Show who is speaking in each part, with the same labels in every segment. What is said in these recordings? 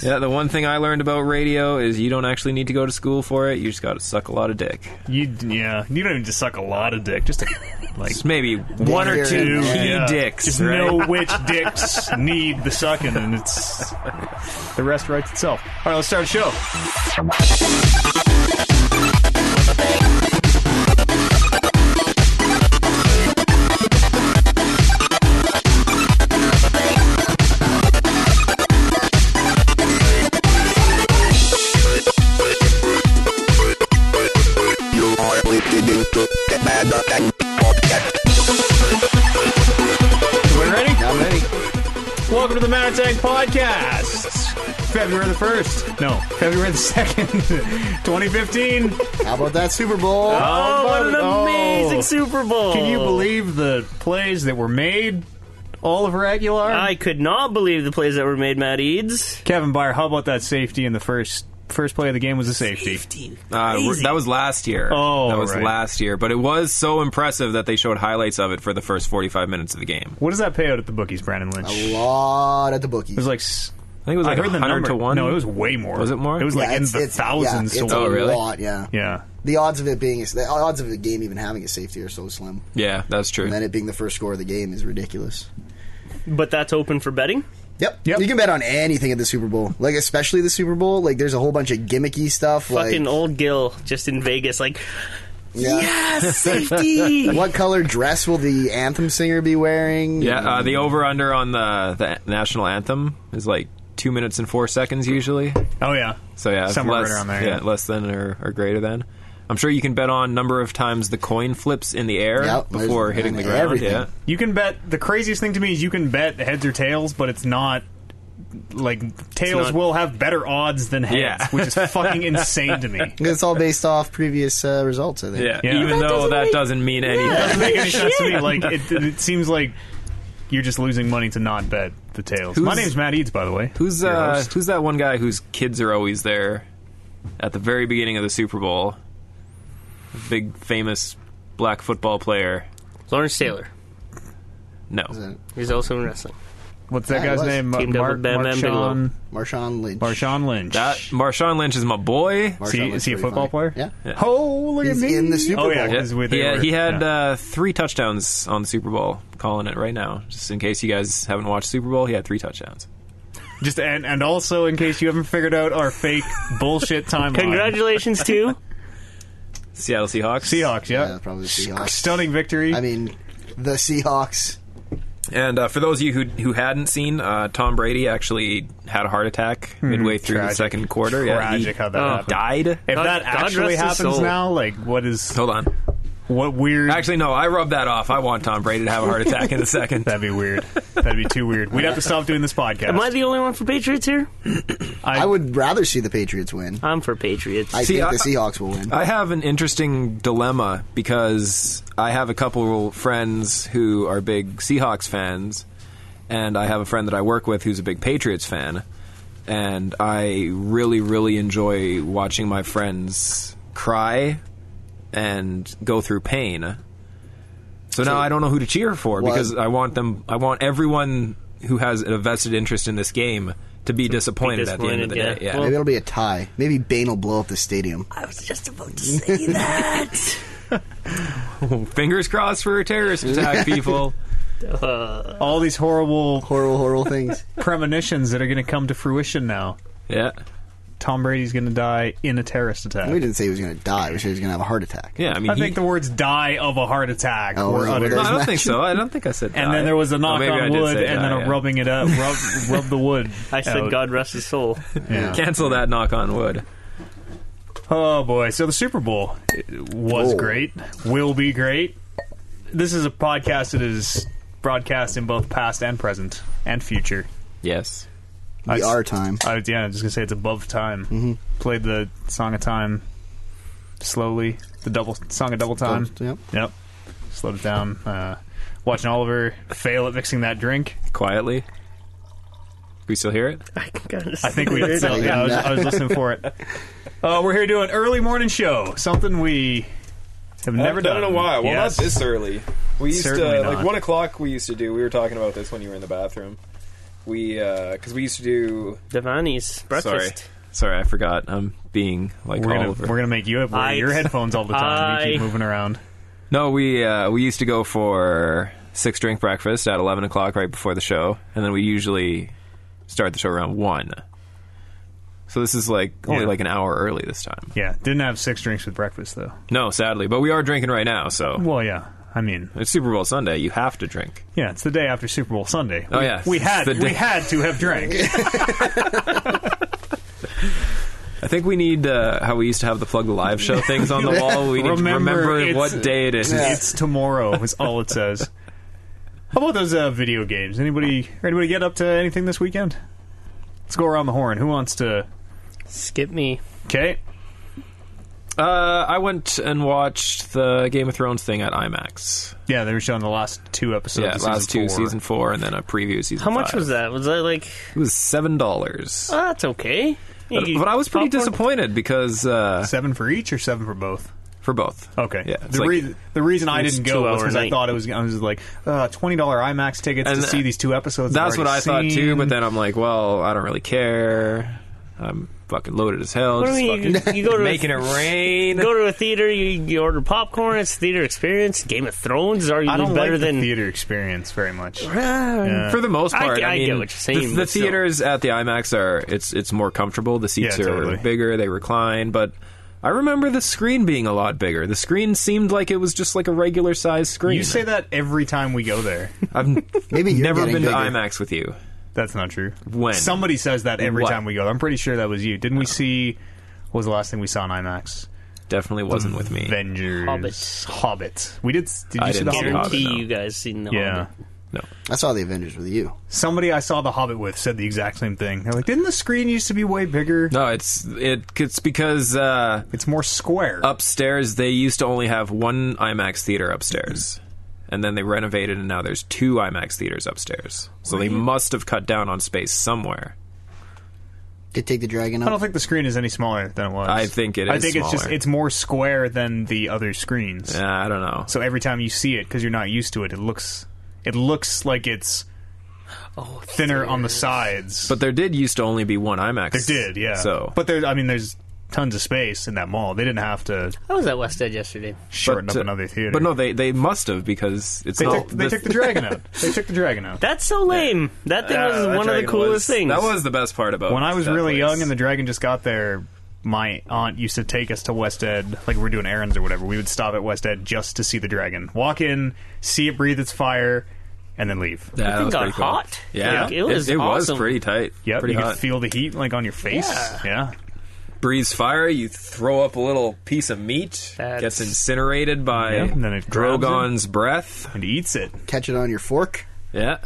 Speaker 1: Yeah, the one thing I learned about radio is you don't actually need to go to school for it. You just got to suck a lot of dick.
Speaker 2: You yeah, you don't even just suck a lot of dick, just like
Speaker 1: It's maybe one or
Speaker 3: here
Speaker 1: two
Speaker 3: and
Speaker 1: key
Speaker 3: there.
Speaker 2: yeah.
Speaker 1: dicks.
Speaker 2: Just
Speaker 1: right?
Speaker 2: know which dicks need the sucking, and it's the rest writes itself. All right, let's start the show.
Speaker 4: You are listening to the Bad Attack Podcast.
Speaker 2: Everybody ready?
Speaker 3: I'm ready.
Speaker 2: Welcome to the Mad Tank Podcast. February the first. No, February the second, 2015.
Speaker 3: How about that Super Bowl?
Speaker 2: Oh, what an amazing
Speaker 5: Super Bowl.
Speaker 2: Can you believe the plays that were made? Oliver Aguilar,
Speaker 5: I could not believe the plays that were made, Matt Eads.
Speaker 2: Kevin Byer. How about that safety in the first first play of the game was a safety.
Speaker 1: Uh, we're- that was last year.
Speaker 2: Oh,
Speaker 1: that was
Speaker 2: right.
Speaker 1: last year. But it was so impressive that they showed highlights of it for the first 45 minutes of the game.
Speaker 2: What does that pay out at the bookies, Brandon Lynch?
Speaker 3: A
Speaker 2: It
Speaker 3: lot at the bookies.
Speaker 2: was like s-
Speaker 1: I think it was like
Speaker 2: I heard the
Speaker 1: 100
Speaker 2: number
Speaker 1: to 1.
Speaker 2: No, it was way more.
Speaker 1: Was it more?
Speaker 2: It was
Speaker 3: Yeah,
Speaker 2: like in
Speaker 3: it's-
Speaker 2: the
Speaker 3: it's-
Speaker 2: thousands
Speaker 3: Yeah, it's
Speaker 2: to
Speaker 1: Oh,
Speaker 3: a
Speaker 2: one.
Speaker 1: really?
Speaker 3: lot. Yeah.
Speaker 2: Yeah.
Speaker 3: The odds of it being the odds of a game even having a safety are so slim,
Speaker 1: Yeah, that's true.
Speaker 3: and then it being the first score of the game is ridiculous.
Speaker 5: But that's open for betting.
Speaker 3: Yep.
Speaker 2: Yep.
Speaker 3: You can bet on anything at the Super Bowl, like especially the Super Bowl. Like there's a whole bunch of gimmicky stuff. like-
Speaker 5: Fucking old Gil just in Vegas, like
Speaker 3: Yeah.
Speaker 5: yes, safety.
Speaker 3: What color dress will the anthem singer be wearing?
Speaker 1: Yeah, uh, the over under on the, the national anthem is like two minutes and four seconds usually.
Speaker 2: Oh yeah.
Speaker 1: So yeah, it's
Speaker 2: Somewhere
Speaker 1: less,
Speaker 2: right around there,
Speaker 1: Yeah,
Speaker 2: yeah.
Speaker 1: less than or, or greater than. I'm sure you can bet on number of times the coin flips in the air
Speaker 3: Yep, there's-
Speaker 1: before hitting the
Speaker 3: and
Speaker 1: ground.
Speaker 3: everything.
Speaker 1: Yeah,
Speaker 2: You can bet. The craziest thing to me is you can bet heads or tails, but it's not like tails
Speaker 5: not-
Speaker 2: will have better odds than heads,
Speaker 1: Yeah.
Speaker 2: which is fucking insane to me.
Speaker 3: It's all based off previous uh, results, I think.
Speaker 1: yeah.
Speaker 2: Yeah.
Speaker 1: Even
Speaker 2: That
Speaker 1: though
Speaker 5: doesn't
Speaker 1: that
Speaker 5: make-
Speaker 1: doesn't mean anything.
Speaker 2: doesn't make any sense to me. Like it, it seems like you're just losing money to not bet the tails. My
Speaker 1: Who's-
Speaker 2: name's Matt Eads, by the way.
Speaker 1: Who's
Speaker 2: Your
Speaker 1: uh,
Speaker 2: host.
Speaker 1: who's that one guy whose kids are always there at the very beginning of the Super Bowl? The big famous black football player.
Speaker 5: Lawrence Taylor.
Speaker 1: No,
Speaker 5: He's also in wrestling.
Speaker 2: What's that
Speaker 3: Yeah, it
Speaker 2: guy's
Speaker 3: was.
Speaker 2: name? Uh,
Speaker 5: Teamed up
Speaker 2: Mark
Speaker 5: with Bam Bam Bigelow.
Speaker 2: Marshawn
Speaker 3: Marshawn Lynch.
Speaker 2: Marshawn Lynch.
Speaker 1: that Marshawn Lynch is my boy.
Speaker 3: Marshawn
Speaker 2: Is he- is he a
Speaker 3: pretty
Speaker 2: football
Speaker 3: funny.
Speaker 2: player?
Speaker 3: Yeah.
Speaker 2: Oh, look
Speaker 3: He's
Speaker 2: at me!
Speaker 3: in the Super
Speaker 2: oh, yeah,
Speaker 3: Bowl.
Speaker 1: Yeah,
Speaker 2: he's with
Speaker 1: he, had,
Speaker 2: Edward.
Speaker 1: he had
Speaker 2: Yeah.
Speaker 1: uh, three touchdowns on the Super Bowl. Calling it right now, just in case you guys haven't watched Super Bowl, he had three touchdowns.
Speaker 2: just and, and also in case you haven't figured out our fake bullshit timeline.
Speaker 5: Congratulations to
Speaker 1: Seattle Seahawks.
Speaker 2: Seahawks. Yeah,
Speaker 3: Yeah, probably the Seahawks.
Speaker 2: stunning victory.
Speaker 3: I mean, the Seahawks.
Speaker 1: And uh, for those of you who who hadn't seen, uh, Tom Brady actually had a heart attack midway through
Speaker 2: Hmm.
Speaker 1: the
Speaker 2: tragic.
Speaker 1: second quarter.
Speaker 2: Tragic
Speaker 1: yeah, he oh,
Speaker 2: how that happened.
Speaker 1: died.
Speaker 2: if
Speaker 5: God-
Speaker 2: that
Speaker 5: God
Speaker 2: actually
Speaker 5: rest his
Speaker 2: happens
Speaker 5: soul.
Speaker 2: now, like what is
Speaker 1: Hold on.
Speaker 2: what weird?
Speaker 1: Actually, no, I rubbed that off. I want Tom Brady to have a heart attack in a second.
Speaker 2: that'd be weird. that'd be too weird. We'd have to stop doing this podcast.
Speaker 5: Am I the only one for Patriots here?
Speaker 3: I would rather see the Patriots win.
Speaker 5: I'm for Patriots.
Speaker 3: I
Speaker 1: See,
Speaker 3: think
Speaker 1: I-
Speaker 3: the Seahawks will win.
Speaker 1: I have an interesting dilemma because I have a couple friends who are big Seahawks fans, and I have a friend that I work with who's a big Patriots fan, and I really, really enjoy watching my friends cry and go through pain. So now I don't know who to cheer for
Speaker 3: Well,
Speaker 1: because I want them. I want everyone who has a vested interest in this game to be disappointed, at the end of
Speaker 5: disappointed,
Speaker 1: the day.
Speaker 5: yeah.
Speaker 1: Yeah.
Speaker 5: Well,
Speaker 3: Maybe it'll be a tie. Maybe Bane will blow up the stadium.
Speaker 5: I was just about to say that.
Speaker 1: Fingers crossed for a terrorist attack, people.
Speaker 2: all these horrible
Speaker 3: Horrible, horrible things.
Speaker 2: premonitions that are going to come to fruition now.
Speaker 1: Yeah.
Speaker 2: Tom Brady's going to die in a terrorist attack.
Speaker 3: We didn't say he was going to die. We said he was going to have a heart attack.
Speaker 1: Yeah, I mean,
Speaker 2: I
Speaker 1: he-
Speaker 2: think the words "die of a heart attack"
Speaker 3: Oh,
Speaker 2: were
Speaker 3: was it-
Speaker 2: uttered.
Speaker 1: no, I
Speaker 3: was
Speaker 1: don't think so. I don't think I said that.
Speaker 2: And then there was a knock on wood, and then a rubbing it up, rub, rub the wood.
Speaker 5: I said,
Speaker 2: out.
Speaker 5: God rest his soul.
Speaker 2: Yeah.
Speaker 1: Cancel that knock on wood.
Speaker 2: Oh boy! So the Super Bowl uh, was
Speaker 3: Oh.
Speaker 2: great, will be great. This is a podcast that is broadcast in both past and present and future.
Speaker 1: Yes.
Speaker 3: The R time.
Speaker 2: I, yeah, I'm just gonna say it's above time. Mm-hmm. Played the song of time slowly. The double song of double time.
Speaker 3: Yep.
Speaker 2: Yep. Slowed it down. Uh, watching Oliver fail at mixing that drink.
Speaker 1: Quietly. We still hear it?
Speaker 5: I can kind of
Speaker 2: I think we did.
Speaker 3: like
Speaker 2: yeah, I, was,
Speaker 3: that.
Speaker 2: I was listening for it. Uh, we're here doing early morning show. Something we have never done, Yes.
Speaker 1: early. We
Speaker 2: used to- Certainly like, not. 1
Speaker 1: o'clock. We used to do. We were talking about this when you were in the bathroom. we
Speaker 2: uh,
Speaker 1: because we used to do.
Speaker 5: Devani's breakfast.
Speaker 1: Sorry, sorry, I forgot. I'm being like
Speaker 2: We're gonna,
Speaker 1: Oliver.
Speaker 2: we're gonna make you wear
Speaker 5: I-
Speaker 2: your headphones all the time. You keep
Speaker 5: I-
Speaker 2: moving around.
Speaker 1: No, we uh, we used to go for six drink breakfast at eleven o'clock right before the show, and then we usually start the show around one. So this is like only
Speaker 2: Yeah.
Speaker 1: like an hour early this time.
Speaker 2: Yeah, didn't have six drinks with breakfast though.
Speaker 1: No, sadly, but we are drinking right now, so
Speaker 2: Well, yeah. I mean,
Speaker 1: it's Super Bowl Sunday. You have to drink.
Speaker 2: yeah, it's the day after Super Bowl Sunday.
Speaker 1: Oh,
Speaker 2: We-
Speaker 1: yeah,
Speaker 2: we
Speaker 1: it's
Speaker 2: had
Speaker 1: the
Speaker 2: we
Speaker 1: day-
Speaker 2: had to have drank.
Speaker 1: I think we need uh, how we used to have the plug the live show things on the wall. We need
Speaker 2: Remember,
Speaker 1: to remember
Speaker 2: it's-
Speaker 1: what day it is.
Speaker 2: It's tomorrow. Is all it says. How about those uh, video games? Anybody anybody get up to anything this weekend? Let's go around the horn. Who wants to?
Speaker 5: Skip me.
Speaker 2: Okay,
Speaker 1: Uh, I went and watched the Game of Thrones thing at IMAX.
Speaker 2: yeah, they were showing Oh, the last two episodes.
Speaker 1: yeah,
Speaker 2: of
Speaker 1: last two,
Speaker 2: season four.
Speaker 1: season four, and then a preview of season.
Speaker 5: How much
Speaker 1: five.
Speaker 5: was that? Was that like?
Speaker 1: It was seven dollars.
Speaker 5: Oh, that's okay. You
Speaker 1: But,
Speaker 5: could-
Speaker 1: but I was pretty
Speaker 5: popcorn-
Speaker 1: disappointed because uh,
Speaker 2: Seven for each or seven for both?
Speaker 1: for both.
Speaker 2: Okay.
Speaker 1: Yeah. it's
Speaker 2: The,
Speaker 1: like-
Speaker 2: reason the reason I
Speaker 5: It's
Speaker 2: didn't go
Speaker 5: two
Speaker 2: was
Speaker 5: hour
Speaker 2: because I
Speaker 5: night.
Speaker 2: thought it was I was like uh, twenty dollar IMAX tickets
Speaker 1: And uh,
Speaker 2: to see these two episodes. I've
Speaker 1: that's what I
Speaker 2: already
Speaker 1: thought too.
Speaker 2: seen.
Speaker 1: But then I'm like, well, I don't really care. I'm fucking loaded as hell.
Speaker 5: What do
Speaker 1: Just
Speaker 5: you mean?
Speaker 1: fucking
Speaker 5: You, you go to
Speaker 1: making
Speaker 5: a,
Speaker 1: it rain.
Speaker 5: Go to a theater. You, you order popcorn. It's a theater experience. Game of Thrones is
Speaker 2: I
Speaker 5: arguably
Speaker 2: don't
Speaker 5: better
Speaker 2: like the
Speaker 5: than.
Speaker 2: theater experience very much.
Speaker 1: Yeah. For the most
Speaker 5: I-
Speaker 1: part,
Speaker 5: I
Speaker 1: I,
Speaker 5: get
Speaker 1: mean,
Speaker 5: what you're saying,
Speaker 1: the, the
Speaker 5: but still.
Speaker 1: theaters at the IMAX are it's it's more comfortable. The seats
Speaker 2: Yeah,
Speaker 1: are
Speaker 2: totally.
Speaker 1: bigger, they recline. But I remember the screen being a lot bigger. The screen seemed like it was just like a regular sized screen.
Speaker 2: You say that every time we go there.
Speaker 1: I've
Speaker 3: Maybe you're
Speaker 1: never
Speaker 3: getting
Speaker 1: been to
Speaker 3: bigger.
Speaker 1: IMAX with you.
Speaker 2: That's not true.
Speaker 1: When?
Speaker 2: somebody says that every
Speaker 1: What?
Speaker 2: time we go, I'm pretty sure that was you. Didn't we see? What was the last thing we saw in IMAX?
Speaker 1: Definitely wasn't with me.
Speaker 2: Avengers.
Speaker 5: Hobbit.
Speaker 2: Hobbit. We did. s- Did you
Speaker 1: I
Speaker 2: see
Speaker 1: didn't
Speaker 2: the
Speaker 1: see
Speaker 2: Hobbit?
Speaker 1: Hobbit.
Speaker 5: Guarantee
Speaker 1: no.
Speaker 5: you guys seen the
Speaker 2: Yeah.
Speaker 5: Hobbit.
Speaker 1: No.
Speaker 3: I saw the Avengers with you.
Speaker 2: Somebody I saw the Hobbit with said the exact same thing. They're like, didn't the screen used to be way bigger?
Speaker 1: No, it's it, it's because uh,
Speaker 2: It's more square.
Speaker 1: upstairs they used to only have one IMAX theater upstairs. And then they renovated and now there's two IMAX theaters upstairs. So they must have cut down on space somewhere.
Speaker 3: Did take the dragon
Speaker 2: I don't
Speaker 3: out.
Speaker 2: think the screen is any smaller than it was.
Speaker 1: I think it
Speaker 2: I
Speaker 1: is
Speaker 2: think it's just
Speaker 1: smaller.
Speaker 2: it's more square than the other screens.
Speaker 1: Uh, I don't know.
Speaker 2: So every time you see it, because you're not used to it, it looks it looks like it's
Speaker 5: Oh,
Speaker 2: thinner on the sides.
Speaker 1: But there did used to only be one IMAX.
Speaker 2: There did, yeah.
Speaker 1: So,
Speaker 2: but there, I mean, there's tons of space in that mall. They didn't have to
Speaker 5: I Oh, was at West Edge yesterday.
Speaker 2: shorten
Speaker 1: but,
Speaker 2: up
Speaker 1: uh,
Speaker 2: another theater.
Speaker 1: But no, they they must have because it's
Speaker 2: they,
Speaker 1: not.
Speaker 2: took, they took the dragon out. They took the dragon out.
Speaker 5: That's so lame. That thing
Speaker 1: Uh,
Speaker 5: was
Speaker 1: that
Speaker 5: one of the
Speaker 1: dragon
Speaker 5: coolest
Speaker 1: was-
Speaker 5: things.
Speaker 1: That was the best part about.
Speaker 2: When I was
Speaker 1: that
Speaker 2: really
Speaker 1: place.
Speaker 2: young and the dragon just got there, my aunt used to take us to West Ed, like we were doing errands or whatever. We would stop at West Ed just to see the dragon. Walk in, see it breathe its fire, and then leave.
Speaker 1: yeah, that
Speaker 5: thing
Speaker 1: was
Speaker 5: got
Speaker 1: pretty cool.
Speaker 5: hot.
Speaker 1: Yeah,
Speaker 5: Like, it was
Speaker 1: It, was
Speaker 5: awesome.
Speaker 1: pretty tight.
Speaker 2: Yep,
Speaker 1: pretty
Speaker 2: you
Speaker 1: hot.
Speaker 2: could feel the heat like on your face.
Speaker 5: Yeah.
Speaker 2: yeah.
Speaker 1: breathes fire. You throw up a little piece of meat,
Speaker 5: That's-
Speaker 1: gets incinerated by
Speaker 2: Yeah, and then it grabs
Speaker 1: Drogon's breath.
Speaker 2: and eats it.
Speaker 3: Catch it on your fork.
Speaker 1: Yeah,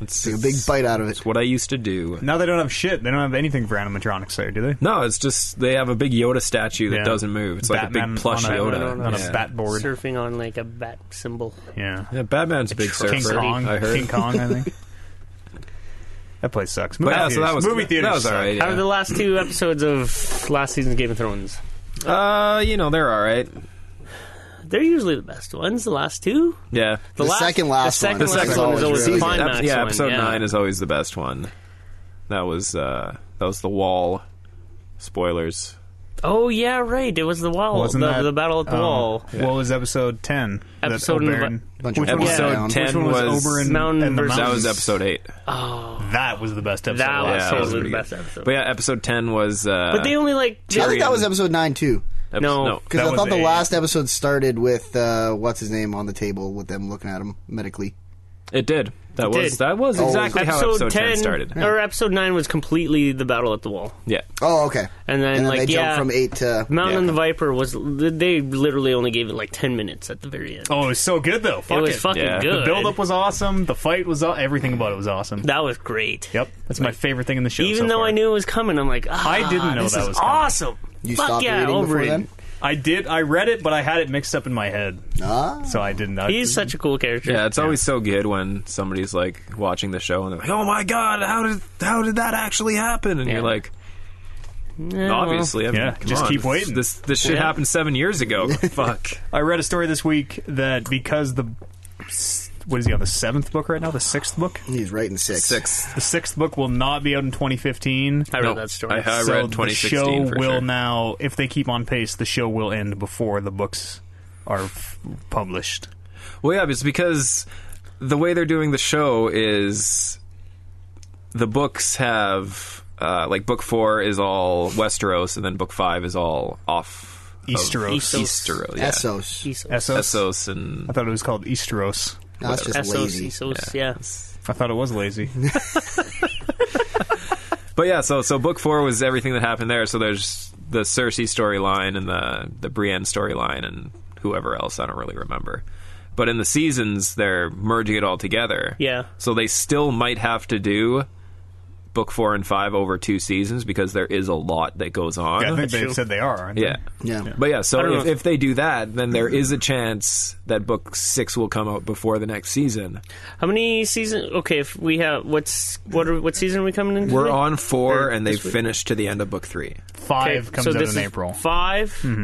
Speaker 1: it's
Speaker 3: Take a big bite out of it.
Speaker 1: It's what I used to do.
Speaker 2: Now they don't have shit. They don't have anything for animatronics there, do they?
Speaker 1: No, it's just they have a big Yoda statue that
Speaker 2: Yeah.
Speaker 1: doesn't move. It's like a
Speaker 2: Batman
Speaker 1: big plush
Speaker 2: on a-
Speaker 1: Yoda.
Speaker 2: on a
Speaker 1: yeah.
Speaker 2: bat board.
Speaker 5: surfing on like a bat symbol.
Speaker 2: Yeah.
Speaker 1: Yeah, Batman's a big
Speaker 5: King
Speaker 1: surfer.
Speaker 2: King Kong.
Speaker 1: I heard.
Speaker 2: King Kong, I think. that place sucks. Movie
Speaker 1: But yeah, so
Speaker 2: theaters.
Speaker 1: that was
Speaker 2: movie theaters.
Speaker 1: That was
Speaker 2: suck.
Speaker 1: all right.
Speaker 5: How are the
Speaker 1: Yeah.
Speaker 5: last two episodes of last season's Game of Thrones?
Speaker 1: Uh, you know they're all right.
Speaker 5: They're usually the best ones. The last two.
Speaker 1: Yeah.
Speaker 5: The,
Speaker 3: The
Speaker 5: last,
Speaker 3: second last
Speaker 5: the second
Speaker 3: one.
Speaker 1: The
Speaker 5: last
Speaker 1: second
Speaker 5: one
Speaker 1: one
Speaker 5: is
Speaker 1: was
Speaker 5: always the
Speaker 3: really good.
Speaker 5: climax
Speaker 1: Ep- yeah,
Speaker 5: one,
Speaker 1: episode
Speaker 5: yeah.
Speaker 1: nine is always the best one. That was uh, that was the wall. Spoilers.
Speaker 5: Oh yeah, right. It was the wall.
Speaker 2: Wasn't
Speaker 5: the,
Speaker 2: that
Speaker 5: the battle at the
Speaker 2: um,
Speaker 5: wall.
Speaker 2: What was episode ten? That
Speaker 5: Episode
Speaker 2: Oberyn-
Speaker 5: eleven-
Speaker 3: Bunch of
Speaker 2: Which one was-
Speaker 1: Episode
Speaker 2: which
Speaker 1: 10
Speaker 2: one
Speaker 1: was
Speaker 2: Oberyn
Speaker 5: Mountain
Speaker 2: and the
Speaker 5: versus-
Speaker 1: That
Speaker 2: Mountains?
Speaker 1: was episode eight.
Speaker 2: That was the best episode.
Speaker 5: That
Speaker 2: of
Speaker 5: was
Speaker 1: Yeah,
Speaker 2: last
Speaker 1: that was
Speaker 5: totally
Speaker 1: pretty
Speaker 5: the best
Speaker 1: good.
Speaker 5: episode.
Speaker 1: But yeah, episode ten was. Uh,
Speaker 5: But they only like
Speaker 3: I think that
Speaker 1: Tyrion.
Speaker 3: was episode nine too.
Speaker 1: episode,
Speaker 5: no.
Speaker 3: Because
Speaker 2: That
Speaker 3: I
Speaker 2: was
Speaker 3: thought the
Speaker 2: a-
Speaker 3: last episode started with uh, what's his name on the table with them looking at him medically.
Speaker 1: it did. That
Speaker 5: It
Speaker 1: was
Speaker 5: did. Oh.
Speaker 1: that was exactly how
Speaker 5: episode
Speaker 1: episode ten, started.
Speaker 5: or episode nine was completely the battle at the wall,
Speaker 1: Yeah,
Speaker 3: Oh, okay.
Speaker 5: and then,
Speaker 3: And then
Speaker 5: like
Speaker 3: they
Speaker 5: yeah,
Speaker 3: jumped from eight to
Speaker 5: Mountain
Speaker 1: Yeah.
Speaker 5: and the Viper was they literally only gave it like ten minutes at the very end.
Speaker 2: Oh, it was so good though. Fuck
Speaker 5: it was
Speaker 2: it.
Speaker 5: fucking
Speaker 1: Yeah. The
Speaker 5: good.
Speaker 2: The build up was awesome. The fight was aw- everything about it was awesome.
Speaker 5: that was great.
Speaker 2: Yep, that's my favorite thing in the show.
Speaker 5: Even
Speaker 2: so
Speaker 5: though
Speaker 2: far.
Speaker 5: I knew it was coming, I'm like, ah,
Speaker 2: I didn't know
Speaker 5: this
Speaker 2: that
Speaker 5: is
Speaker 2: was coming.
Speaker 5: awesome.
Speaker 3: You
Speaker 5: Fuck
Speaker 3: stopped
Speaker 5: yeah,
Speaker 3: reading before
Speaker 5: Oberyn.
Speaker 3: then.
Speaker 2: I did. I read it, but I had it mixed up in my head,
Speaker 3: Ah,
Speaker 2: so I didn't. I,
Speaker 5: He's such a cool character.
Speaker 1: yeah. It's always so good when somebody's like watching the show and they're like, "Oh my god, how did how did that actually happen?" And
Speaker 5: Yeah.
Speaker 1: you're like,
Speaker 5: Yeah, well,
Speaker 1: "Obviously, I mean,
Speaker 2: Yeah,
Speaker 1: come
Speaker 2: just
Speaker 1: on,
Speaker 2: keep
Speaker 1: this-
Speaker 2: waiting.
Speaker 1: This this shit
Speaker 5: Yeah.
Speaker 1: happened seven years ago. Fuck."
Speaker 2: I read a story this week that because the what is he on the seventh book right now? The sixth book.
Speaker 3: He's right in six.
Speaker 1: Six.
Speaker 2: The sixth book will not be out in 2015.
Speaker 5: I read
Speaker 1: Nope.
Speaker 5: that story.
Speaker 1: I have- I
Speaker 2: so
Speaker 1: read
Speaker 2: the show
Speaker 1: 2016 for
Speaker 2: will
Speaker 1: sure.
Speaker 2: now, if they keep on pace, the show will end before the books are f- published.
Speaker 1: Well, yeah, it's because the way they're doing the show is the books have uh, like book four is all Westeros, and then book five is all off of
Speaker 2: Easteros.
Speaker 1: Easteros, yeah.
Speaker 3: Essos.
Speaker 5: Esos.
Speaker 2: Essos.
Speaker 1: Oh. Essos and
Speaker 2: I thought it was called Easteros.
Speaker 3: No, that's just
Speaker 5: Essos,
Speaker 3: lazy.
Speaker 5: Esos, yeah.
Speaker 2: I thought it was lazy.
Speaker 1: But yeah, so so book four was everything that happened there. So there's the Cersei storyline and the the Brienne storyline and whoever else I don't really remember. But in the seasons, they're merging it all together.
Speaker 5: Yeah.
Speaker 1: So they still might have to do book four and five over two seasons because there is a lot that goes on.
Speaker 2: I think they
Speaker 5: true.
Speaker 2: said they are. aren't they?
Speaker 1: yeah.
Speaker 3: Yeah.
Speaker 1: But yeah,
Speaker 5: don't
Speaker 1: so
Speaker 5: know
Speaker 1: if,
Speaker 5: if-
Speaker 1: if they do that, then there is a chance that book six will come out before the next season.
Speaker 5: How many season? Okay, if we have what's what are what season are we coming into?
Speaker 1: We're
Speaker 5: today?
Speaker 1: on four,
Speaker 5: Or
Speaker 1: and they've
Speaker 5: this week.
Speaker 1: finished to the end of book three.
Speaker 2: Five
Speaker 5: Okay,
Speaker 2: comes
Speaker 5: so
Speaker 2: out
Speaker 5: this
Speaker 2: in
Speaker 5: is
Speaker 2: April. Mm-hmm.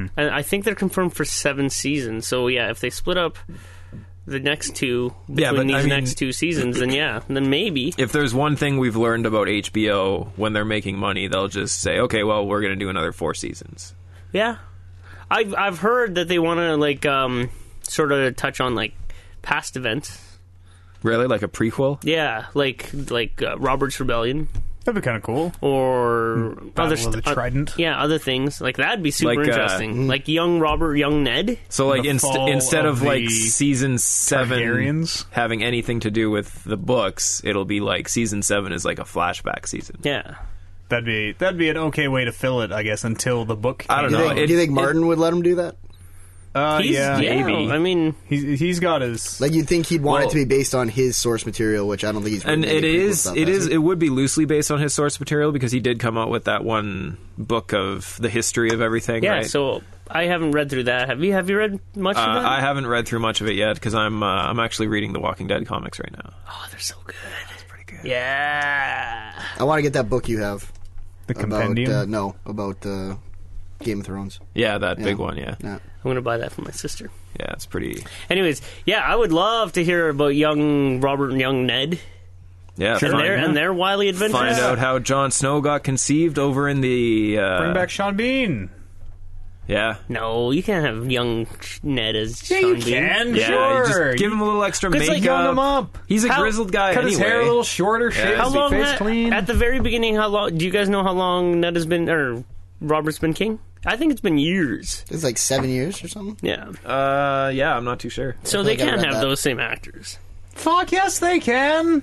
Speaker 5: 5 and I think they're confirmed for seven seasons. So yeah, if they split up the next two between
Speaker 1: Yeah, but
Speaker 5: these
Speaker 1: I mean-
Speaker 5: next two seasons, then yeah, then maybe.
Speaker 1: if there's one thing we've learned about HBO when they're making money, they'll just say, "Okay, well, we're going to do another four seasons."
Speaker 5: Yeah, I've I've heard that they want to like um sort of touch on like past events.
Speaker 1: Really, like a prequel?
Speaker 5: Yeah, like like uh, Robert's Rebellion
Speaker 2: That'd be kind of cool.
Speaker 5: or
Speaker 2: Mm, Battle
Speaker 5: other
Speaker 2: of the
Speaker 5: st- uh,
Speaker 2: Trident.
Speaker 5: yeah, other things like that'd be super
Speaker 1: Like, uh,
Speaker 5: interesting. like young Robert, young Ned.
Speaker 1: So, like,
Speaker 2: The
Speaker 1: inst-
Speaker 2: fall
Speaker 1: instead
Speaker 2: of
Speaker 1: of, like
Speaker 2: the
Speaker 1: season seven
Speaker 2: Targaryens?
Speaker 1: having anything to do with the books, it'll be like season seven is like a flashback season.
Speaker 5: Yeah,
Speaker 2: That'd be that'd be an okay way to fill it, I guess, until the book.
Speaker 1: I don't
Speaker 3: Do,
Speaker 1: know.
Speaker 2: came
Speaker 3: you
Speaker 2: out.
Speaker 3: think,
Speaker 1: it-
Speaker 3: do you think
Speaker 1: it-
Speaker 3: Martin would let him do that?
Speaker 2: Uh,
Speaker 5: He's-
Speaker 2: yeah,
Speaker 1: maybe.
Speaker 5: I mean,
Speaker 2: He's he's got his.
Speaker 3: Like you'd think he'd want
Speaker 1: Well-
Speaker 3: it to be based on his source material, which I don't think he's.
Speaker 1: And
Speaker 3: really
Speaker 1: it
Speaker 3: making prequel
Speaker 1: is,
Speaker 3: stuff,
Speaker 1: it
Speaker 3: has
Speaker 1: is,
Speaker 3: he?
Speaker 1: it would be loosely based on his source material because he did come out with that one book of the history of everything.
Speaker 5: yeah.
Speaker 1: right?
Speaker 5: So I haven't read through that. Have you? Have you read much
Speaker 1: Uh,
Speaker 5: of that?
Speaker 1: I haven't read through much of it yet because I'm uh, I'm actually reading the Walking Dead comics right now.
Speaker 5: oh, they're so good. That's pretty good. Yeah.
Speaker 3: I want to get that book you have
Speaker 2: The
Speaker 3: about
Speaker 2: compendium.
Speaker 3: uh, no about uh, Game of Thrones.
Speaker 1: Yeah, that big one. Yeah,
Speaker 3: Yeah.
Speaker 5: I'm gonna buy that for my sister.
Speaker 1: yeah, it's pretty.
Speaker 5: Anyways, yeah, I would love to hear about young Robert and young Ned
Speaker 1: Yeah,
Speaker 5: and
Speaker 1: find,
Speaker 5: their and their wily adventures.
Speaker 1: find out how Jon Snow got conceived over in the. Uh,
Speaker 2: Bring back Sean Bean.
Speaker 1: Yeah.
Speaker 5: No, you can't have young Ned as
Speaker 2: Yeah,
Speaker 5: Sean
Speaker 2: you
Speaker 5: Bean.
Speaker 2: can.
Speaker 1: Yeah, you
Speaker 2: sure.
Speaker 1: just give him a little extra
Speaker 2: It's
Speaker 1: makeup.
Speaker 2: like young him up.
Speaker 1: He's a
Speaker 5: How-
Speaker 1: grizzled guy
Speaker 2: Cut
Speaker 1: anyway.
Speaker 2: his hair a little shorter.
Speaker 1: How
Speaker 2: Shave
Speaker 5: How
Speaker 2: his
Speaker 5: long?
Speaker 2: face
Speaker 5: ha-
Speaker 2: clean.
Speaker 5: At the very beginning, how long? Do you guys know how long Ned has been or Robert's been king? I think it's been years.
Speaker 3: It's like seven years or something.
Speaker 5: Yeah.
Speaker 1: Uh, yeah, I'm not too sure.
Speaker 5: So
Speaker 3: I
Speaker 5: they
Speaker 3: think I
Speaker 5: can't
Speaker 3: read
Speaker 5: have
Speaker 3: that.
Speaker 5: those same actors.
Speaker 2: Fuck yes, they can.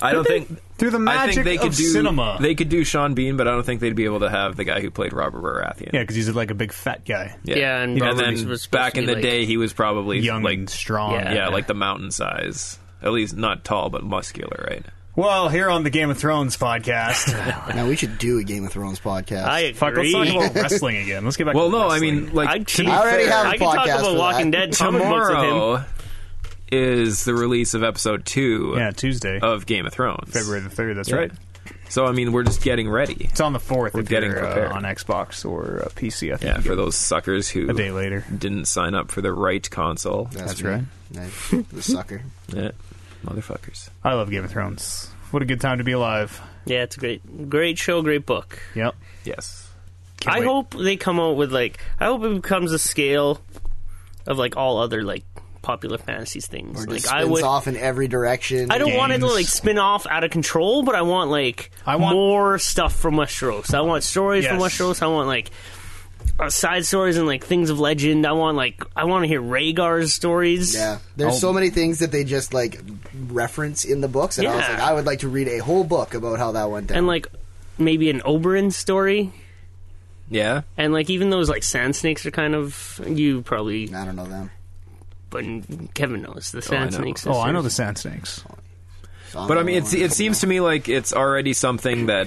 Speaker 1: I don't think.
Speaker 2: Through the
Speaker 1: I
Speaker 2: magic
Speaker 1: think they could
Speaker 2: of
Speaker 1: do
Speaker 2: cinema.
Speaker 1: They could do Sean Bean, but I don't think they'd be able to have the guy who played Robert Baratheon.
Speaker 2: yeah, because he's like a big fat guy,
Speaker 5: Yeah, and
Speaker 1: and
Speaker 5: Robert
Speaker 1: then
Speaker 5: was supposed
Speaker 1: back
Speaker 5: to
Speaker 1: in
Speaker 5: be
Speaker 1: the
Speaker 5: like-
Speaker 1: day, he was probably
Speaker 2: young
Speaker 1: like
Speaker 2: and strong.
Speaker 5: Yeah.
Speaker 1: yeah, like the mountain size. At least not tall, but muscular, right?
Speaker 2: Well, here on the Game of Thrones podcast,
Speaker 3: Now we should do a Game of Thrones podcast.
Speaker 5: I
Speaker 2: fuck. Let's
Speaker 5: agree.
Speaker 2: talk about wrestling again. Let's get back.
Speaker 1: Well,
Speaker 2: to
Speaker 1: no, I
Speaker 2: wrestling.
Speaker 1: mean, like
Speaker 5: I,
Speaker 1: to
Speaker 5: I
Speaker 1: be
Speaker 3: already
Speaker 1: fair-
Speaker 3: have a
Speaker 5: I can talk
Speaker 3: podcast for
Speaker 5: about
Speaker 3: that.
Speaker 5: Walking Dead comic books with him.
Speaker 1: tomorrow is the release of episode two
Speaker 2: yeah, Tuesday,
Speaker 1: of Game of Thrones.
Speaker 2: February the third. That's
Speaker 1: Oh. Yeah.
Speaker 2: right.
Speaker 1: So I mean, we're just getting ready.
Speaker 2: It's on the fourth.
Speaker 1: We're
Speaker 2: if
Speaker 1: getting
Speaker 2: you're, uh,
Speaker 1: prepared.
Speaker 2: on Xbox or uh, PC. I think.
Speaker 1: Yeah, for those suckers who
Speaker 2: a day later.
Speaker 1: didn't sign up for the right console.
Speaker 2: That's
Speaker 3: me.
Speaker 2: right.
Speaker 3: I- the sucker.
Speaker 1: Yeah. Motherfuckers.
Speaker 2: I love Game of Thrones. What a good time to be alive.
Speaker 5: Yeah, it's a great, great show, great book.
Speaker 2: Yep.
Speaker 1: Yes.
Speaker 2: Can't
Speaker 5: I
Speaker 2: wait.
Speaker 5: hope they come out with like. I hope it becomes a scale of like all other like popular fantasies things.
Speaker 3: Or
Speaker 5: like
Speaker 3: just
Speaker 5: I
Speaker 3: spins
Speaker 5: would.
Speaker 3: off in every direction.
Speaker 5: I don't want it to
Speaker 2: games.
Speaker 5: like spin off out of control, but I want like
Speaker 2: I want-
Speaker 5: more stuff from Westeros. I want stories from
Speaker 2: Yes.
Speaker 5: Westeros. I want like uh, side stories and like things of legend. I want like I want to hear Rhaegar's stories.
Speaker 3: Yeah, there's
Speaker 2: Oh.
Speaker 3: so many things that they just like reference in the books, and I was
Speaker 5: Yeah.
Speaker 3: like, I would like to read a whole book about how that went down.
Speaker 5: and like maybe an Oberyn story.
Speaker 1: Yeah.
Speaker 5: And like even those like sand snakes are kind of you probably
Speaker 3: I don't know them.
Speaker 5: but Kevin knows the sand
Speaker 1: know.
Speaker 5: snakes.
Speaker 2: Oh, I know the Sand Snakes.
Speaker 1: But I mean, it's, it seems to me like it's already something that,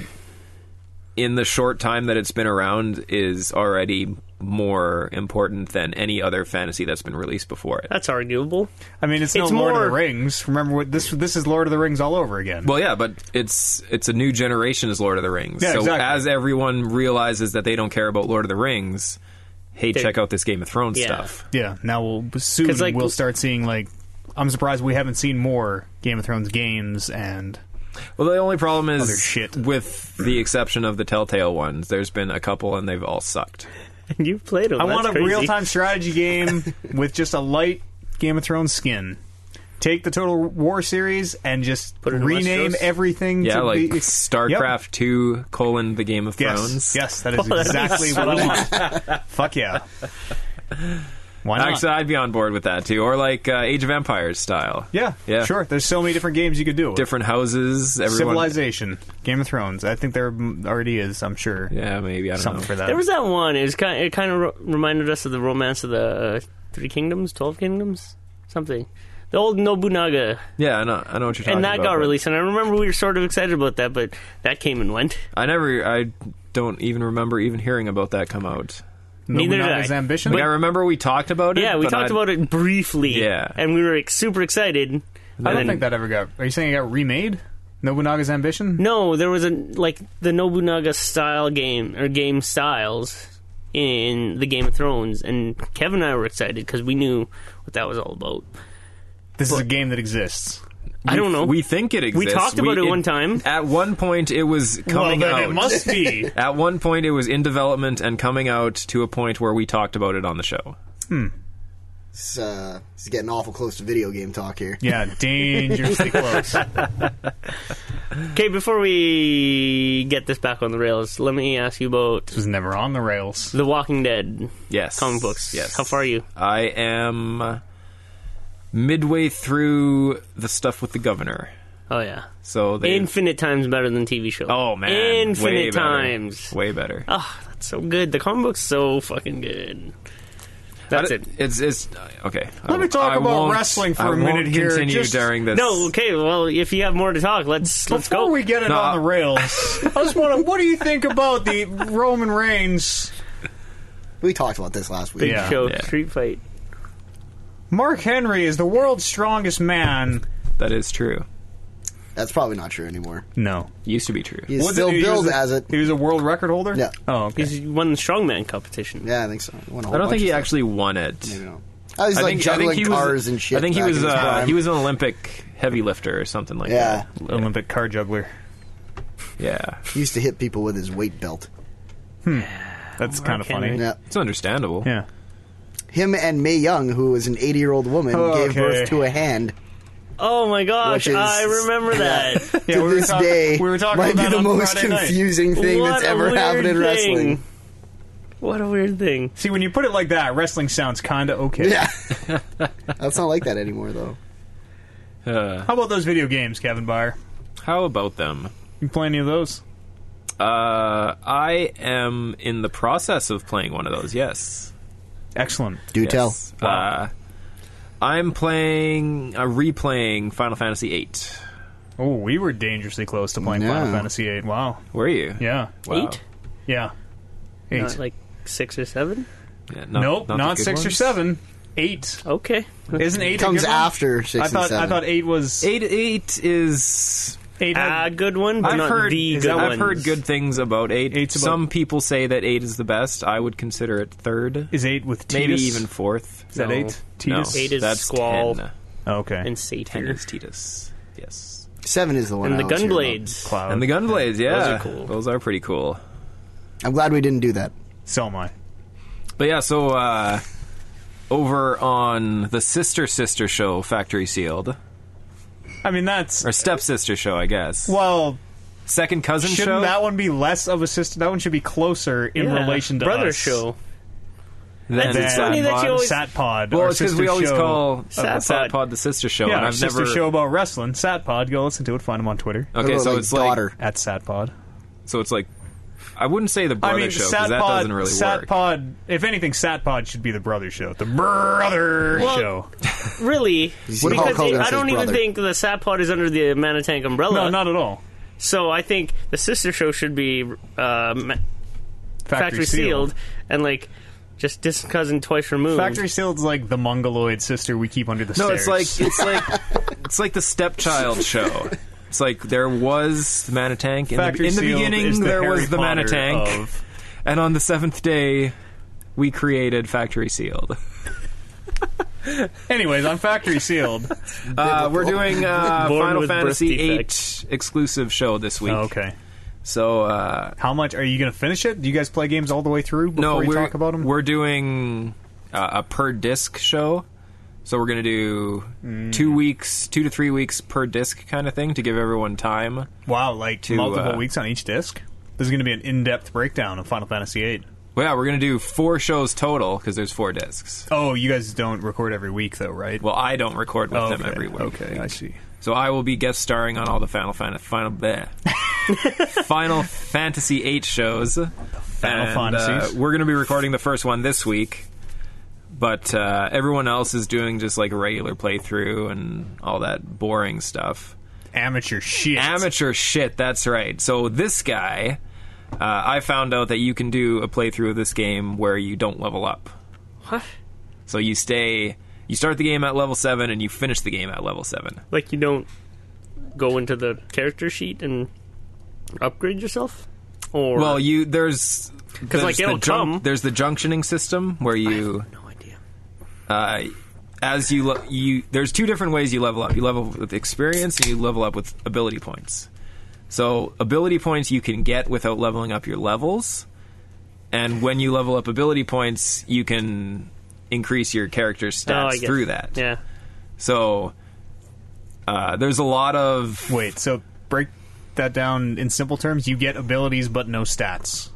Speaker 1: in the short time that it's been around, is already more important than any other fantasy that's been released before it.
Speaker 5: That's arguable.
Speaker 2: I mean, it's,
Speaker 5: It's
Speaker 2: no Lord of the
Speaker 5: more-
Speaker 2: Rings. Remember what this? This is Lord of the Rings all over again.
Speaker 1: Well, yeah, but it's it's a new generation is Lord of the Rings.
Speaker 2: Yeah,
Speaker 1: so
Speaker 2: exactly.
Speaker 1: as everyone realizes that they don't care about Lord of the Rings, hey, check out this Game of Thrones
Speaker 5: Yeah.
Speaker 1: stuff.
Speaker 2: yeah. Now we'll soon
Speaker 5: like-
Speaker 2: we'll start seeing like I'm surprised we haven't seen more Game of Thrones games and
Speaker 1: Well, the only problem
Speaker 2: Other
Speaker 1: is,
Speaker 2: shit.
Speaker 1: with the exception of the Telltale ones, there's been a couple and they've all sucked.
Speaker 5: And you played them.
Speaker 2: I
Speaker 5: That's
Speaker 2: want a
Speaker 5: crazy.
Speaker 2: real time strategy game with just a light Game of Thrones skin. Take the Total War series and just
Speaker 5: Put it in
Speaker 2: rename
Speaker 5: Westeros?
Speaker 2: everything.
Speaker 1: Yeah,
Speaker 2: to
Speaker 1: like
Speaker 2: be-
Speaker 1: StarCraft
Speaker 2: Yep.
Speaker 1: Two colon the Game of
Speaker 2: Yes,
Speaker 1: Thrones.
Speaker 2: yes, that is
Speaker 5: that'd be
Speaker 2: exactly
Speaker 5: so
Speaker 2: what I want. Fuck yeah! Why not?
Speaker 1: Actually, I'd be on board with that too, or like uh, Age of Empires style.
Speaker 2: yeah,
Speaker 1: yeah,
Speaker 2: sure. There's so many different games you could do.
Speaker 1: Different houses, everyone.
Speaker 2: Civilization, Game of Thrones. I think there m- already is. I'm sure
Speaker 1: Yeah, maybe I don't
Speaker 2: something
Speaker 1: know.
Speaker 2: for that.
Speaker 5: There was that one. It was kind. It kind of ro- reminded us of the romance of the uh, Three Kingdoms, Twelve Kingdoms, something. The old Nobunaga,
Speaker 1: Yeah, I know. I know what you're talking
Speaker 5: and
Speaker 1: about.
Speaker 5: that got
Speaker 1: but
Speaker 5: released. And I remember we were sort of excited about that, but that came and went.
Speaker 1: I never. I don't even remember even hearing about that come out.
Speaker 5: Neither did
Speaker 2: Nobunaga's
Speaker 5: I.
Speaker 2: ambition.
Speaker 1: Like, I remember we talked about it.
Speaker 5: Yeah, we
Speaker 1: but
Speaker 5: talked
Speaker 1: I-
Speaker 5: about it briefly.
Speaker 1: Yeah.
Speaker 5: and we were like, super excited.
Speaker 2: I don't think that ever got. Are you saying it got remade? Nobunaga's ambition.
Speaker 5: No, there was a like the Nobunaga style game or game styles in the Game of Thrones, and Kevin and I were excited because we knew what that was all about.
Speaker 2: This is a game that exists.
Speaker 5: I don't know.
Speaker 1: We think it exists.
Speaker 5: talked about it one time.
Speaker 1: At one point, it was coming
Speaker 2: well,
Speaker 1: out.
Speaker 2: then it must be.
Speaker 1: At one point, it was in development and coming out to a point where we talked about it on the show.
Speaker 3: It's, uh, it's getting awful close to video game talk here.
Speaker 2: yeah, dangerously close.
Speaker 5: Okay, before we get this back on the rails, let me ask you about
Speaker 2: was never on the rails.
Speaker 5: The Walking Dead
Speaker 1: Yes.
Speaker 5: comic books.
Speaker 1: Yes.
Speaker 5: How far are you?
Speaker 1: I am midway through the stuff with the governor.
Speaker 5: Oh yeah,
Speaker 1: So they.
Speaker 5: infinite times better than TV show.
Speaker 1: oh man,
Speaker 5: infinite
Speaker 1: way better.
Speaker 5: times.
Speaker 1: Way better.
Speaker 5: Ah, that's so good. The comic book's so fucking good. That's
Speaker 1: I
Speaker 5: it.
Speaker 1: d- It's it's uh, okay.
Speaker 2: Let me talk
Speaker 1: I
Speaker 2: about
Speaker 1: won't-
Speaker 2: wrestling for
Speaker 1: I
Speaker 2: a
Speaker 1: won't
Speaker 2: minute here,
Speaker 1: Continue
Speaker 2: just-
Speaker 1: during this.
Speaker 5: No, okay. Well, if you have more to talk, let's let's
Speaker 2: Before
Speaker 5: go.
Speaker 2: we get it
Speaker 1: No,
Speaker 2: on the
Speaker 1: I-
Speaker 2: rails, I just want to. What do you think about the Roman Reigns?
Speaker 3: We talked about this last week.
Speaker 5: Big
Speaker 2: Yeah.
Speaker 5: show
Speaker 1: Yeah.
Speaker 5: street fight.
Speaker 2: Mark Henry is the world's strongest man.
Speaker 1: that is true.
Speaker 3: That's probably not true anymore.
Speaker 2: No,
Speaker 1: Used to be true.
Speaker 3: He's still billed as it.
Speaker 2: He was a world record holder.
Speaker 3: Yeah.
Speaker 2: Oh, okay.
Speaker 5: He's won the strongman competition.
Speaker 3: Yeah, I think so. He won a whole
Speaker 1: I don't
Speaker 3: bunch
Speaker 1: think he
Speaker 3: of
Speaker 1: actually won it.
Speaker 3: stuff. Maybe not. I was
Speaker 1: I
Speaker 3: like
Speaker 1: think, I
Speaker 3: juggling
Speaker 1: think he was.
Speaker 3: cars and shit.
Speaker 1: I think he
Speaker 3: back in
Speaker 1: was.
Speaker 3: his
Speaker 1: Uh,
Speaker 3: prime.
Speaker 1: he was an Olympic heavy lifter or something like
Speaker 3: Yeah,
Speaker 2: Olympic car juggler.
Speaker 1: that. Yeah,
Speaker 3: he used to hit people with his weight belt.
Speaker 2: That's kind of
Speaker 5: Henry.
Speaker 2: funny.
Speaker 3: Yeah,
Speaker 1: it's understandable.
Speaker 2: Yeah.
Speaker 3: him and Mae Young, who was an 80 year old woman, gave
Speaker 2: Okay.
Speaker 3: birth to a hand.
Speaker 5: Oh my
Speaker 3: Which
Speaker 5: gosh,
Speaker 3: is-
Speaker 5: I remember that.
Speaker 2: Yeah,
Speaker 3: to
Speaker 2: we were
Speaker 3: this
Speaker 2: talk-
Speaker 3: day,
Speaker 2: we were talking
Speaker 3: might
Speaker 2: about
Speaker 3: be the
Speaker 2: on
Speaker 3: most
Speaker 2: Friday night.
Speaker 3: confusing thing
Speaker 5: What
Speaker 3: that's
Speaker 5: a
Speaker 3: ever
Speaker 5: weird
Speaker 3: happened in
Speaker 5: thing.
Speaker 3: wrestling.
Speaker 5: What a weird thing.
Speaker 2: See, when you put it like that, wrestling sounds kind of okay.
Speaker 3: Yeah, that's not like that anymore, though.
Speaker 1: Uh,
Speaker 2: How about those video games, Kevin Byer?
Speaker 1: how about them?
Speaker 2: You play any of those?
Speaker 1: Uh, I am in the process of playing one of those. Yes.
Speaker 2: Excellent.
Speaker 3: Do
Speaker 5: Oh,
Speaker 3: tell.
Speaker 1: Yes. Uh, I'm playing, uh, replaying Final Fantasy VIII.
Speaker 2: Oh, we were dangerously close to playing Final
Speaker 3: No.
Speaker 2: Fantasy VIII. Wow.
Speaker 1: Were you?
Speaker 2: Yeah.
Speaker 1: Wow.
Speaker 5: Eight?
Speaker 2: Yeah. Eight.
Speaker 5: Not like six or seven?
Speaker 1: Yeah,
Speaker 2: nope. Not,
Speaker 1: the good
Speaker 2: six or
Speaker 1: ones?
Speaker 2: seven. Eight.
Speaker 5: Okay.
Speaker 2: Isn't eight a
Speaker 3: Comes
Speaker 2: good one?
Speaker 3: after six
Speaker 2: I
Speaker 3: and
Speaker 2: thought I
Speaker 3: seven.
Speaker 2: thought eight was
Speaker 1: Eight, eight is.
Speaker 2: eight. had-
Speaker 5: A Ah, good one, but
Speaker 1: I've
Speaker 5: not
Speaker 1: heard
Speaker 5: the
Speaker 1: is
Speaker 5: good
Speaker 1: that-
Speaker 5: ones.
Speaker 1: I've heard good things about eight.
Speaker 2: Eight's about-
Speaker 1: Some people say that eight is the best. I would consider it third,
Speaker 2: is eight with Titus?
Speaker 1: maybe even fourth.
Speaker 2: Is that
Speaker 5: No.
Speaker 2: eight?
Speaker 1: No,
Speaker 2: Titus.
Speaker 5: Eight is
Speaker 1: that's
Speaker 5: Squall.
Speaker 1: Ten.
Speaker 2: Okay.
Speaker 5: And
Speaker 1: ten
Speaker 5: Satyr.
Speaker 1: is Titus. Yes.
Speaker 3: Seven is the one.
Speaker 5: And the
Speaker 3: I always hear about.
Speaker 5: Gunblades.
Speaker 2: Cloud.
Speaker 1: And the Gunblades, yeah,
Speaker 5: Those are cool.
Speaker 1: Those are pretty cool.
Speaker 3: I'm glad we didn't do that.
Speaker 2: So am I.
Speaker 1: But yeah, so uh, over on the sister sister show, Factory Sealed
Speaker 2: I mean that's
Speaker 1: or stepsister show, I guess.
Speaker 2: well.
Speaker 1: Second cousin
Speaker 2: Shouldn't
Speaker 1: show.
Speaker 2: that one be less of a sister? That one should be closer in
Speaker 5: Yeah.
Speaker 2: relation to
Speaker 5: Brother
Speaker 2: us
Speaker 5: show.
Speaker 1: Then
Speaker 5: It's funny that you always-
Speaker 2: Sat Pod.
Speaker 1: well,
Speaker 2: our
Speaker 1: it's because we
Speaker 2: sister
Speaker 1: always
Speaker 2: show.
Speaker 1: call
Speaker 5: Sat
Speaker 1: uh, Sat
Speaker 5: Pod.
Speaker 1: Pod the sister show,
Speaker 2: yeah,
Speaker 1: and
Speaker 2: our
Speaker 1: I've
Speaker 2: sister
Speaker 1: never
Speaker 2: show about wrestling. Sat Pod. Go listen to it. Find him on Twitter
Speaker 1: Okay,
Speaker 3: What about,
Speaker 1: so
Speaker 3: like,
Speaker 1: it's
Speaker 3: daughter.
Speaker 1: like
Speaker 2: at Sat Pod.
Speaker 1: so it's like I wouldn't say the brother
Speaker 2: I mean,
Speaker 1: show
Speaker 2: Sat
Speaker 1: because that
Speaker 2: Pod,
Speaker 1: doesn't really
Speaker 2: Sat
Speaker 1: work.
Speaker 2: Pod, if anything, Sat Pod should be the brother show. The brother
Speaker 5: Well-
Speaker 2: show.
Speaker 5: Really?
Speaker 3: see Hulk
Speaker 5: Because
Speaker 3: Hogan
Speaker 5: I
Speaker 3: says
Speaker 5: don't even
Speaker 3: brother.
Speaker 5: think the Sat Pod is under the Manitank umbrella.
Speaker 2: No, not at all.
Speaker 5: So I think the sister show should be uh, Ma- Factory Sealed and like just distant cousin twice removed.
Speaker 2: Factory Sealed's like the mongoloid sister we keep under the
Speaker 1: No, it's
Speaker 2: stairs.
Speaker 1: like it's like it's like the stepchild show. It's like there was the Manitank in the,
Speaker 2: Factory
Speaker 1: in the
Speaker 2: Sealed is
Speaker 1: beginning.
Speaker 2: the
Speaker 1: there
Speaker 2: Harry
Speaker 1: was the
Speaker 2: Potter
Speaker 1: Manitank,
Speaker 2: of-
Speaker 1: and on the seventh day, we created Factory Sealed.
Speaker 2: Anyways, on Factory Sealed.
Speaker 1: Uh, we're doing uh,
Speaker 5: Born
Speaker 1: Final
Speaker 5: with birth
Speaker 1: Fantasy
Speaker 5: defects.
Speaker 1: VIII exclusive show this week.
Speaker 2: Oh, okay.
Speaker 1: So uh,
Speaker 2: How much are you going to finish it? Do you guys play games all the way through before
Speaker 1: no,
Speaker 2: we
Speaker 1: we're
Speaker 2: talk about them?
Speaker 1: we're doing uh, a per disc show. So we're gonna do
Speaker 2: Mm.
Speaker 1: two weeks, two to three weeks per disc kind of thing to give everyone time.
Speaker 2: Wow, like
Speaker 1: To,
Speaker 2: multiple
Speaker 1: uh,
Speaker 2: weeks on each disc. This is going to be an in-depth breakdown of Final Fantasy VIII.
Speaker 1: Well, yeah, we're gonna do four shows total because there's four discs.
Speaker 2: Oh, you guys don't record every week though, right?
Speaker 1: Well, I don't record with
Speaker 2: Oh, okay.
Speaker 1: them every week.
Speaker 2: Okay, I see.
Speaker 1: So I will be guest starring on all the Final Fan- Final bleh. Final Fantasy VIII shows. Final
Speaker 2: Fantasies.
Speaker 1: we're going to be recording the first one this week, but uh, everyone else is doing just like a regular playthrough and all that boring stuff.
Speaker 2: Amateur shit.
Speaker 1: Amateur shit. That's right. So this guy, uh, I found out that you can do a playthrough of this game where you don't level up.
Speaker 5: What?
Speaker 1: So you stay, you start the game at level seven and you finish the game at level seven.
Speaker 5: Like you don't go into the character sheet and upgrade yourself? Or
Speaker 1: Well, you there's because
Speaker 5: like, it'll come.
Speaker 1: There's the junctioning system where you
Speaker 5: no idea.
Speaker 1: uh, as you le- you there's two different ways you level up. You level with experience and you level up with ability points. So ability points you can get without leveling up your levels, and when you level up ability points, you can increase your character's
Speaker 5: Oh, I
Speaker 1: stats
Speaker 5: guess.
Speaker 1: through that.
Speaker 5: Yeah.
Speaker 1: So uh, there's a lot of
Speaker 2: Wait, so break that down in simple terms. You get abilities but no stats.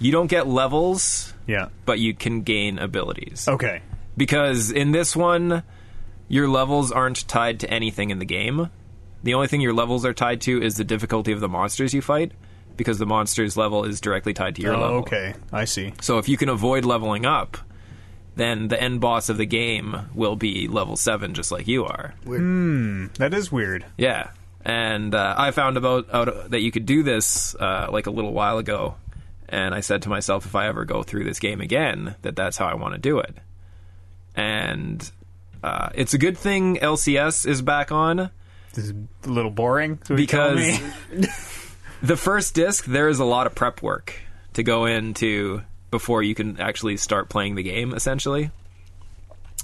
Speaker 1: you don't get levels,
Speaker 2: Yeah.
Speaker 1: but you can gain abilities.
Speaker 2: Okay.
Speaker 1: because in this one your levels aren't tied to anything in the game the only thing your levels are tied to is the difficulty of the monsters you fight because the monster's level is directly tied to your
Speaker 2: Oh,
Speaker 1: level
Speaker 2: okay. I see.
Speaker 1: so if you can avoid leveling up then the end boss of the game will be level 7 just like you are
Speaker 2: That is weird.
Speaker 1: yeah and uh, i found about out that you could do this uh, like a little while ago and i said to myself if i ever go through this game again that that's how i want to do it and uh, it's a good thing LCS is back on
Speaker 2: This is a little boring so you're telling
Speaker 1: because
Speaker 2: me.
Speaker 1: the first disc there is a lot of prep work to go into before you can actually start playing the game. Essentially,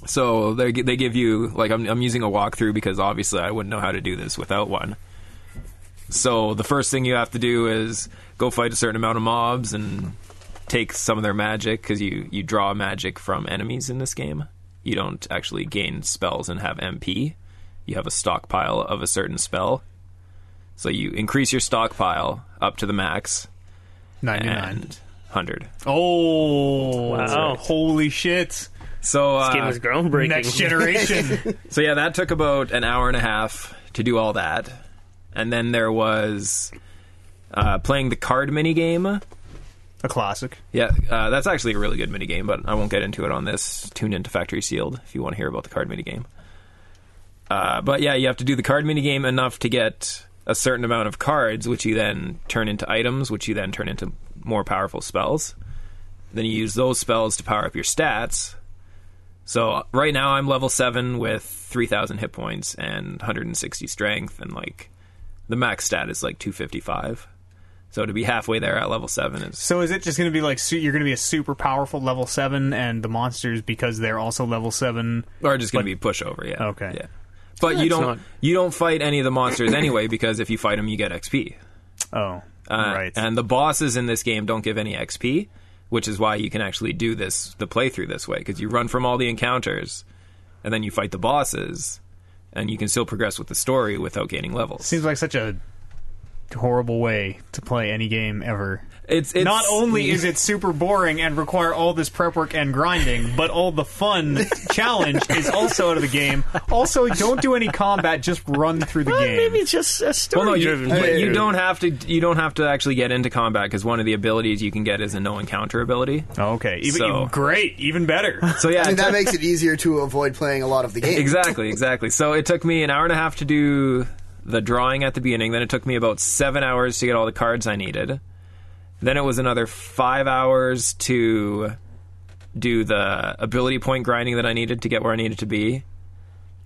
Speaker 1: so they they give you like I'm I'm using a walkthrough because obviously I wouldn't know how to do this without one. So the first thing you have to do is go fight a certain amount of mobs and take some of their magic because you you draw magic from enemies in this game. You don't actually gain spells and have MP. You have a stockpile of a certain spell. So you increase your stockpile up to the max
Speaker 2: 99.
Speaker 1: and 100.
Speaker 2: Oh,
Speaker 5: Wow.
Speaker 2: holy shit.
Speaker 1: So uh,
Speaker 5: This game is groundbreaking.
Speaker 2: Next generation.
Speaker 1: So yeah, that took about an hour and a half to do all that, and then there was uh, playing the card mini game.
Speaker 2: a classic.
Speaker 1: Yeah, uh, that's actually a really good mini game, but I won't get into it on this. Tune into Factory Sealed if you want to hear about the card mini game. Uh, but yeah, you have to do the card mini game enough to get a certain amount of cards, which you then turn into items, which you then turn into more powerful spells. Then you use those spells to power up your stats. So right now I'm level seven with three thousand hit points and 160 strength, and like the max stat is like 255. So to be halfway there at level seven is
Speaker 2: So is it just going to be like su- you're going to be a super powerful level 7 and the monsters because they're also level 7
Speaker 1: are just going to be pushover. Yeah.
Speaker 2: Okay.
Speaker 1: Yeah. But you don't
Speaker 5: not-
Speaker 1: you don't fight any of the monsters anyway because if you fight them, you get XP.
Speaker 2: Oh,
Speaker 1: Uh,
Speaker 2: right.
Speaker 1: And the bosses in this game don't give any XP, which is why you can actually do this the playthrough this way because you run from all the encounters, and then you fight the bosses, and you can still progress with the story without gaining levels.
Speaker 2: Seems like such a horrible way to play any game ever.
Speaker 1: it's, it's
Speaker 2: Not only is it super boring and require all this prep work and grinding, but all the fun challenge is also out of the game. Also, don't do any combat; just run through the
Speaker 5: Well,
Speaker 2: game.
Speaker 5: maybe it's just a story
Speaker 1: Well, no, you,
Speaker 5: driven
Speaker 1: but
Speaker 5: playthrough.
Speaker 1: you don't have to. You don't have to actually get into combat because one of the abilities you can get is a no encounter ability.
Speaker 2: Okay, even,
Speaker 1: So-
Speaker 2: even- great, even better.
Speaker 1: So yeah,
Speaker 3: I mean,
Speaker 1: it
Speaker 3: that makes it easier to avoid playing a lot of the game.
Speaker 1: exactly, exactly. So it took me an hour and a half to do the drawing at the beginning. Then it took me about seven hours to get all the cards I needed. Then it was another five hours to do the ability point grinding that I needed to get where I needed to be.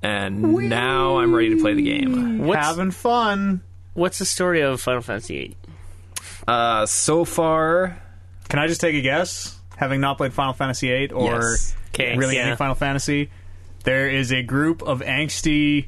Speaker 1: And now I'm ready to play the game.
Speaker 5: What's,
Speaker 2: Having fun.
Speaker 5: what's the story of Final Fantasy VIII?
Speaker 1: Uh, so far,
Speaker 2: Can I just take a guess? Having not played Final Fantasy VIII or
Speaker 1: Yes.
Speaker 5: Okay,
Speaker 2: really
Speaker 5: yeah.
Speaker 2: any Final Fantasy, There is a group of angsty.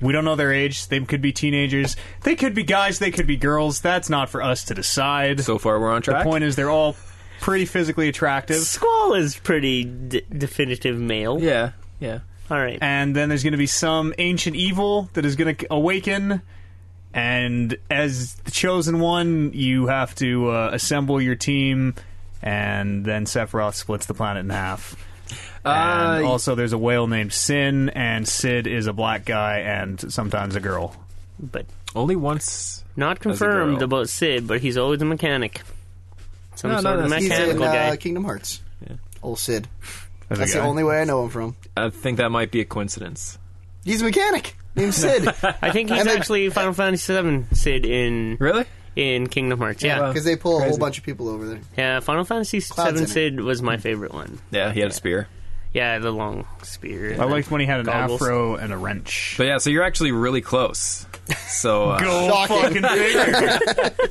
Speaker 2: We don't know their age. They could be teenagers. They could be guys. They could be girls. That's not for us to decide.
Speaker 1: So far, we're on
Speaker 2: the
Speaker 1: track.
Speaker 2: point is, they're all pretty physically attractive.
Speaker 5: Squall is pretty d- definitive male.
Speaker 1: yeah, yeah.
Speaker 5: All right.
Speaker 2: and then there's going to be some ancient evil that is going to awaken. And as the chosen one, you have to uh, assemble your team, and then Sephiroth splits the planet in half. And
Speaker 1: Uh,
Speaker 2: also, there's a whale named Sin, and Sid is a black guy and sometimes a girl.
Speaker 5: but
Speaker 1: only once.
Speaker 5: not
Speaker 1: As a
Speaker 5: confirmed
Speaker 1: girl.
Speaker 5: about Sid, but he's always a mechanic. Some
Speaker 1: No, no,
Speaker 5: sort of
Speaker 1: that's-
Speaker 3: He's in
Speaker 5: mechanical
Speaker 3: uh,
Speaker 5: guy.
Speaker 3: Kingdom Hearts. Old Sid.
Speaker 2: There's a
Speaker 3: That's the
Speaker 2: guy.
Speaker 3: only way I know him from.
Speaker 1: I think that might be a coincidence.
Speaker 3: He's a mechanic named Sid because
Speaker 5: I think he's
Speaker 3: And then-
Speaker 5: actually Final Fantasy VII Sid in
Speaker 1: Really?
Speaker 5: in Kingdom Hearts. Yeah,
Speaker 1: wow.
Speaker 3: they pull a whole
Speaker 1: Crazy.
Speaker 3: bunch of people over there.
Speaker 5: yeah. Final Fantasy
Speaker 3: Cloud's in it.
Speaker 5: VII Sid was my favorite one.
Speaker 1: Yeah, he had a spear.
Speaker 5: Yeah, the long spear.
Speaker 2: I liked when he had an
Speaker 5: Goggles.
Speaker 2: afro and a wrench.
Speaker 1: But yeah, so you're actually really close. So, uh,
Speaker 2: Go fucking figure.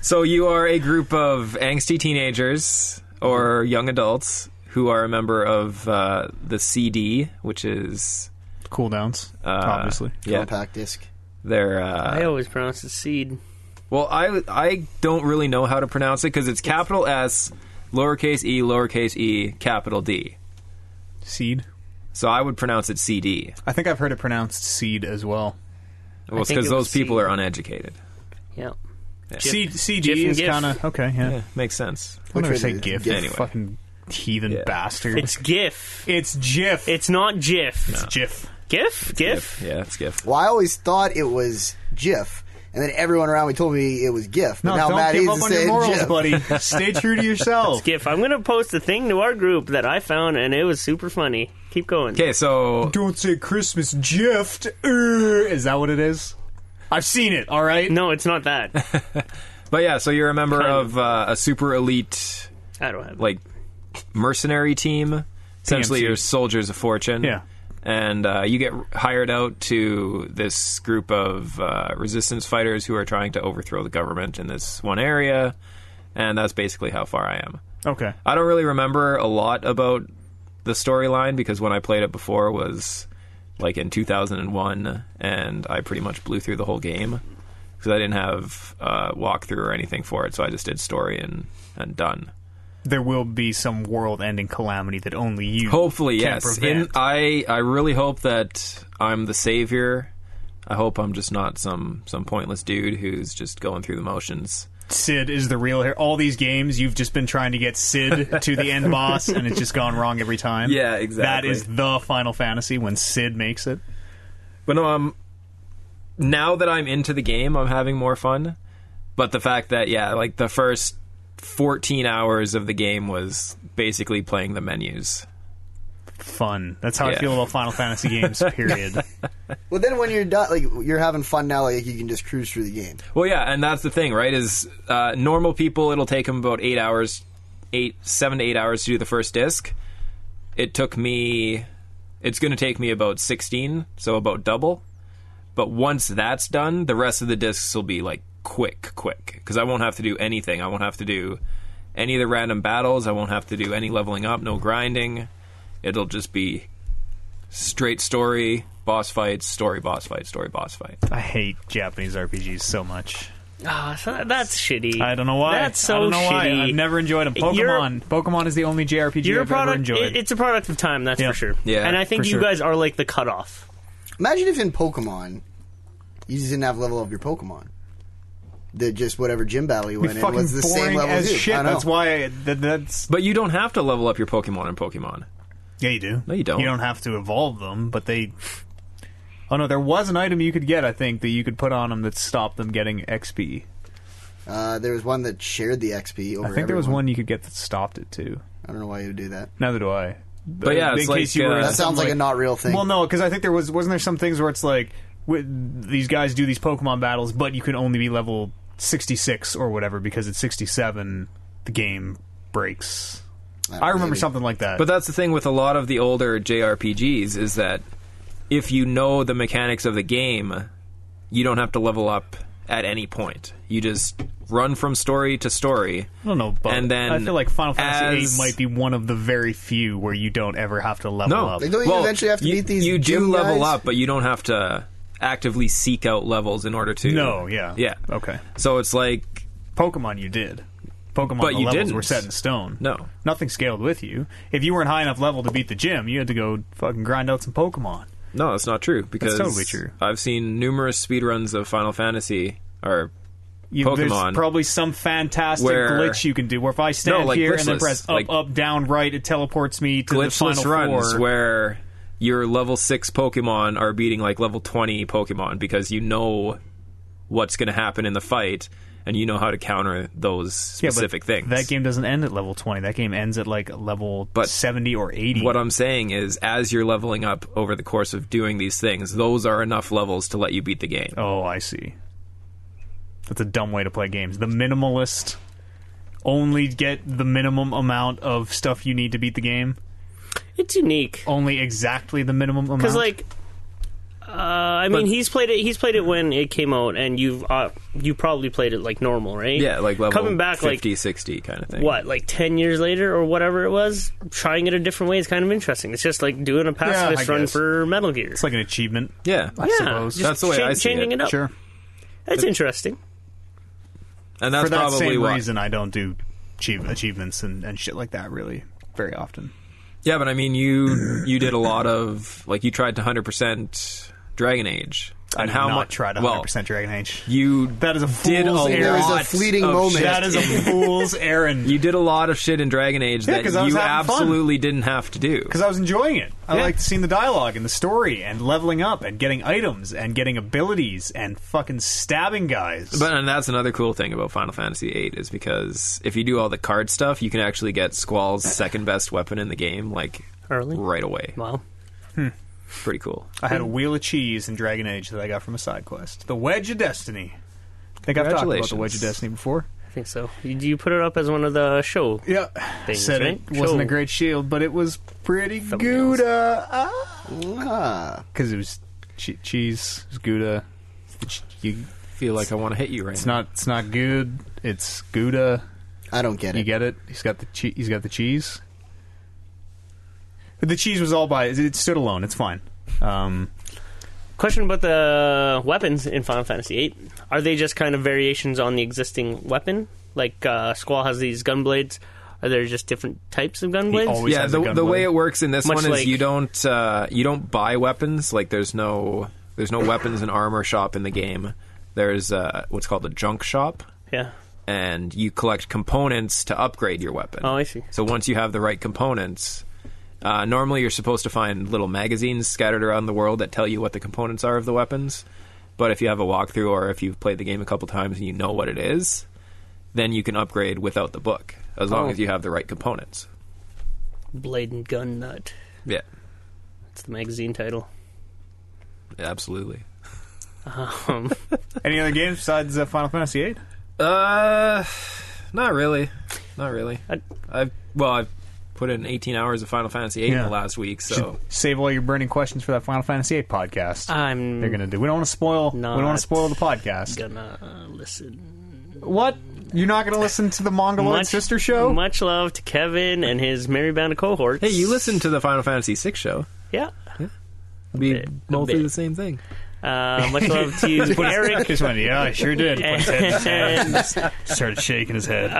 Speaker 1: so you are a group of angsty teenagers or young adults who are a member of uh, the CD, which is
Speaker 2: Cooldowns,
Speaker 1: uh,
Speaker 2: obviously.
Speaker 1: yeah,
Speaker 3: Compact disc.
Speaker 1: they're uh,
Speaker 5: I always pronounce it seed.
Speaker 1: Well, I I don't really know how to pronounce it because it's capital S, lowercase e, lowercase e, capital D.
Speaker 2: Seed.
Speaker 1: So I would pronounce it CD.
Speaker 2: I think I've heard it pronounced seed as well.
Speaker 1: Well, it's
Speaker 5: think
Speaker 1: because
Speaker 5: it
Speaker 1: those
Speaker 5: was
Speaker 1: people
Speaker 5: C.
Speaker 1: are uneducated.
Speaker 5: Yeah.
Speaker 2: C-
Speaker 5: Gif
Speaker 2: CD
Speaker 5: and
Speaker 2: is
Speaker 5: GIF.
Speaker 2: kind of okay. Yeah,
Speaker 1: Yeah, makes sense.
Speaker 2: I'm
Speaker 3: Which
Speaker 2: gonna
Speaker 3: one
Speaker 2: say
Speaker 3: is it?
Speaker 2: GIF.
Speaker 3: GIF.
Speaker 1: Anyway.
Speaker 2: Fucking heathen
Speaker 1: Yeah.
Speaker 2: bastard.
Speaker 5: It's GIF.
Speaker 2: it's GIF.
Speaker 5: It's not GIF.
Speaker 2: GIF.
Speaker 5: GIF? GIF?
Speaker 1: Yeah, it's GIF.
Speaker 3: Well, I always thought it was GIF, and then everyone around me told me it was GIF. But
Speaker 2: No,
Speaker 3: now
Speaker 2: don't
Speaker 3: Matt
Speaker 2: give
Speaker 3: Hayes
Speaker 2: up
Speaker 3: is
Speaker 2: on your
Speaker 3: saying
Speaker 2: morals,
Speaker 3: GIF.
Speaker 2: buddy. Stay true to yourself.
Speaker 5: GIF. I'm going to post a thing to our group that I found and it was super funny. Keep going.
Speaker 1: Okay, so
Speaker 2: Don't say Christmas gift. Er, Is that what it is? I've seen it. All right.
Speaker 5: No, it's not that.
Speaker 1: but yeah, so you're a member
Speaker 5: Kind
Speaker 1: of uh, a super elite
Speaker 5: I don't have
Speaker 1: like mercenary team. Essentially,
Speaker 2: PMC.
Speaker 1: you're soldiers of fortune.
Speaker 2: Yeah.
Speaker 1: And uh, you get hired out to this group of uh, resistance fighters who are trying to overthrow the government in this one area, and that's basically how far I am.
Speaker 2: Okay.
Speaker 1: I don't really remember a lot about the storyline because when I played it before was like in 2001, and I pretty much blew through the whole game because I didn't have uh, walkthrough or anything for it, so I just did story and and done.
Speaker 2: There will be some world-ending calamity that only you.
Speaker 1: Hopefully,
Speaker 2: can
Speaker 1: yes. In,
Speaker 2: prevent.
Speaker 5: uh,
Speaker 1: I I really hope that I'm the savior. I hope I'm just not some some pointless dude who's just going through the motions.
Speaker 2: Sid is the real hero. All these games, you've just been trying to get Sid to the end boss, and it's just gone wrong every time.
Speaker 1: Yeah,
Speaker 2: That
Speaker 1: exactly.
Speaker 2: is the Final Fantasy when Sid makes it.
Speaker 1: But no, I'm now that I'm into the game, I'm having more fun. But the fact that yeah, like the first 14 hours of the game was basically playing the menus.
Speaker 2: fun. That's how I
Speaker 1: Yeah.
Speaker 2: feel about Final Fantasy games. Period.
Speaker 3: Well, then when you're done, like you're having fun now, like you can just cruise through the game.
Speaker 1: Well, yeah, and that's the thing, right? Is uh, normal people it'll take them about eight hours, eight seven to eight hours to do the first disc. It took me, it's going to take me about sixteen, so about double. But once that's done, the rest of the discs will be like quick, quick, because I won't have to do anything. I won't have to do any of the random battles. I won't have to do any leveling up, no grinding. It'll just be straight story, boss fights, story, boss fight, story, boss fight.
Speaker 2: I hate Japanese RPGs so much.
Speaker 5: Ah, so that- that's shitty.
Speaker 2: I don't know why.
Speaker 5: That's so
Speaker 2: I don't know
Speaker 5: shitty.
Speaker 2: why. I've never enjoyed them. Pokemon.
Speaker 5: You're-
Speaker 2: Pokemon is the only JRPG
Speaker 5: You're a
Speaker 2: I've ever
Speaker 5: product.
Speaker 2: enjoyed.
Speaker 5: it- it's a product of time, that's
Speaker 2: Yeah.
Speaker 5: for sure.
Speaker 1: Yeah,
Speaker 5: And I think
Speaker 1: for
Speaker 5: you
Speaker 1: sure.
Speaker 5: guys are like the cutoff.
Speaker 3: Imagine if in Pokemon, you just didn't have level of your Pokemon. That just whatever gym battle you
Speaker 2: Be
Speaker 3: went in
Speaker 2: fucking
Speaker 3: was the
Speaker 2: boring
Speaker 3: same level
Speaker 2: as
Speaker 3: you.
Speaker 2: shit.
Speaker 3: I know.
Speaker 2: That's why. I, that, that's
Speaker 1: But you don't have to level up your Pokemon in Pokemon.
Speaker 2: yeah. You do.
Speaker 1: No, you don't.
Speaker 2: You don't have to evolve them, but they. Oh no, there was an item you could get. I think that you could put on them that stopped them getting XP.
Speaker 3: Uh, there was one that shared the XP over.
Speaker 2: I think there was
Speaker 3: everyone.
Speaker 2: one you could get that stopped it too.
Speaker 3: I don't know why you would do that.
Speaker 2: Neither do I. But,
Speaker 1: yeah,
Speaker 2: in
Speaker 1: it's
Speaker 2: case
Speaker 1: like,
Speaker 2: you were
Speaker 1: uh,
Speaker 2: in
Speaker 1: That
Speaker 3: That
Speaker 2: some,
Speaker 3: sounds like, a not real thing.
Speaker 2: Well, no, because I think there was wasn't there some things where it's like with, these guys do these Pokemon battles, but you can only be level sixty six or whatever because at sixty seven the game breaks.
Speaker 3: don't
Speaker 2: I remember
Speaker 3: maybe.
Speaker 2: something like that.
Speaker 1: But that's the thing with a lot of the older JRPGs is that if you know the mechanics of the game, you don't have to level up at any point. You just run from story to story.
Speaker 2: I don't know, but
Speaker 1: And then
Speaker 2: I feel like Final Fantasy
Speaker 1: as-
Speaker 2: VIII might be one of the very few where you don't ever have to level
Speaker 1: No,
Speaker 2: up.
Speaker 3: They don't you
Speaker 1: well,
Speaker 3: eventually have to
Speaker 1: you,
Speaker 3: beat these
Speaker 1: You do
Speaker 3: gym
Speaker 1: level
Speaker 3: guys?
Speaker 1: up, but you don't have to actively seek out levels in order to.
Speaker 2: No, yeah,
Speaker 1: yeah.
Speaker 2: okay.
Speaker 1: So it's like
Speaker 2: Pokemon, you did. Pokemon,
Speaker 1: But
Speaker 2: the
Speaker 1: you
Speaker 2: levels
Speaker 1: didn't.
Speaker 2: were set in stone.
Speaker 1: No.
Speaker 2: nothing scaled with you. If you weren't high enough level to beat the gym, you had to go fucking grind out some Pokemon.
Speaker 1: No, that's not true. Because
Speaker 2: totally true.
Speaker 1: I've seen numerous speedruns of Final Fantasy or
Speaker 2: You,
Speaker 1: Pokemon.
Speaker 2: There's probably some fantastic
Speaker 1: Where-
Speaker 2: glitch you can do. Where if I stand
Speaker 1: No, like
Speaker 2: here and then
Speaker 1: glitchless,
Speaker 2: press up,
Speaker 1: like-
Speaker 2: up, down, right, it teleports me to the final
Speaker 1: glitchless runs
Speaker 2: four.
Speaker 1: where your level six Pokemon are beating like level twenty Pokemon because you know what's going to happen in the fight and you know how to counter those
Speaker 2: Yeah, but
Speaker 1: specific things.
Speaker 2: That game doesn't end at level twenty. That game ends at like level
Speaker 1: But
Speaker 2: seventy or eighty.
Speaker 1: what I'm saying is, as you're leveling up over the course of doing these things, those are enough levels to let you beat the game.
Speaker 2: Oh, I see. That's a dumb way to play games. The minimalist only get the minimum amount of stuff you need to beat the game.
Speaker 5: It's unique
Speaker 2: Only exactly the minimum amount.
Speaker 5: because, like, uh, I mean,
Speaker 1: But-
Speaker 5: he's played it. He's played it when it came out, and you've uh, you probably played it like normal, right?
Speaker 1: Yeah, like level
Speaker 5: coming back
Speaker 1: 50,
Speaker 5: like
Speaker 1: 60 kind of thing.
Speaker 5: what, like ten years later or whatever it was. Trying it a different way is kind of interesting. It's just like doing a pacifist
Speaker 2: I
Speaker 5: run
Speaker 2: guess.
Speaker 5: for Metal Gear.
Speaker 2: it's like an achievement.
Speaker 1: Yeah.
Speaker 5: yeah,
Speaker 2: suppose.
Speaker 5: just
Speaker 1: That's the way
Speaker 5: cha-
Speaker 1: I see
Speaker 5: changing
Speaker 1: it.
Speaker 5: it, up.
Speaker 2: Sure.
Speaker 5: That's interesting.
Speaker 1: And that's
Speaker 2: For that
Speaker 1: probably
Speaker 2: same
Speaker 1: why.
Speaker 2: reason, I don't do achieve- achievements and, and shit like that really very often.
Speaker 1: Yeah, but I mean, you you did a lot of like you tried to hundred percent Dragon Age,
Speaker 2: I
Speaker 1: and
Speaker 2: did
Speaker 1: how
Speaker 2: not
Speaker 1: much
Speaker 2: try to 100%
Speaker 1: well,
Speaker 2: Dragon Age.
Speaker 1: you
Speaker 2: That is a
Speaker 1: did a
Speaker 2: fool's
Speaker 3: There was a
Speaker 1: lot
Speaker 3: fleeting
Speaker 1: of
Speaker 3: moment.
Speaker 1: shit.
Speaker 2: That is a fool's errand.
Speaker 1: you did a lot of shit in Dragon Age
Speaker 2: Yeah,
Speaker 1: that
Speaker 2: 'cause I was
Speaker 1: you
Speaker 2: having fun.
Speaker 1: absolutely didn't have to do.
Speaker 2: because I was enjoying it. I
Speaker 1: Yeah.
Speaker 2: liked seeing the dialogue and the story and leveling up and getting items and getting abilities and fucking stabbing guys.
Speaker 1: But and that's another cool thing about Final Fantasy VIII is because if you do all the card stuff, you can actually get Squall's second best weapon in the game, like
Speaker 5: Early.
Speaker 1: right away.
Speaker 5: Wow.
Speaker 1: Pretty cool.
Speaker 2: I had a wheel of cheese in Dragon Age that I got from a side quest. The Wedge of Destiny. I think I've talked about the
Speaker 1: Congratulations.
Speaker 2: Wedge of Destiny before.
Speaker 5: I think so. You, you put it up as one of the show
Speaker 2: Yeah,
Speaker 5: Things,
Speaker 2: said
Speaker 5: right?
Speaker 2: it wasn't a
Speaker 5: Show.
Speaker 2: great shield, but it was pretty
Speaker 5: Thumbnails.
Speaker 2: good. Because
Speaker 3: Ah.
Speaker 2: it was che- cheese, it was Gouda. It's the ch- you-
Speaker 1: Feel like I want to hit you right
Speaker 2: it's
Speaker 1: now.
Speaker 2: not. It's not good. It's Gouda.
Speaker 3: I don't get it.
Speaker 2: You get it? He's got the che- he's got the cheese. But the cheese was all by it stood alone. It's fine. Um,
Speaker 5: Question about the weapons in Final Fantasy VIII: Are they just kind of variations on the existing weapon? Like uh, Squall has these gun blades. Are there just different types of gun blades?
Speaker 2: always-
Speaker 1: yeah,
Speaker 2: has a
Speaker 1: the,
Speaker 2: gun
Speaker 1: the way
Speaker 2: blade.
Speaker 1: it works in this
Speaker 5: Much
Speaker 1: one is
Speaker 5: like-
Speaker 1: you don't uh, you don't buy weapons. Like there's no there's no weapons and armor shop in the game. There's uh, what's called a junk shop,
Speaker 5: yeah.
Speaker 1: and you collect components to upgrade your weapon.
Speaker 5: Oh, I see.
Speaker 1: So once you have the right components, uh, normally you're supposed to find little magazines scattered around the world that tell you what the components are of the weapons. But if you have a walkthrough or if you've played the game a couple times and you know what it is, then you can upgrade without the book as long
Speaker 5: Oh.
Speaker 1: as you have the right components.
Speaker 5: Blade and Gun Nut.
Speaker 1: Yeah,
Speaker 5: That's the magazine title.
Speaker 1: absolutely.
Speaker 5: Um,
Speaker 2: any other games besides uh, Final Fantasy VIII?
Speaker 1: Uh, not really, not really.
Speaker 5: I-
Speaker 1: I've well, I've put in 18 hours of Final Fantasy VIII in
Speaker 2: Yeah.
Speaker 1: the last week, so
Speaker 2: Save all your burning questions for that Final Fantasy VIII podcast.
Speaker 5: I'm
Speaker 2: They're gonna do. We don't want to spoil. We don't want
Speaker 5: Uh, Not
Speaker 2: to spoil the podcast.
Speaker 5: gonna uh, listen.
Speaker 2: What? You're not gonna listen to the Mongoloid sister show?
Speaker 5: Much love to Kevin and his Marybound cohorts.
Speaker 1: hey, you listened to the Final Fantasy VI show.
Speaker 5: Yeah.
Speaker 1: It'd be
Speaker 5: bit, a
Speaker 1: mostly
Speaker 5: bit.
Speaker 1: the same thing.
Speaker 5: Uh, much love to Eric
Speaker 2: Just went, yeah, I sure did. Put his head down.
Speaker 5: and
Speaker 2: Started shaking his head.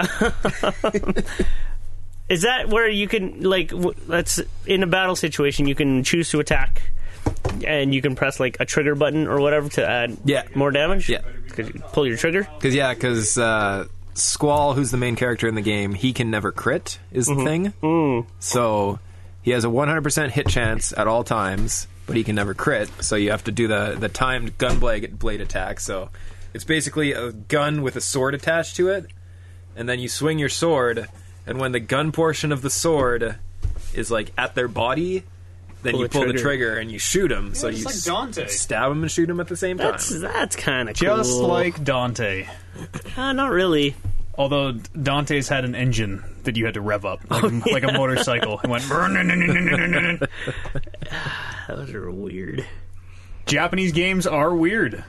Speaker 5: Is that where you can like w- that's in a battle situation you can choose to attack and you can press like a trigger button or whatever to add
Speaker 1: Yeah.
Speaker 5: more damage?
Speaker 1: Yeah.
Speaker 5: 'Cause you pull your trigger.
Speaker 1: Because yeah, because uh, Squall, who's the main character in the game, he can never crit is
Speaker 5: Mm-hmm.
Speaker 1: the thing.
Speaker 5: Mm.
Speaker 1: So he has a 100% hit chance at all times, but he can never crit. So you have to do the the timed gun blade blade attack. So it's basically a gun with a sword attached to it, and then you swing your sword, and when the gun portion of the sword is like at their body. Then
Speaker 5: Pull
Speaker 1: you
Speaker 5: the
Speaker 1: pull the
Speaker 5: trigger.
Speaker 1: trigger and you shoot him. so you s-
Speaker 2: Dante.
Speaker 1: stab him and shoot him at the same
Speaker 5: That's
Speaker 1: time.
Speaker 5: that's kind of cool.
Speaker 2: Just like Dante.
Speaker 5: uh, not really.
Speaker 2: Although Dante's had an engine that you had to rev up, like, like a motorcycle. It went. "Brrrr-nun-nun-nun-nun-nun-nun."
Speaker 5: Those are weird.
Speaker 2: Japanese games are weird.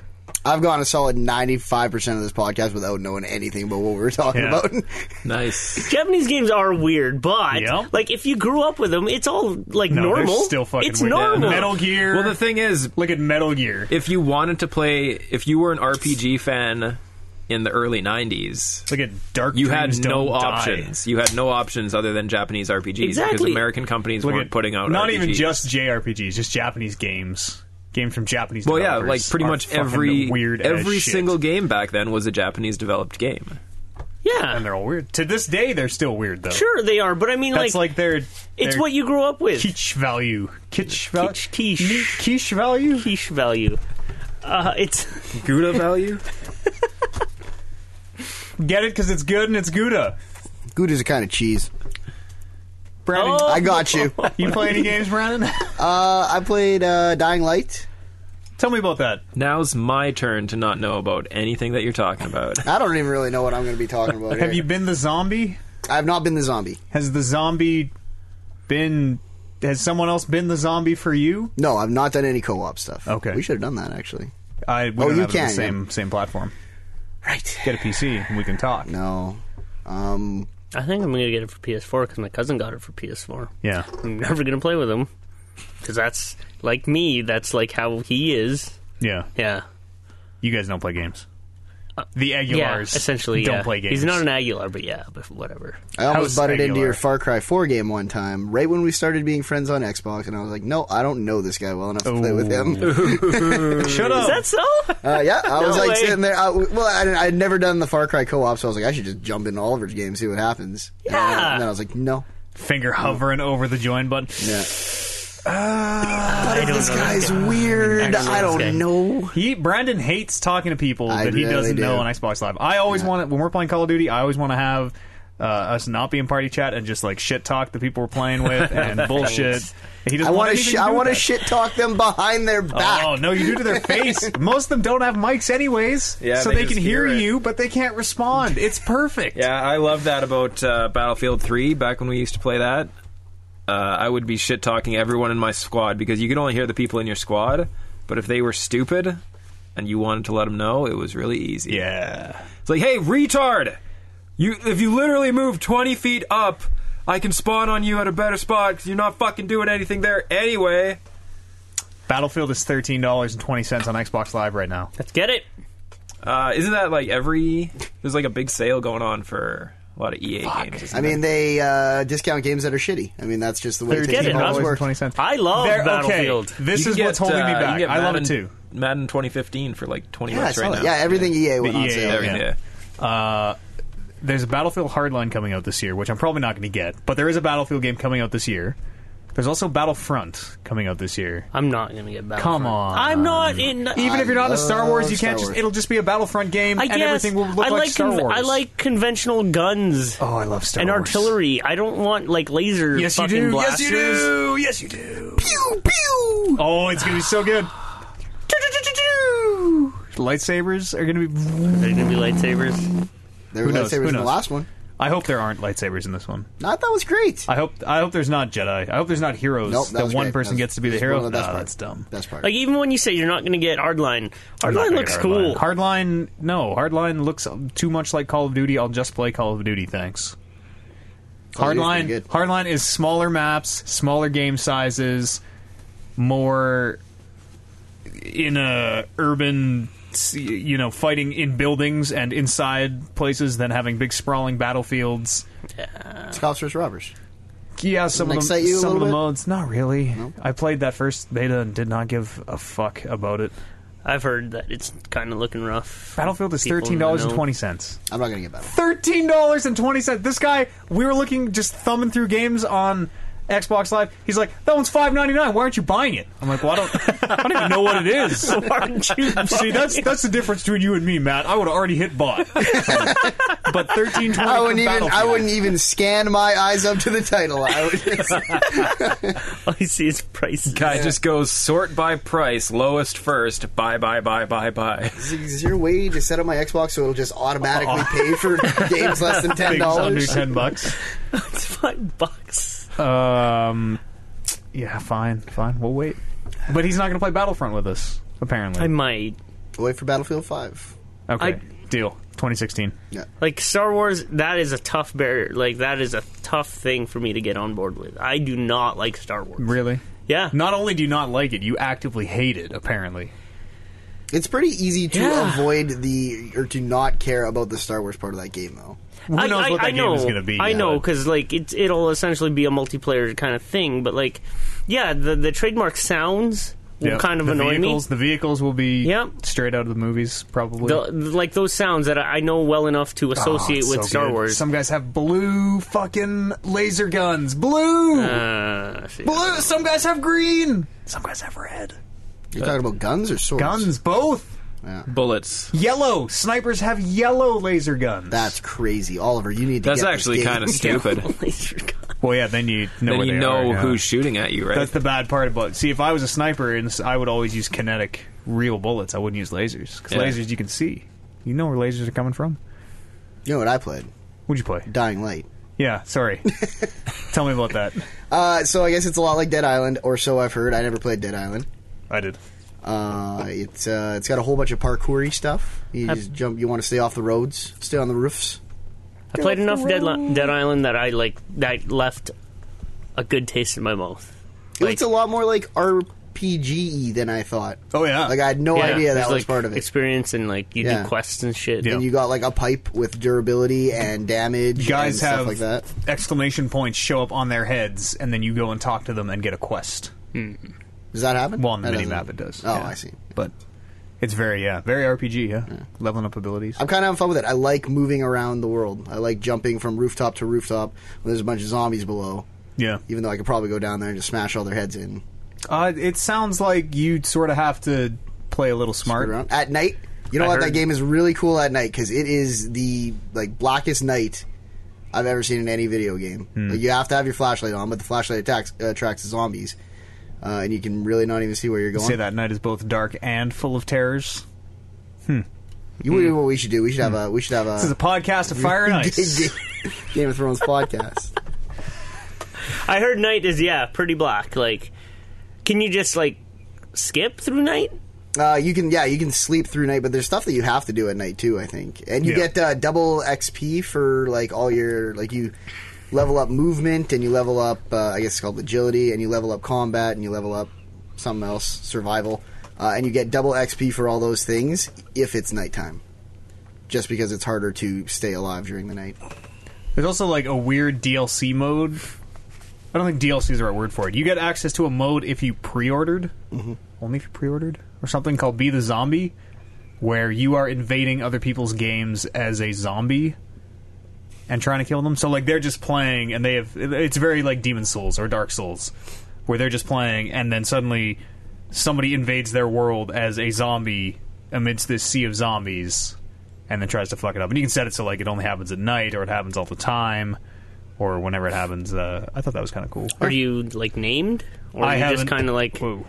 Speaker 3: I've gone a solid 95% of this podcast without knowing anything about what we were talking
Speaker 2: Yeah.
Speaker 3: about.
Speaker 1: Nice.
Speaker 5: Japanese games are weird, but
Speaker 2: Yep.
Speaker 5: like if you grew up with them, it's all like
Speaker 2: No, they're
Speaker 5: normal.
Speaker 2: still fucking
Speaker 5: it's
Speaker 2: weird.
Speaker 5: normal.
Speaker 2: Metal Gear.
Speaker 1: Well, the thing is,
Speaker 2: look at Metal Gear.
Speaker 1: if you wanted to play, if you were an RPG fan in the early '90s,
Speaker 2: Look at Dark.
Speaker 1: you
Speaker 2: Dreams
Speaker 1: had no
Speaker 2: Don't Die.
Speaker 1: options. You had no options other than Japanese RPGs because
Speaker 5: Exactly.
Speaker 1: American companies
Speaker 2: Look
Speaker 1: weren't
Speaker 2: at-
Speaker 1: putting out.
Speaker 2: not
Speaker 1: RPGs.
Speaker 2: even just JRPGs, just Japanese games, games from Japanese.
Speaker 1: Well, yeah,
Speaker 2: developers
Speaker 1: like pretty
Speaker 2: are
Speaker 1: much
Speaker 2: fucking
Speaker 1: every
Speaker 2: weird as
Speaker 1: every
Speaker 2: shit.
Speaker 1: single game back then was a Japanese developed game.
Speaker 5: yeah,
Speaker 2: and they're all weird. To this day, they're still weird though.
Speaker 5: sure they are, but I mean
Speaker 2: that's
Speaker 5: like,
Speaker 2: like, their.
Speaker 5: it's
Speaker 2: their
Speaker 5: what you grew up with.
Speaker 2: quiche value. Quiche value.
Speaker 5: Quiche- quiche.
Speaker 2: Quiche value.
Speaker 5: Quiche value. Uh, it's
Speaker 1: Gouda value.
Speaker 2: Get it because it's good and it's Gouda.
Speaker 3: Gouda's a kind of cheese.
Speaker 2: Brandon,
Speaker 5: Oh.
Speaker 3: I got you. Uh,
Speaker 2: you play any games, Brandon?
Speaker 3: I played uh, Dying Light.
Speaker 2: Tell me about that.
Speaker 1: Now's my turn to not know about anything that you're talking about.
Speaker 3: I don't even really know what I'm going to be talking about.
Speaker 2: Have
Speaker 3: here.
Speaker 2: you been the zombie?
Speaker 3: I've not been the zombie.
Speaker 2: Has the zombie been? Has someone else been the zombie for you?
Speaker 3: No, I've not done any co-op stuff.
Speaker 2: Okay.
Speaker 3: we should have done that actually.
Speaker 2: I we
Speaker 3: Oh,
Speaker 2: don't have
Speaker 3: you
Speaker 2: it on
Speaker 3: can,
Speaker 2: the same same platform.
Speaker 3: Right.
Speaker 2: Get a PC and we can talk.
Speaker 3: No. Um.
Speaker 5: I think I'm gonna get it for PS4 because my cousin got it for PS4.
Speaker 2: Yeah,
Speaker 5: I'm never gonna play with him because that's like me. That's like how he is.
Speaker 2: yeah.
Speaker 5: Yeah,
Speaker 2: You guys don't play games. The Aguilars
Speaker 5: Uh, yeah. Essentially,
Speaker 2: don't
Speaker 5: yeah.
Speaker 2: play games.
Speaker 5: He's not an Aguilar, but yeah, but whatever.
Speaker 3: I almost
Speaker 2: How's
Speaker 3: butted into
Speaker 2: Aguilar?
Speaker 3: your Far Cry 4 game one time, right when we started being friends on Xbox, and I was like, "No, I don't know this guy well enough to play with him."
Speaker 2: Shut up.
Speaker 5: Is that so?
Speaker 3: Uh, yeah, I was
Speaker 5: No
Speaker 3: like
Speaker 5: way.
Speaker 3: sitting there. I, well, I, didn't- I'd never done the Far Cry co-op, so I was like, "I should just jump into Oliver's game, see what happens." And,
Speaker 5: Yeah.
Speaker 3: and then I was like, "No,
Speaker 2: Finger hovering over the join button.
Speaker 3: yeah.
Speaker 5: I don't
Speaker 3: Uh, this
Speaker 5: know that
Speaker 3: guy's
Speaker 5: guy.
Speaker 3: weird.
Speaker 5: Actually,
Speaker 3: I
Speaker 5: this
Speaker 3: don't
Speaker 5: guy.
Speaker 3: know."
Speaker 2: He Brandon hates talking to people
Speaker 3: I
Speaker 2: that he
Speaker 3: really
Speaker 2: doesn't
Speaker 3: do.
Speaker 2: know on Xbox Live. I always want to when we're playing Call of Duty. I always want to have uh, us not be in party chat and just like shit talk the people we're playing with and bullshit. He doesn't
Speaker 3: I want to.
Speaker 2: anything
Speaker 3: Sh- I
Speaker 2: do with
Speaker 3: want to
Speaker 2: that.
Speaker 3: shit talk them behind their back.
Speaker 2: Oh no, you do to their face. Most of them don't have mics anyways,
Speaker 1: Yeah,
Speaker 2: so
Speaker 1: they
Speaker 2: they,
Speaker 1: just
Speaker 2: can hear,
Speaker 1: hear it.
Speaker 2: you, but they can't respond. It's perfect.
Speaker 1: Yeah, I love that about uh, Battlefield 3 back when we used to play that. Uh, I would be shit talking everyone in my squad because you could only hear the people in your squad, but if they were stupid and you wanted to let them know, it was really easy.
Speaker 2: Yeah.
Speaker 1: It's like, "Hey, retard. You if you literally move 20 feet up, I can spawn on you at a better spot cuz you're not fucking doing anything there anyway."
Speaker 2: Battlefield is thirteen dollars and twenty cents on Xbox Live right now.
Speaker 5: Let's get it.
Speaker 1: Uh, isn't that like every there's like a big sale going on for a lot of EA games. isn't
Speaker 3: I mean, they uh, discount games that are shitty. I mean, that's just the way
Speaker 5: Get
Speaker 3: things
Speaker 5: it,
Speaker 3: have always
Speaker 5: Osborne.
Speaker 3: worked.
Speaker 2: twenty cents.
Speaker 5: I love
Speaker 2: There-
Speaker 5: Battlefield.
Speaker 2: Okay, this
Speaker 1: You
Speaker 2: is
Speaker 1: can
Speaker 2: what's
Speaker 1: get,
Speaker 2: holding me
Speaker 1: uh, you
Speaker 2: back.
Speaker 1: can get
Speaker 2: I love
Speaker 1: Madden-
Speaker 2: it too.
Speaker 1: Madden 2015 for like 20
Speaker 3: Yeah, I
Speaker 1: bucks
Speaker 3: saw
Speaker 1: right
Speaker 3: that.
Speaker 1: now.
Speaker 3: yeah, everything EA went
Speaker 2: The
Speaker 3: on
Speaker 2: EA,
Speaker 3: sale.
Speaker 1: Everything,
Speaker 2: yeah.
Speaker 1: yeah.
Speaker 2: Uh, there's a Battlefield Hardline coming out this year, which I'm probably not going to get, but there is a Battlefield game coming out this year. There's also Battlefront coming out this year.
Speaker 5: I'm not gonna get Battlefield.
Speaker 2: Come on.
Speaker 5: I'm not in.
Speaker 2: Even if you're not in Star Wars,
Speaker 3: love
Speaker 2: you can't
Speaker 3: Star
Speaker 2: just
Speaker 3: Wars.
Speaker 2: it'll just be a Battlefront game
Speaker 5: I
Speaker 2: and
Speaker 5: guess
Speaker 2: everything will look
Speaker 5: I like,
Speaker 2: Star
Speaker 5: conv-
Speaker 2: Wars.
Speaker 5: I like conventional guns
Speaker 2: Oh, I love Star
Speaker 5: and
Speaker 2: Wars.
Speaker 5: artillery. I don't want like laser
Speaker 2: Yes, you
Speaker 5: fucking
Speaker 2: do. Yes,
Speaker 5: blasters.
Speaker 2: you do. Yes, you do. Pew pew. Oh, it's gonna be so good. Lightsabers are gonna be.
Speaker 5: They're gonna be lightsabers.
Speaker 3: There were
Speaker 2: Who knows?
Speaker 3: lightsabers
Speaker 2: Who
Speaker 3: in the
Speaker 2: knows?
Speaker 3: last one.
Speaker 2: I hope there aren't lightsabers in this one.
Speaker 3: No, I thought it was great.
Speaker 2: I hope. I hope there's not Jedi. I hope there's not heroes.
Speaker 3: Nope, that
Speaker 2: that
Speaker 3: was
Speaker 2: one
Speaker 3: great.
Speaker 2: person
Speaker 3: That's-
Speaker 2: gets to be the
Speaker 3: that's
Speaker 2: hero.
Speaker 3: one of the best
Speaker 2: Nah, that's
Speaker 3: parts.
Speaker 2: dumb.
Speaker 3: Best part.
Speaker 5: Like even when you say you're not gonna get Hardline, Hardline looks cool.
Speaker 2: Hardline, no, hardline looks too much like Call of Duty. I'll just play Call of Duty, thanks.
Speaker 3: Call of Duty's Oh, pretty
Speaker 2: Hardline,
Speaker 3: good.
Speaker 2: hardline is smaller maps, smaller game sizes, more in a urban, you know, fighting in buildings and inside places than having big sprawling battlefiels.
Speaker 3: It's cops versus robbers.
Speaker 2: Yeah, some
Speaker 3: Doesn't
Speaker 2: of
Speaker 3: excite
Speaker 2: the,
Speaker 3: you a
Speaker 2: some of the
Speaker 3: little bit?
Speaker 2: modes, not really. I played that first beta and did not give a fuck about it.
Speaker 5: I've heard that it's kind of looking rough.
Speaker 2: Battlefield is
Speaker 5: People
Speaker 2: thirteen
Speaker 5: in the know.
Speaker 2: dollars and twenty cents.
Speaker 3: I'm not gonna get better.
Speaker 2: thirteen dollars and twenty cents. This guy, we were looking just thumbing through games on Xbox Live. He's like, that one's five ninety nine. Why aren't you buying it? I'm like, well, I don't, I don't even know what it is.
Speaker 5: Aren't you
Speaker 2: See, that's that's the difference between you and me, Matt. I would have already hit bought. but thirteen twenty.
Speaker 3: I wouldn't even. I wouldn't even scan my eyes up to the title. I would,
Speaker 5: All I see is prices.
Speaker 1: Guy just goes sort by price, lowest first, buy, buy, buy, buy, buy.
Speaker 3: is there a way to set up my Xbox so it'll just
Speaker 2: Oh.
Speaker 3: automatically pay for games less than ten
Speaker 2: under
Speaker 3: dollars?
Speaker 2: ten bucks.
Speaker 5: It's five bucks.
Speaker 2: Um, yeah, fine, fine. We'll wait. But he's not going to play Battlefront with us. Apparently,
Speaker 5: I might.
Speaker 3: Wait for Battlefield Five.
Speaker 2: Okay,
Speaker 5: I-
Speaker 2: deal. 2016.
Speaker 5: Like Star Wars, that is a tough barrier. Like that is a tough thing for me to get on board with. I do not like Star Wars.
Speaker 2: Really?
Speaker 5: Yeah.
Speaker 2: Not only do you not like it, you actively hate it. Apparently,
Speaker 3: It's pretty easy to
Speaker 5: Yeah.
Speaker 3: avoid the or to not care about the Star Wars part of that game, though.
Speaker 2: who
Speaker 5: I,
Speaker 2: knows
Speaker 5: I-
Speaker 2: what that
Speaker 5: I
Speaker 2: game
Speaker 5: know,
Speaker 2: is going to be?
Speaker 5: I
Speaker 2: yeah.
Speaker 5: know because like it's it'll essentially be a multiplayer kind of thing. But like, yeah, the the trademark sounds will
Speaker 2: Yeah.
Speaker 5: kind of
Speaker 2: the
Speaker 5: annoy
Speaker 2: vehicles,
Speaker 5: me.
Speaker 2: The vehicles will be
Speaker 5: Yep.
Speaker 2: straight out of the movies, probably.
Speaker 5: The, like those sounds that I I know well enough to
Speaker 2: Oh,
Speaker 5: associate
Speaker 2: it's
Speaker 5: with
Speaker 2: so
Speaker 5: Star
Speaker 2: good.
Speaker 5: Wars.
Speaker 2: Some guys have blue fucking laser guns. Blue,
Speaker 5: Uh, see.
Speaker 2: blue. Some guys have green. Some guys have red.
Speaker 3: You're talking about guns or swords?
Speaker 2: Uh, Guns, both.
Speaker 1: Bullets.
Speaker 2: Yellow. Snipers have yellow laser guns.
Speaker 3: That's crazy, Oliver. You need to.
Speaker 1: That's
Speaker 3: get
Speaker 1: actually
Speaker 3: kind
Speaker 1: kind of stupid.
Speaker 5: Laser gun.
Speaker 2: Well, yeah. Then you know
Speaker 1: Then
Speaker 2: where
Speaker 1: you
Speaker 2: they
Speaker 1: know
Speaker 2: are, yeah.
Speaker 1: who's shooting at you, right?
Speaker 2: That's the bad part about. See, if I was a sniper, and s- I would always use kinetic real bullets. I wouldn't use lasers because
Speaker 1: Yeah.
Speaker 2: lasers you can see. You know where lasers are coming from.
Speaker 3: You know what I played?
Speaker 2: What'd you play?
Speaker 3: Dying Light.
Speaker 2: Yeah, sorry. Tell me about that.
Speaker 3: Uh, so I guess it's a lot like Dead Island, or so I've heard. I never played Dead Island.
Speaker 2: I did.
Speaker 3: Uh, it's uh, it's got a whole bunch of parkoury stuff. You just jump. You want to stay off the roads, stay on the roofs.
Speaker 5: I played enough Dead, Li- Dead Island that I like that left a good taste in my mouth.
Speaker 3: It looks a lot more like RPG than I thought.
Speaker 2: Oh yeah.
Speaker 3: Like I had no
Speaker 5: Yeah,
Speaker 3: idea
Speaker 5: there's,
Speaker 3: that was
Speaker 5: like,
Speaker 3: part of it.
Speaker 5: Experience and like you
Speaker 3: Yeah.
Speaker 5: do quests and shit.
Speaker 2: Yeah.
Speaker 3: And you got like a pipe with durability and damage.
Speaker 2: guys
Speaker 3: and
Speaker 2: have
Speaker 3: stuff like that.
Speaker 2: exclamation points show up on their heads, and then you go and talk to them and get a quest.
Speaker 3: Does that happen?
Speaker 2: Well, on the
Speaker 3: That
Speaker 2: mini
Speaker 3: doesn't
Speaker 2: map it
Speaker 3: happen.
Speaker 2: does.
Speaker 3: Oh,
Speaker 2: yeah.
Speaker 3: I see.
Speaker 2: But it's very yeah, very RPG. Yeah, leveling up abilities.
Speaker 3: I'm kind of having fun with it. I like moving around the world. I like jumping from rooftop to rooftop when there's a bunch of zombies below.
Speaker 2: yeah.
Speaker 3: Even though I could probably go down there and just smash all their heads in.
Speaker 2: Uh, it sounds like you sort of have to play a little smart.
Speaker 3: around at night. You know
Speaker 5: I
Speaker 3: what? That
Speaker 5: heard-
Speaker 3: game is really cool at night because it is the like blackest night I've ever seen in any video game.
Speaker 2: Hmm.
Speaker 3: Like, you have to have your flashlight on, but the flashlight attacks uh, attracts the zombies, uh, and you can really not even see where you're going.
Speaker 2: Say that night is both dark and full of terrors.
Speaker 3: You know what we should do? We should have a we should have
Speaker 2: Hmm. This is a
Speaker 3: a
Speaker 2: podcast of Fire and Ice.
Speaker 3: Game, Game of Thrones podcast.
Speaker 5: I heard night is yeah pretty black. Like, can you just like skip through night?
Speaker 3: Uh, you can, yeah, you can sleep through night, but there's stuff that you have to do at night too. I think, and you
Speaker 2: Yeah.
Speaker 3: get uh, double XP for like all your like you level up movement and you level up, uh, I guess it's called agility, and you level up combat and you level up something else, survival, uh, and you get double XP for all those things if it's nighttime, just because it's harder to stay alive during the night.
Speaker 2: There's also like a weird DLC mode. I don't think DLC is the right word for it. You get access to a mode if you pre-ordered, only if you pre-ordered, or something called "Be the Zombie," where you are invading other people's games as a zombie and trying to kill them. So like they're just playing, and they have it's very like Demon Souls or Dark Souls, where they're just playing, and then suddenly somebody invades their world as a zombie amidst this sea of zombies and then tries to fuck it up. And you can set it so like it only happens at night or it happens all the time or whenever it happens. Uh, I thought that was kind of cool.
Speaker 5: Are you like named, or
Speaker 2: I
Speaker 5: are you just
Speaker 2: haven't-
Speaker 5: kind of like
Speaker 2: Whoa.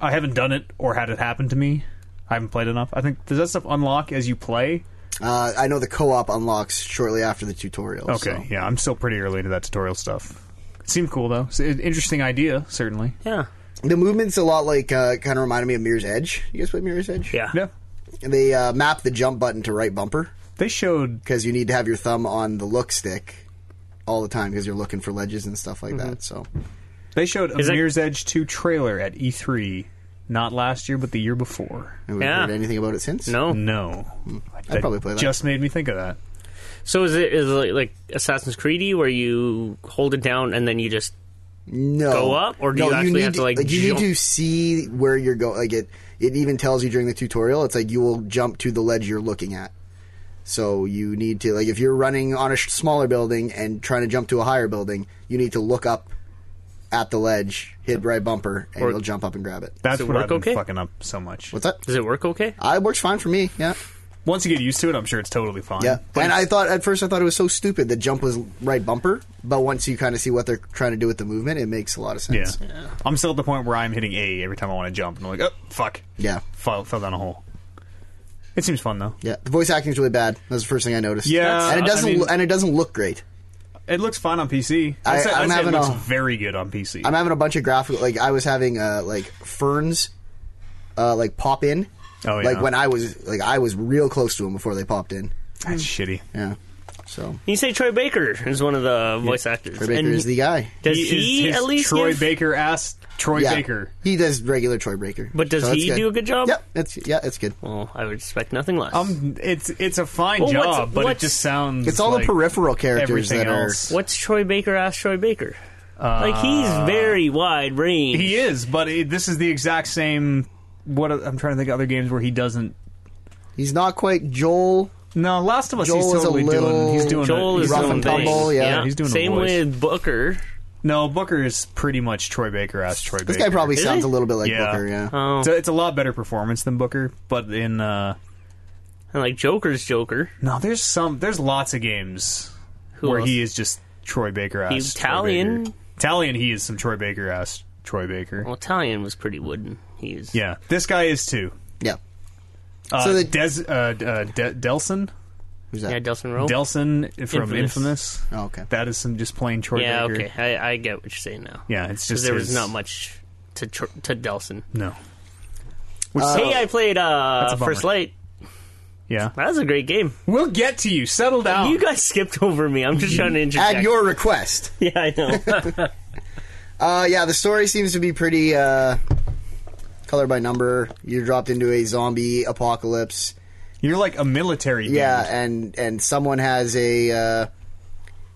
Speaker 2: I haven't done it or had it happen to me. I haven't played enough. I think does that stuff unlock as you play?
Speaker 3: Uh, I know the co-op unlocks shortly after the tutorial.
Speaker 2: Okay,
Speaker 3: so.
Speaker 2: yeah, I'm still pretty early to that tutorial stuff. It seemed cool though. It's an interesting idea, certainly.
Speaker 5: yeah
Speaker 3: the movement's a lot like uh, kind of reminded me of Mirror's Edge. You guys play Mirror's Edge?
Speaker 5: yeah
Speaker 2: Yeah.
Speaker 3: They uh, map the jump button to right bumper.
Speaker 2: They showed
Speaker 3: because you need to have your thumb on the look stick all the time because you're looking for ledges and stuff like
Speaker 5: Mm-hmm.
Speaker 3: that. So
Speaker 2: They showed a
Speaker 5: Is that-
Speaker 2: Mirror's Edge 2 trailer at E3, not last year, but the year before.
Speaker 3: have we
Speaker 5: Yeah.
Speaker 3: heard anything about it since?
Speaker 2: Oh.
Speaker 5: no?
Speaker 2: No,
Speaker 3: I'd probably play that.
Speaker 2: Just made me think of that.
Speaker 5: So is it is it like, like Assassin's Creedy where you hold it down and then you just
Speaker 3: no.
Speaker 5: Go up, or do
Speaker 3: no,
Speaker 5: you actually
Speaker 3: need
Speaker 5: have to, like,
Speaker 3: you
Speaker 5: jump?
Speaker 3: need to see where you're going? Like it, it even tells you during the tutorial. It's like you will jump to the ledge you're looking at. So you need to like if you're running on a sh- smaller building and trying to jump to a higher building, you need to look up at the ledge, hit right bumper, and you'll jump up and grab it.
Speaker 2: That's
Speaker 5: Does it
Speaker 2: what I've
Speaker 5: work
Speaker 2: been
Speaker 5: okay?
Speaker 2: fucking up so much.
Speaker 3: What's that?
Speaker 5: does it work okay?
Speaker 3: Uh, it works fine for me. Yeah.
Speaker 2: Once you get used to it, I'm sure it's totally fine.
Speaker 3: Yeah,
Speaker 2: But
Speaker 3: and I thought at first I thought it was so stupid. The jump was right bumper, but once you kind of see what they're trying to do with the movement, it makes a lot of
Speaker 2: yeah.
Speaker 3: sense.
Speaker 2: I'm still at the point where I'm hitting A every time I want to jump, and I'm like, oh fuck,
Speaker 3: yeah,
Speaker 2: fell, fell down a hole. It seems fun though.
Speaker 3: yeah. The voice acting's really bad. That's the first thing I noticed.
Speaker 2: Yeah,
Speaker 3: and it
Speaker 2: I
Speaker 3: doesn't
Speaker 2: mean-
Speaker 3: lo- and it doesn't look great.
Speaker 2: It looks fine on PC.
Speaker 3: I-
Speaker 2: I'd say,
Speaker 3: I'm
Speaker 2: I'd say
Speaker 3: having
Speaker 2: it looks
Speaker 3: a-
Speaker 2: very good on PC.
Speaker 3: I'm having a bunch of graphical like I was having uh, like ferns, uh, like pop in.
Speaker 2: Oh, yeah.
Speaker 3: Like when I was like I was real close to them before they popped in.
Speaker 2: That's shitty.
Speaker 3: Yeah. So
Speaker 5: You say Troy Baker is one of the voice actors.
Speaker 3: Troy Baker
Speaker 5: and
Speaker 3: is the guy.
Speaker 5: Does
Speaker 2: He
Speaker 5: he,
Speaker 2: is- his
Speaker 5: at least
Speaker 2: Troy
Speaker 5: give-
Speaker 2: Baker asked Troy
Speaker 3: yeah.
Speaker 2: Baker.
Speaker 3: He does regular Troy Breaker.
Speaker 5: But does
Speaker 3: So that's
Speaker 5: he
Speaker 3: good.
Speaker 5: do a good job?
Speaker 3: Yep. That's yeah. That's good.
Speaker 5: Well, I would expect nothing less.
Speaker 2: Um, it's it's a fine
Speaker 5: Well, what's-
Speaker 2: job, but
Speaker 5: what's-
Speaker 2: it just sounds.
Speaker 3: It's all
Speaker 2: like-
Speaker 3: the peripheral characters
Speaker 2: everything
Speaker 3: that are.
Speaker 2: else.
Speaker 5: What's Troy Baker ask Troy Baker? like he's very wide range.
Speaker 2: Uh, He is, but it, this is the exact same. What I'm trying to think of other games where he doesn't.
Speaker 3: He's not quite Joel.
Speaker 2: No, Last of Us.
Speaker 3: Joel
Speaker 2: he's
Speaker 3: is a
Speaker 2: totally doing.
Speaker 3: little-
Speaker 2: He's doing.
Speaker 5: Joel
Speaker 2: a,
Speaker 5: is
Speaker 2: he's
Speaker 3: rough
Speaker 5: doing
Speaker 2: doing
Speaker 3: and
Speaker 5: things.
Speaker 3: tumble, yeah.
Speaker 2: he's doing a
Speaker 5: Same
Speaker 2: voice.
Speaker 5: with Booker.
Speaker 2: No, Booker is pretty much Troy Baker as Troy
Speaker 3: This
Speaker 2: Baker.
Speaker 3: guy probably
Speaker 5: Is
Speaker 3: sounds a
Speaker 5: he?
Speaker 3: little bit like
Speaker 2: Yeah.
Speaker 3: Booker. Yeah.
Speaker 5: Oh,
Speaker 2: So it's a lot better performance than Booker, but in uh,
Speaker 5: and like Joker's Joker.
Speaker 2: no, there's some, there's lots of games
Speaker 5: Who
Speaker 2: where
Speaker 5: else?
Speaker 2: he is just Troy Baker ass.
Speaker 5: He's
Speaker 2: Troy
Speaker 5: Italian.
Speaker 2: Baker. Italian, he is some Troy Baker ass. Troy Baker.
Speaker 5: Well, Italian was pretty wooden. He's
Speaker 2: Yeah, this guy is too.
Speaker 3: Yeah.
Speaker 2: Uh,
Speaker 3: So the-
Speaker 2: Des, uh, uh, De- Delson,
Speaker 3: Who's
Speaker 5: yeah,
Speaker 3: that?
Speaker 5: Delson Rowe.
Speaker 2: Delson from Infamous.
Speaker 5: Oh. Infamous.
Speaker 3: oh, okay.
Speaker 2: That is some just plain Troy
Speaker 5: yeah,
Speaker 2: Baker.
Speaker 5: okay, I, I get what you're saying now.
Speaker 2: Yeah, it's
Speaker 5: 'Cause
Speaker 2: just
Speaker 5: there
Speaker 2: his-
Speaker 5: was not much to Tr- to Delson.
Speaker 2: No.
Speaker 3: Uh,
Speaker 5: hey, I played
Speaker 2: Uh, That's
Speaker 5: uh,
Speaker 2: a bummer.
Speaker 5: First Light.
Speaker 2: Yeah,
Speaker 5: That was a great game.
Speaker 2: we'll get to you. Settle down.
Speaker 5: You guys skipped over me. I'm just trying to interject.
Speaker 3: At your request.
Speaker 5: yeah, I know.
Speaker 3: Uh, yeah, the story seems to be pretty uh, color by number. You're dropped into a zombie apocalypse.
Speaker 2: You're like a military. dude.
Speaker 3: Yeah, and and someone has a uh,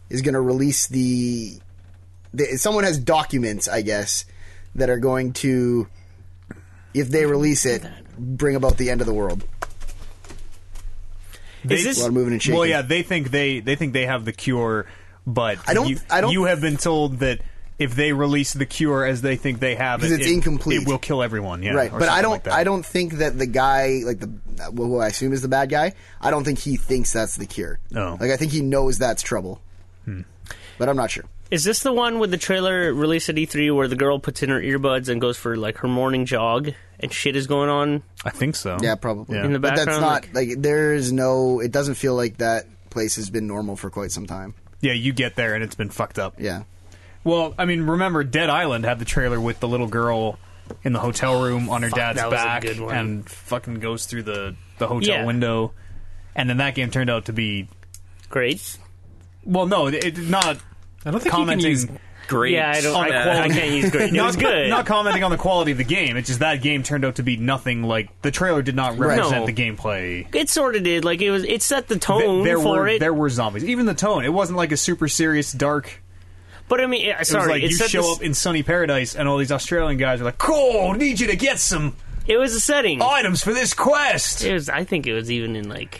Speaker 3: is going to release the, the someone has documents, I guess, that are going to if they release it, bring about the end of the world.
Speaker 5: Is
Speaker 3: A
Speaker 5: this
Speaker 3: lot of moving and shaking.
Speaker 2: Well, yeah, they think they they think they have the cure, but
Speaker 3: I don't-
Speaker 2: You,
Speaker 3: I don't-
Speaker 2: you have been told that if they release the cure as they think they have, it,
Speaker 3: Because it's
Speaker 2: it-
Speaker 3: incomplete.
Speaker 2: It will kill everyone. Yeah,
Speaker 3: right.
Speaker 2: or
Speaker 3: But
Speaker 2: something
Speaker 3: I don't
Speaker 2: like that.
Speaker 3: I don't think that the guy like the well, who I assume is the bad guy. I don't think he thinks that's the cure.
Speaker 2: No. Hmm.
Speaker 3: like I think he knows that's trouble. But I'm not sure.
Speaker 5: is this the one with the trailer released at E3 where the girl puts in her earbuds and goes for like her morning jog and shit is going on?
Speaker 2: I think so.
Speaker 3: Yeah, probably.
Speaker 2: Yeah. In the
Speaker 3: but that's
Speaker 5: background,
Speaker 3: not like, there is no. It doesn't feel like that place has been normal for quite some time.
Speaker 2: Yeah, you get there and it's been fucked up.
Speaker 3: Yeah,
Speaker 2: Well, I mean, remember Dead Island had the trailer with the little girl in the hotel room on her dad's
Speaker 5: that was a
Speaker 2: back
Speaker 5: good one.
Speaker 2: and fucking goes through the the hotel
Speaker 5: Yeah.
Speaker 2: window, and then that game turned out to be
Speaker 5: Great.
Speaker 2: well, no, it, it not
Speaker 1: I don't think
Speaker 2: Commenting-
Speaker 1: you can use great.
Speaker 5: Yeah, I don't.
Speaker 2: On
Speaker 5: I, I
Speaker 2: quality.
Speaker 5: can't use great. It
Speaker 2: not,
Speaker 5: was good.
Speaker 2: not commenting on the quality of the game. It's just that game turned out to be nothing like the trailer did not represent
Speaker 5: No.
Speaker 2: the gameplay.
Speaker 5: it sort of did. Like it was. It set the
Speaker 2: Th-
Speaker 5: tone
Speaker 2: there
Speaker 5: for
Speaker 2: were
Speaker 5: it.
Speaker 2: there were zombies. Even the tone, it wasn't like a super serious dark.
Speaker 5: but I mean, yeah,
Speaker 2: It was
Speaker 5: sorry.
Speaker 2: like you
Speaker 5: set
Speaker 2: show
Speaker 5: the,
Speaker 2: up in sunny paradise and all these Australian guys are like, "Cool, need you to get some
Speaker 5: It was a setting.
Speaker 2: items for this quest."
Speaker 5: It was. I think it was even in like.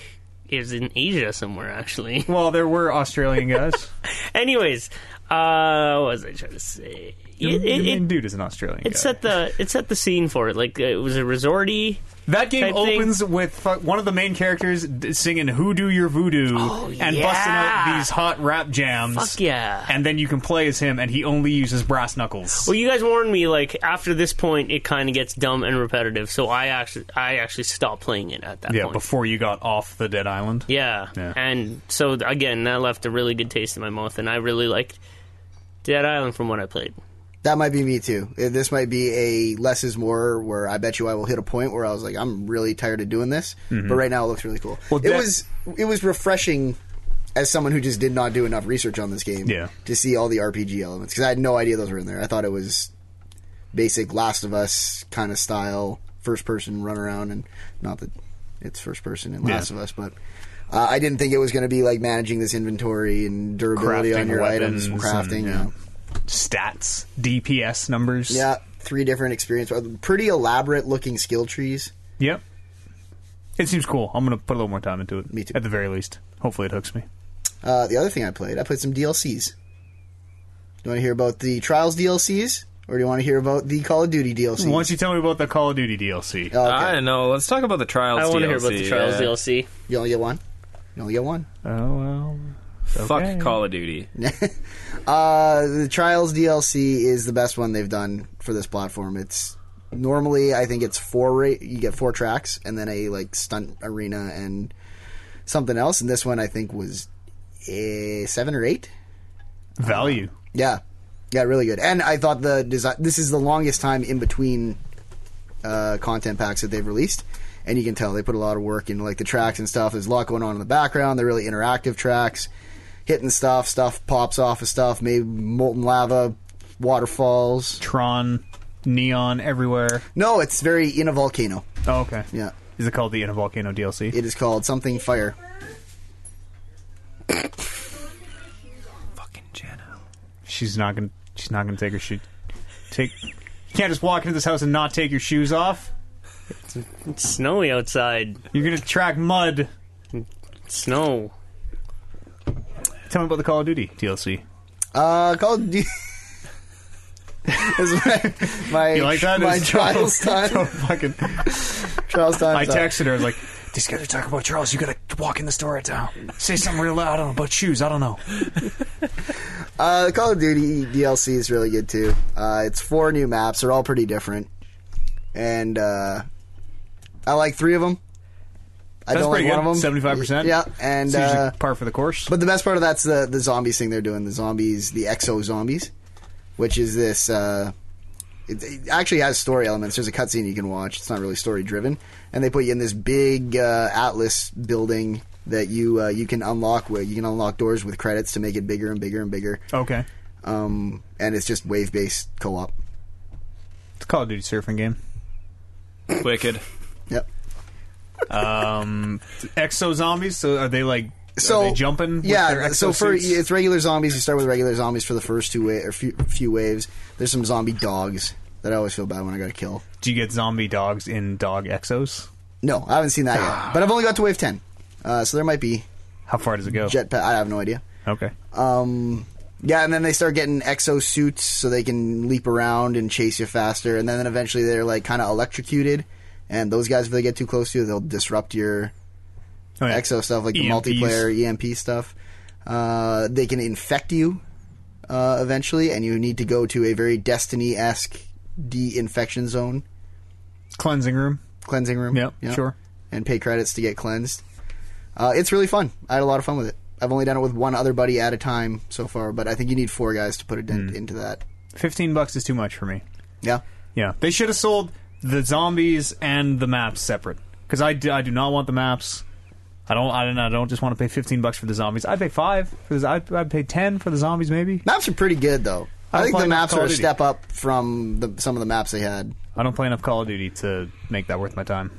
Speaker 5: It was in Asia somewhere actually.
Speaker 2: Well, there were Australian guys.
Speaker 5: Anyways, uh, what was I trying to say?
Speaker 2: The-
Speaker 5: It,
Speaker 2: the
Speaker 5: it,
Speaker 2: main
Speaker 5: it,
Speaker 2: dude is an Australian.
Speaker 5: it
Speaker 2: guy.
Speaker 5: set the it set the scene for it. Like it was a resorty.
Speaker 2: that game
Speaker 5: type thing.
Speaker 2: opens with fu- one of the main characters d- singing "Hoodoo Your Voodoo" and busting out
Speaker 5: Oh, yeah.
Speaker 2: these hot rap jams.
Speaker 5: Fuck yeah.
Speaker 2: And then you can play as him, and he only uses brass knuckles.
Speaker 5: Well, you guys warned me. Like after this point, it kind of gets dumb and repetitive. So I actually, I actually stopped playing it at that
Speaker 2: yeah,
Speaker 5: point.
Speaker 2: before you got off the dead island.
Speaker 5: yeah.
Speaker 2: Yeah.
Speaker 5: and so again, that left a really good taste in my mouth, and I really liked Dead Island from what I played.
Speaker 3: that might be me too. Uh, This might be a less is more. Where I bet you I will hit a point where I was like, I'm really tired of doing this, but right now it looks really cool.
Speaker 2: Mm-hmm. Well,
Speaker 3: it
Speaker 2: that-
Speaker 3: was it was refreshing as someone who just did not do enough research on this game.
Speaker 2: Yeah.
Speaker 3: to see all the RPG elements because I had no idea those were in there. I thought it was basic Last of Us kind of style, first person run around, and not that it's first person in Last
Speaker 2: Yeah.
Speaker 3: of Us, but. Uh, I didn't think it was going to be like managing this inventory and durability
Speaker 2: Crafting
Speaker 3: on your
Speaker 2: weapons
Speaker 3: items,
Speaker 2: and-
Speaker 3: crafting.
Speaker 2: yeah.
Speaker 3: yeah.
Speaker 2: Stats, DPS numbers.
Speaker 3: Yeah, three different experience. uh, Pretty elaborate looking skill trees.
Speaker 2: Yep. It seems cool. I'm gonna put a little more time into it.
Speaker 3: Me too.
Speaker 2: At the very least, hopefully it hooks me.
Speaker 3: Uh, the other thing I played, I played some DLCs. Do you want to hear about the Trials DLCs, or do you want to hear about the Call of Duty DLCs?
Speaker 2: Why don't you tell me about the Call of Duty DLC?
Speaker 3: Oh, okay.
Speaker 1: I don't know. Let's talk about the trials.
Speaker 5: I want
Speaker 1: DLC.
Speaker 5: to hear about the Trials
Speaker 1: yeah.
Speaker 5: DLC.
Speaker 3: You only get one. You only get one.
Speaker 2: oh well.
Speaker 1: Fuck
Speaker 2: Okay.
Speaker 1: Call of Duty.
Speaker 3: Uh, the Trials DLC is the best one they've done for this platform. It's normally I think it's four. Ra- you get four tracks and then a like stunt arena and something else. And this one I think was eh, seven or eight.
Speaker 2: Uh, Value.
Speaker 3: Yeah, yeah, really good. And I thought the design. This is the longest time in between uh, content packs that they've released, and you can tell they put a lot of work into like the tracks and stuff. There's a lot going on in the background. They're really interactive tracks, hitting stuff. Stuff pops off of stuff. Maybe molten lava, waterfalls.
Speaker 2: Tron, neon everywhere.
Speaker 3: No, it's very in a volcano.
Speaker 2: Oh, okay.
Speaker 3: Yeah,
Speaker 2: Is it called the In a Volcano DLC?
Speaker 3: it is called something fire.
Speaker 1: Fucking Jenna.
Speaker 2: she's not gonna. She's not gonna take her shoe. Take. You can't just walk into this house and not take your shoes off.
Speaker 5: It's snowy outside.
Speaker 2: You're gonna track mud.
Speaker 5: Snow.
Speaker 2: Tell me about the Call of Duty DLC.
Speaker 3: Uh, Call of Duty. is my my,
Speaker 2: You like that?
Speaker 3: my
Speaker 2: It's so-
Speaker 3: trials
Speaker 2: so
Speaker 6: Oh,
Speaker 3: time.
Speaker 2: fucking.
Speaker 3: trials time.
Speaker 2: I texted her. I was like,
Speaker 6: These guys are talking about Charles. You gotta walk in the store right now. Say something real loud. I don't know about shoes. I don't know.
Speaker 3: Uh, the Call of Duty DLC is really good too. Uh, it's four new maps. They're all pretty different, and uh, I like three of them. I
Speaker 2: That's
Speaker 3: don't like
Speaker 2: pretty
Speaker 3: one
Speaker 2: good.
Speaker 3: of
Speaker 2: 75%.
Speaker 3: them. Yeah, and
Speaker 2: it's usually
Speaker 3: uh,
Speaker 2: par for the course.
Speaker 3: but the best part of that's the the zombies thing they're doing. The zombies, the exo zombies, which is this. Uh, it, it actually has story elements. There's a cutscene you can watch. It's not really story driven, and they put you in this big uh, atlas building that you uh, you can unlock. Where you can unlock doors with credits to make it bigger and bigger and bigger
Speaker 2: okay.
Speaker 3: um, and it's just wave based co op.
Speaker 2: It's a Call of Duty surfing game.
Speaker 1: Wicked.
Speaker 3: Yep.
Speaker 2: Um, exo zombies. So are they like?
Speaker 3: So
Speaker 2: are they jumping? with
Speaker 3: yeah.
Speaker 2: their
Speaker 3: So for
Speaker 2: exosuits?
Speaker 3: it's regular zombies. You start with regular zombies for the first two wa- or few, few waves. There's some zombie dogs that I always feel bad when I got to kill.
Speaker 2: do you get zombie dogs in dog exos?
Speaker 3: No, I haven't seen that
Speaker 2: Ah.
Speaker 3: yet, but I've only got to wave ten, uh, so there might be
Speaker 2: How far does it go?
Speaker 3: jetpack. I have no idea.
Speaker 2: Okay.
Speaker 3: Um, yeah, and then they start getting exo suits so they can leap around and chase you faster, and then eventually they're like kind of electrocuted, and those guys if they get too close to you, they'll disrupt your
Speaker 2: Oh, yeah.
Speaker 3: exo stuff like the
Speaker 2: EMPs.
Speaker 3: multiplayer EMP stuff. Uh, they can infect you uh, eventually, and you need to go to a very Destiny esque de-infection zone
Speaker 2: cleansing room.
Speaker 3: cleansing room.
Speaker 2: Yep, sure.
Speaker 3: And pay credits to get cleansed. Uh, it's really fun. I had a lot of fun with it. I've only done it with one other buddy at a time so far, but I think you need four guys to put a dent into that.
Speaker 2: Fifteen bucks is too much for me.
Speaker 3: Yeah.
Speaker 2: Yeah, they should have sold the zombies and the maps separate because I, do- I do not want the maps. I don't I don't I don't just want to pay fifteen bucks for the zombies. I'd pay five for the I'd, I'd pay ten for the zombies maybe.
Speaker 3: Maps are pretty good though. I,
Speaker 2: I
Speaker 3: think
Speaker 2: play
Speaker 3: the
Speaker 2: enough
Speaker 3: maps
Speaker 2: Call
Speaker 3: are
Speaker 2: of
Speaker 3: a
Speaker 2: Duty.
Speaker 3: step up from the, some of the maps they had.
Speaker 2: I don't play enough Call of Duty to make that worth my time.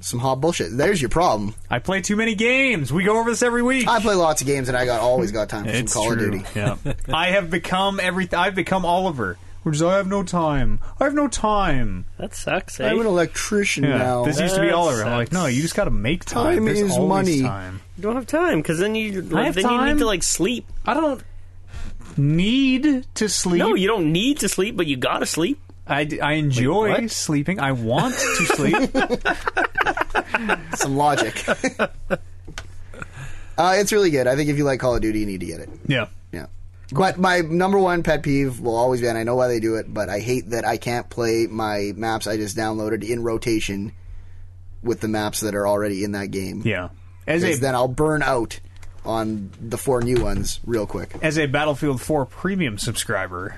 Speaker 3: Some hot bullshit. There's your problem.
Speaker 2: I play too many games. We go over this every week.
Speaker 3: I play lots of games and I got always got time for some
Speaker 2: it's
Speaker 3: Call
Speaker 2: true.
Speaker 3: of Duty.
Speaker 2: Yeah, I have become everything. I've become Oliver, which is I have no time. I have no time.
Speaker 5: That sucks. Eh?
Speaker 3: I'm an electrician
Speaker 2: Yeah,
Speaker 3: now.
Speaker 2: this used to be
Speaker 5: That
Speaker 2: Oliver. I'm like,
Speaker 5: sucks.
Speaker 2: no, you just got to make time.
Speaker 3: Time
Speaker 2: There's
Speaker 3: is
Speaker 2: always
Speaker 3: money.
Speaker 2: Time.
Speaker 5: You don't have time because then you
Speaker 2: have
Speaker 5: like, then you
Speaker 2: time.
Speaker 5: need to like sleep.
Speaker 2: I don't need to sleep.
Speaker 5: No, you don't need to sleep, but you gotta sleep.
Speaker 2: I, d- I enjoy sleeping. I want to sleep.
Speaker 3: some logic. uh, it's really good. I think if you like Call of Duty, you need to get it.
Speaker 2: yeah.
Speaker 3: Yeah. But my number one pet peeve will always be, and I know why they do it, but I hate that I can't play my maps I just downloaded in rotation with the maps that are already in that game.
Speaker 2: Yeah. As
Speaker 3: 'Cause
Speaker 2: a,
Speaker 3: then I'll burn out on the four new ones real quick.
Speaker 2: as a Battlefield 4 premium subscriber,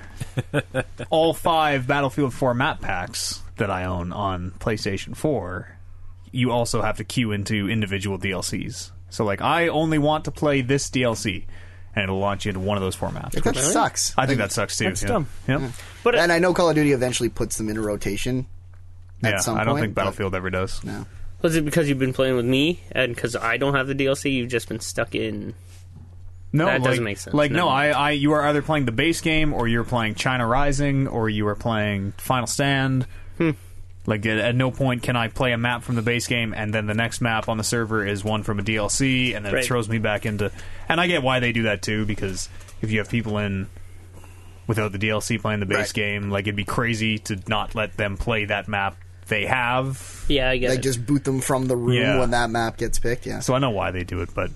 Speaker 2: all five Battlefield 4 map packs that I own on PlayStation 4, you also have to queue into individual DLCs. So, like, I only want to play this DLC, and it'll launch you into one of those four maps.
Speaker 3: Like, that sucks.
Speaker 2: I think that sucks too.
Speaker 5: That's
Speaker 2: yeah.
Speaker 5: dumb.
Speaker 2: Yep.
Speaker 5: But
Speaker 3: and I know Call of Duty eventually puts them in rotation.
Speaker 2: Yeah,
Speaker 3: At some
Speaker 2: I don't
Speaker 3: point,
Speaker 2: think
Speaker 3: but-
Speaker 2: Battlefield ever does.
Speaker 3: No.
Speaker 5: was it because you've been playing with me and because I don't have the DLC? You've just been stuck in.
Speaker 2: No,
Speaker 5: That
Speaker 2: like,
Speaker 5: doesn't make sense,
Speaker 2: Like, no,
Speaker 5: no.
Speaker 2: I, I, you are either playing the base game, or you're playing China Rising, or you are playing Final Stand.
Speaker 5: Hmm.
Speaker 2: Like, at, at no point can I play a map from the base game, and then the next map on the server is one from a DLC, and then
Speaker 5: Right.
Speaker 2: it throws me back into. And I get why they do that too, because if you have people in without the DLC playing the base
Speaker 3: Right.
Speaker 2: game, like it'd be crazy to not let them play that map they have.
Speaker 5: Yeah, I guess.
Speaker 3: Like, just boot them from the room
Speaker 2: Yeah.
Speaker 3: when that map gets picked. Yeah.
Speaker 2: So I know why they do it, but it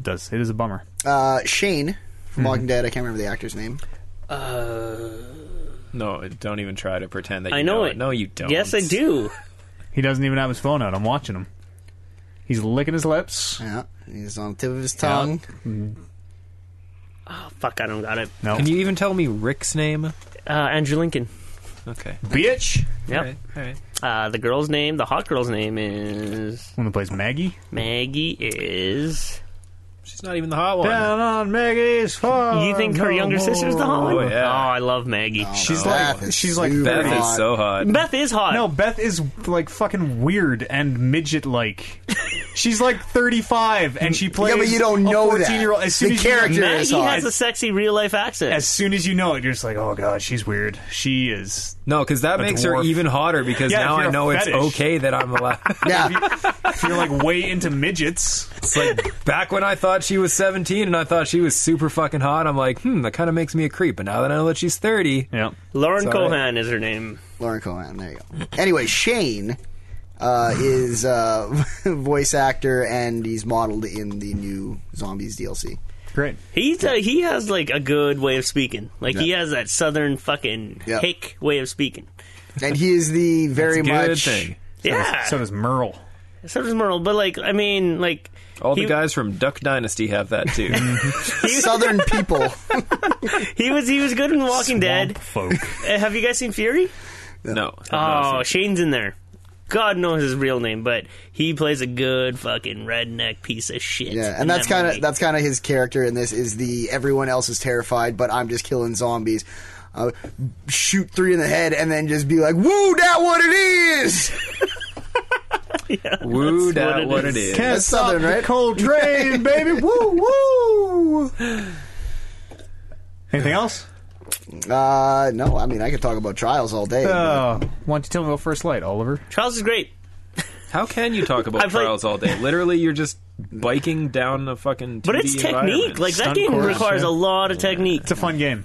Speaker 2: does it is a bummer.
Speaker 3: Uh, Shane from
Speaker 1: Mhm.
Speaker 3: Walking Dead, I can't remember the actor's name.
Speaker 5: Uh,
Speaker 1: No, don't even try to pretend that you
Speaker 5: I know, it.
Speaker 1: No, you don't.
Speaker 5: Yes, I do.
Speaker 2: He doesn't even have his phone out. I'm watching him. He's licking his lips.
Speaker 3: Yeah. He's on the tip of his tongue.
Speaker 5: Oh, fuck, I don't got it.
Speaker 2: No,
Speaker 1: Can you even tell me Rick's name?
Speaker 5: Uh, Andrew Lincoln.
Speaker 1: Okay.
Speaker 2: bitch.
Speaker 5: Yep.
Speaker 1: All right.
Speaker 5: Uh, the girl's name, the hot girl's name is
Speaker 2: One that plays Maggie.
Speaker 5: Maggie. Is
Speaker 1: She's not even the hot one.
Speaker 2: on Maggie's farm.
Speaker 3: Uh,
Speaker 5: you think her younger sister's the hot one?
Speaker 1: Oh, yeah.
Speaker 5: Oh, I love Maggie.
Speaker 2: She's
Speaker 3: Beth
Speaker 2: like
Speaker 3: is
Speaker 2: she's like
Speaker 3: super
Speaker 1: Beth
Speaker 3: hot.
Speaker 1: is so hot.
Speaker 5: Beth is hot.
Speaker 2: No, Beth is like fucking weird and midget like. She's like 35 and she plays.
Speaker 3: Yeah, but you don't know
Speaker 2: a
Speaker 3: that.
Speaker 2: 14 year old. As soon
Speaker 3: The
Speaker 2: as you-
Speaker 3: character
Speaker 5: Maggie
Speaker 3: is hot.
Speaker 5: has a sexy real life accent.
Speaker 2: As soon as you know it, you're just like, oh god, she's weird. She is.
Speaker 1: No, because that makes her
Speaker 2: dwarf.
Speaker 1: even hotter. Because
Speaker 2: Yeah, if
Speaker 1: now
Speaker 2: you're
Speaker 1: I
Speaker 2: a
Speaker 1: know it's
Speaker 2: fetish.
Speaker 1: okay that I'm allowed.
Speaker 3: Yeah,
Speaker 2: If you're like way into midgets,
Speaker 1: it's like back when I thought she was 17 and I thought she was super fucking hot. I'm like, hmm, that kind of makes me a creep. But now that I know that she's 30,
Speaker 2: yeah.
Speaker 5: Lauren
Speaker 1: Sorry.
Speaker 5: Cohan is her name.
Speaker 3: Lauren Cohan. There you go. Anyway, Shane uh, is uh, voice actor and he's modeled in the new Zombies DLC.
Speaker 2: Great.
Speaker 5: He's uh, he has like a good way of speaking. Like he has that southern fucking
Speaker 3: Yeah.
Speaker 5: hick way of speaking.
Speaker 3: And he is the very
Speaker 1: good
Speaker 3: much
Speaker 1: thing.
Speaker 5: Yeah,
Speaker 2: So does Merle.
Speaker 5: so does Merle. But like, I mean, like
Speaker 1: All
Speaker 5: he-
Speaker 1: the guys from Duck Dynasty have that too.
Speaker 3: Southern people.
Speaker 5: He was he was good in Walking Dead.
Speaker 2: Swamp folk.
Speaker 5: Uh, have you guys seen Fury?
Speaker 1: no.
Speaker 5: Oh, Shane's in there. God knows his real name, but he plays a good fucking redneck piece of shit.
Speaker 3: Yeah,
Speaker 5: in
Speaker 3: and that's
Speaker 5: that
Speaker 3: kind
Speaker 5: movie.
Speaker 3: of that's kind of his character in this is the everyone else is terrified, but I'm just killing zombies. Uh, shoot three in the head and then just be like, "Woo, that what it is!"
Speaker 1: Woo,
Speaker 5: That's
Speaker 1: that what it is.
Speaker 3: That's southern, right?
Speaker 2: Cold drain, baby. Woo woo. Anything else?
Speaker 3: Uh, no, I mean I could talk about trials all day. but-
Speaker 2: Uh, why don't you tell me about First Light, Oliver?
Speaker 5: Charles is great.
Speaker 1: How can you talk
Speaker 5: I
Speaker 1: about
Speaker 5: play-
Speaker 1: trials all day? Literally, you're just biking down a fucking. 2D
Speaker 5: But it's
Speaker 1: environment.
Speaker 5: technique. Like that
Speaker 2: Stunt
Speaker 5: game
Speaker 2: course,
Speaker 5: requires
Speaker 2: yeah.
Speaker 5: a lot of technique.
Speaker 2: It's a fun game.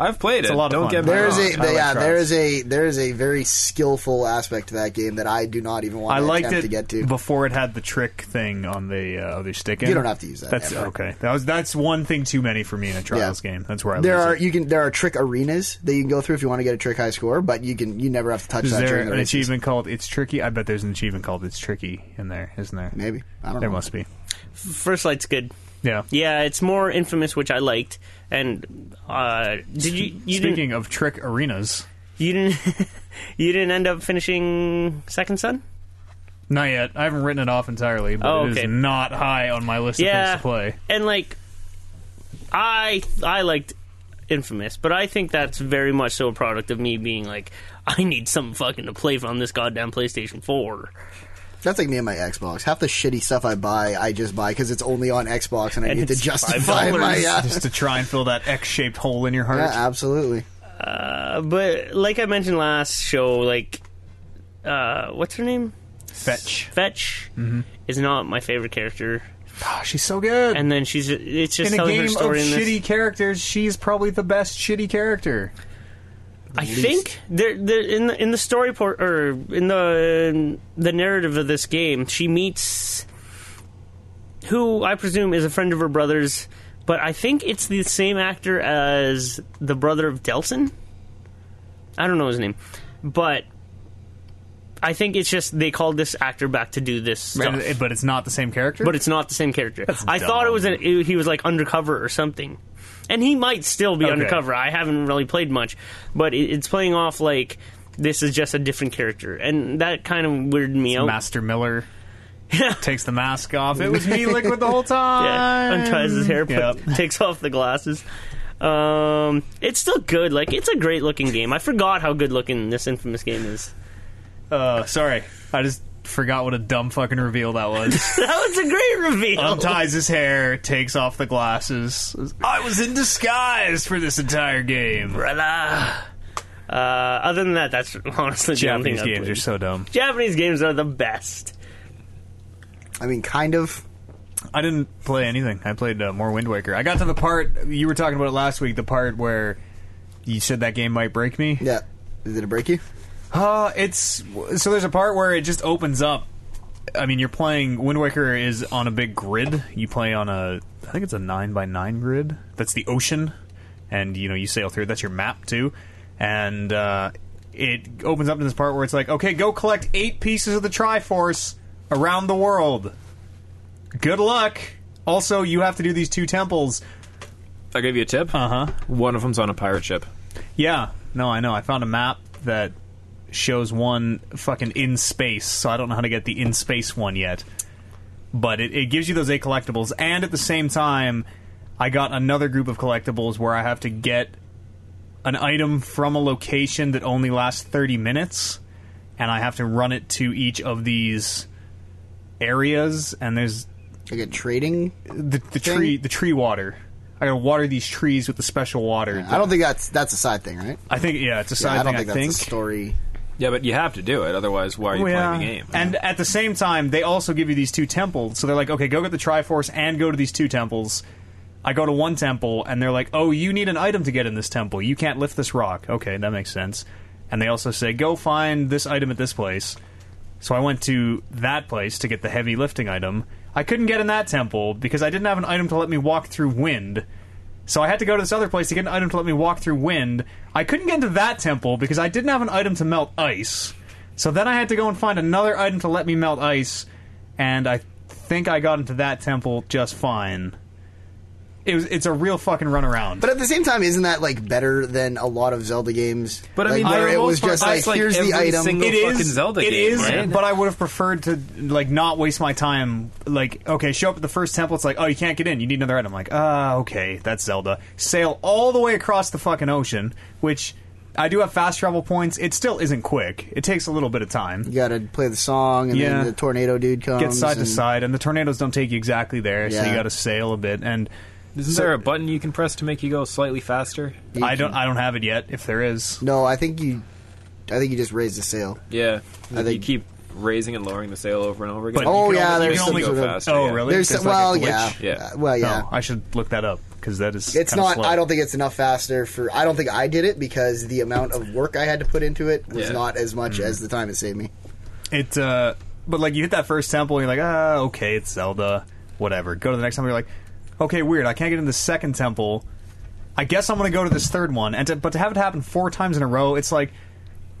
Speaker 1: I've played it.
Speaker 2: a lot of
Speaker 1: Don't
Speaker 2: fun.
Speaker 1: get me
Speaker 3: there is
Speaker 1: wrong.
Speaker 3: a
Speaker 2: I like
Speaker 3: yeah,
Speaker 2: trials.
Speaker 3: there is a there is a very skillful aspect to that game that I do not even want
Speaker 2: I
Speaker 3: to
Speaker 2: liked
Speaker 3: attempt
Speaker 2: it
Speaker 3: to get to.
Speaker 2: before it had the trick thing on the uh, other stick.
Speaker 3: You don't have to use that
Speaker 2: That's
Speaker 3: ever.
Speaker 2: okay. That was that's one thing too many for me in a trials
Speaker 3: Yeah.
Speaker 2: game. That's where I
Speaker 3: there
Speaker 2: lose
Speaker 3: are
Speaker 2: it.
Speaker 3: you can there are trick arenas that you can go through if you want to get a trick high score, but you can you never have to touch
Speaker 2: Is
Speaker 3: that.
Speaker 2: there
Speaker 3: during the
Speaker 2: an
Speaker 3: races.
Speaker 2: achievement called "It's Tricky"? I bet there's an achievement called "It's Tricky" in there, isn't there?
Speaker 3: Maybe I don't
Speaker 2: There
Speaker 3: know.
Speaker 2: must be.
Speaker 5: First Light's good.
Speaker 2: Yeah.
Speaker 5: Yeah, it's more infamous, which I liked. And uh, did you you didn't
Speaker 2: Speaking of trick arenas,
Speaker 5: you didn't you didn't end up finishing Second Son?
Speaker 2: not yet. I haven't written it off entirely, but
Speaker 5: Oh,
Speaker 2: it
Speaker 5: okay.
Speaker 2: is not high on my list
Speaker 5: Yeah.
Speaker 2: of things to play.
Speaker 5: and like I I liked Infamous, but I think that's very much so a product of me being like I need something fucking to play from this goddamn PlayStation 4.
Speaker 3: That's like me and my Xbox. Half the shitty stuff I buy, I just buy because it's only on Xbox, and I
Speaker 5: And
Speaker 3: need to
Speaker 5: it's
Speaker 3: justify
Speaker 5: $5.
Speaker 3: my. Uh,
Speaker 2: Just to try and fill that X-shaped hole in your heart.
Speaker 3: yeah, absolutely.
Speaker 5: Uh, but like I mentioned last show, like uh, what's her name?
Speaker 2: Fetch.
Speaker 5: Fetch
Speaker 2: Mm-hmm.
Speaker 5: is not my favorite character,
Speaker 2: Oh, she's so good.
Speaker 5: and then she's it's just
Speaker 2: in a
Speaker 5: telling
Speaker 2: game
Speaker 5: her
Speaker 2: of
Speaker 5: story in this.
Speaker 2: shitty characters, she's probably the best shitty character.
Speaker 5: I think there, there in the in the story port or in the in the narrative of this game, she meets who I presume is a friend of her brother's, but I think it's the same actor as the brother of Delson. I don't know his name, but I think it's just they called this actor back to do this stuff.
Speaker 2: And- but it's not the same character.
Speaker 5: but it's not the same character. I thought it was an, it- he was like undercover or something, and he might still be
Speaker 2: Okay.
Speaker 5: undercover. I haven't really played much, but it, it's playing off like this is just a different character, and that kind of weirded me out.
Speaker 2: Master Miller takes the mask off. It was me liquid the whole time.
Speaker 5: Yeah, unties his hair,
Speaker 2: Yep.
Speaker 5: put, takes off the glasses. Um, it's still good. Like it's a great looking game. I forgot how good looking this infamous game is.
Speaker 2: Uh, sorry, I just forgot what a dumb fucking reveal that was.
Speaker 5: That was a great reveal.
Speaker 2: Unties his hair, takes off the glasses. I was in disguise for this entire game.
Speaker 5: Brother. Uh, other than that, that's honestly the only
Speaker 2: Japanese
Speaker 5: thing I
Speaker 2: games
Speaker 5: played.
Speaker 2: are so dumb.
Speaker 5: Japanese games are the best.
Speaker 3: I mean, kind of.
Speaker 2: I didn't play anything. I played uh, more Wind Waker. I got to the part you were talking about it last week. The part where you said that game might break me.
Speaker 3: Yeah. Did it break you?
Speaker 2: Uh, it's so there's a part where it just opens up. I mean, you're playing Wind Waker is on a big grid. You play on a, I think it's a nine by nine grid. That's the ocean, and you know you sail through. That's your map too, and uh, it opens up to this part where it's like, okay, go collect eight pieces of the Triforce around the world. Good luck. Also, you have to do these two temples.
Speaker 1: I'll give you a tip.
Speaker 2: Uh huh.
Speaker 1: One of them's on a pirate ship.
Speaker 2: Yeah. No, I know. I found a map that shows one fucking in space, so I don't know how to get the in space one yet. But it, it gives you those eight collectibles, and at the same time, I got another group of collectibles where I have to get an item from a location that only lasts 30 minutes, and I have to run it to each of these areas, and there's
Speaker 3: Like a trading.
Speaker 2: the, the tree the tree water. I gotta water these trees with the special water.
Speaker 3: I don't think that's that's a side thing, right?
Speaker 2: I think yeah, it's a side
Speaker 3: I don't
Speaker 2: thing.
Speaker 3: think
Speaker 2: I
Speaker 3: that's
Speaker 2: think.
Speaker 3: a story.
Speaker 1: Yeah, but you have to do it. Otherwise, why are you playing the game?
Speaker 2: Oh, And at the same time, they also give you these two temples. So they're like, okay, go get the Triforce and go to these two temples. I go to one temple, and they're like, oh, you need an item to get in this temple. You can't lift this rock. Okay, that makes sense. And they also say, go find this item at this place. So I went to that place to get the heavy lifting item. I couldn't get in that temple because I didn't have an item to let me walk through wind. So I had to go to this other place to get an item to let me walk through wind. I couldn't get into that temple because I didn't have an item to melt ice. So then I had to go and find another item to let me melt ice, and I think I got into that temple just fine. It was it's a real fucking runaround.
Speaker 3: But at the same time, isn't that like better than a lot of Zelda games?
Speaker 1: But I
Speaker 3: Like,
Speaker 1: mean,
Speaker 3: where
Speaker 1: for the
Speaker 3: it
Speaker 1: most
Speaker 3: was
Speaker 1: part,
Speaker 3: just
Speaker 1: that's
Speaker 3: like,
Speaker 1: like
Speaker 3: here's the
Speaker 1: every
Speaker 3: item.
Speaker 1: single-
Speaker 2: it is
Speaker 1: fucking Zelda
Speaker 2: it
Speaker 1: game,
Speaker 2: is,
Speaker 1: right?
Speaker 2: but I would have preferred to like not waste my time. Like, okay, show up at the first temple. It's like, oh, you can't get in. You need another item. I'm like, ah, okay, that's Zelda. Sail all the way across the fucking ocean, which I do have fast travel points. It still isn't quick. It takes a little bit of time.
Speaker 3: you gotta play the song, and
Speaker 2: Yeah.
Speaker 3: then the tornado dude comes.
Speaker 2: Get side to
Speaker 3: and-
Speaker 2: side, and the tornadoes don't take you exactly there, so you
Speaker 3: Yeah.
Speaker 2: got to sail a bit. And
Speaker 1: Isn't there a button you can press to make you go slightly faster?
Speaker 3: you
Speaker 2: I don't,
Speaker 3: can-
Speaker 2: I don't have it yet. If there is,
Speaker 3: No, I think you. I think you just raised the sail.
Speaker 1: Yeah,
Speaker 3: I
Speaker 1: you
Speaker 3: think-
Speaker 1: keep raising and lowering the sail over and over again.
Speaker 2: But
Speaker 3: Oh,
Speaker 2: you can
Speaker 3: yeah,
Speaker 2: only, you
Speaker 3: there's
Speaker 2: can
Speaker 3: some
Speaker 2: only
Speaker 3: sort
Speaker 1: go
Speaker 3: of-
Speaker 1: faster.
Speaker 2: Oh,
Speaker 1: yeah.
Speaker 2: really?
Speaker 3: There's,
Speaker 2: There's
Speaker 3: some,
Speaker 2: like a
Speaker 3: well,
Speaker 2: glitch?
Speaker 3: yeah,
Speaker 1: Yeah.
Speaker 3: Uh, well, yeah.
Speaker 2: Oh, I should look that up because that is.
Speaker 3: it's
Speaker 2: kinda
Speaker 3: not.
Speaker 2: Slow.
Speaker 3: I don't think it's enough faster for. I don't think I did it because the amount of work I had to put into it was
Speaker 1: Yeah.
Speaker 3: not as much
Speaker 2: Mm-hmm.
Speaker 3: as the time it saved me.
Speaker 2: It. Uh, but like you hit that first temple, and you're like, ah, okay, it's Zelda, whatever. Go to the next temple, you're like, okay, weird. I can't get into the second temple. I guess I'm gonna go to this third one, and to, but to have it happen four times in a row, it's like,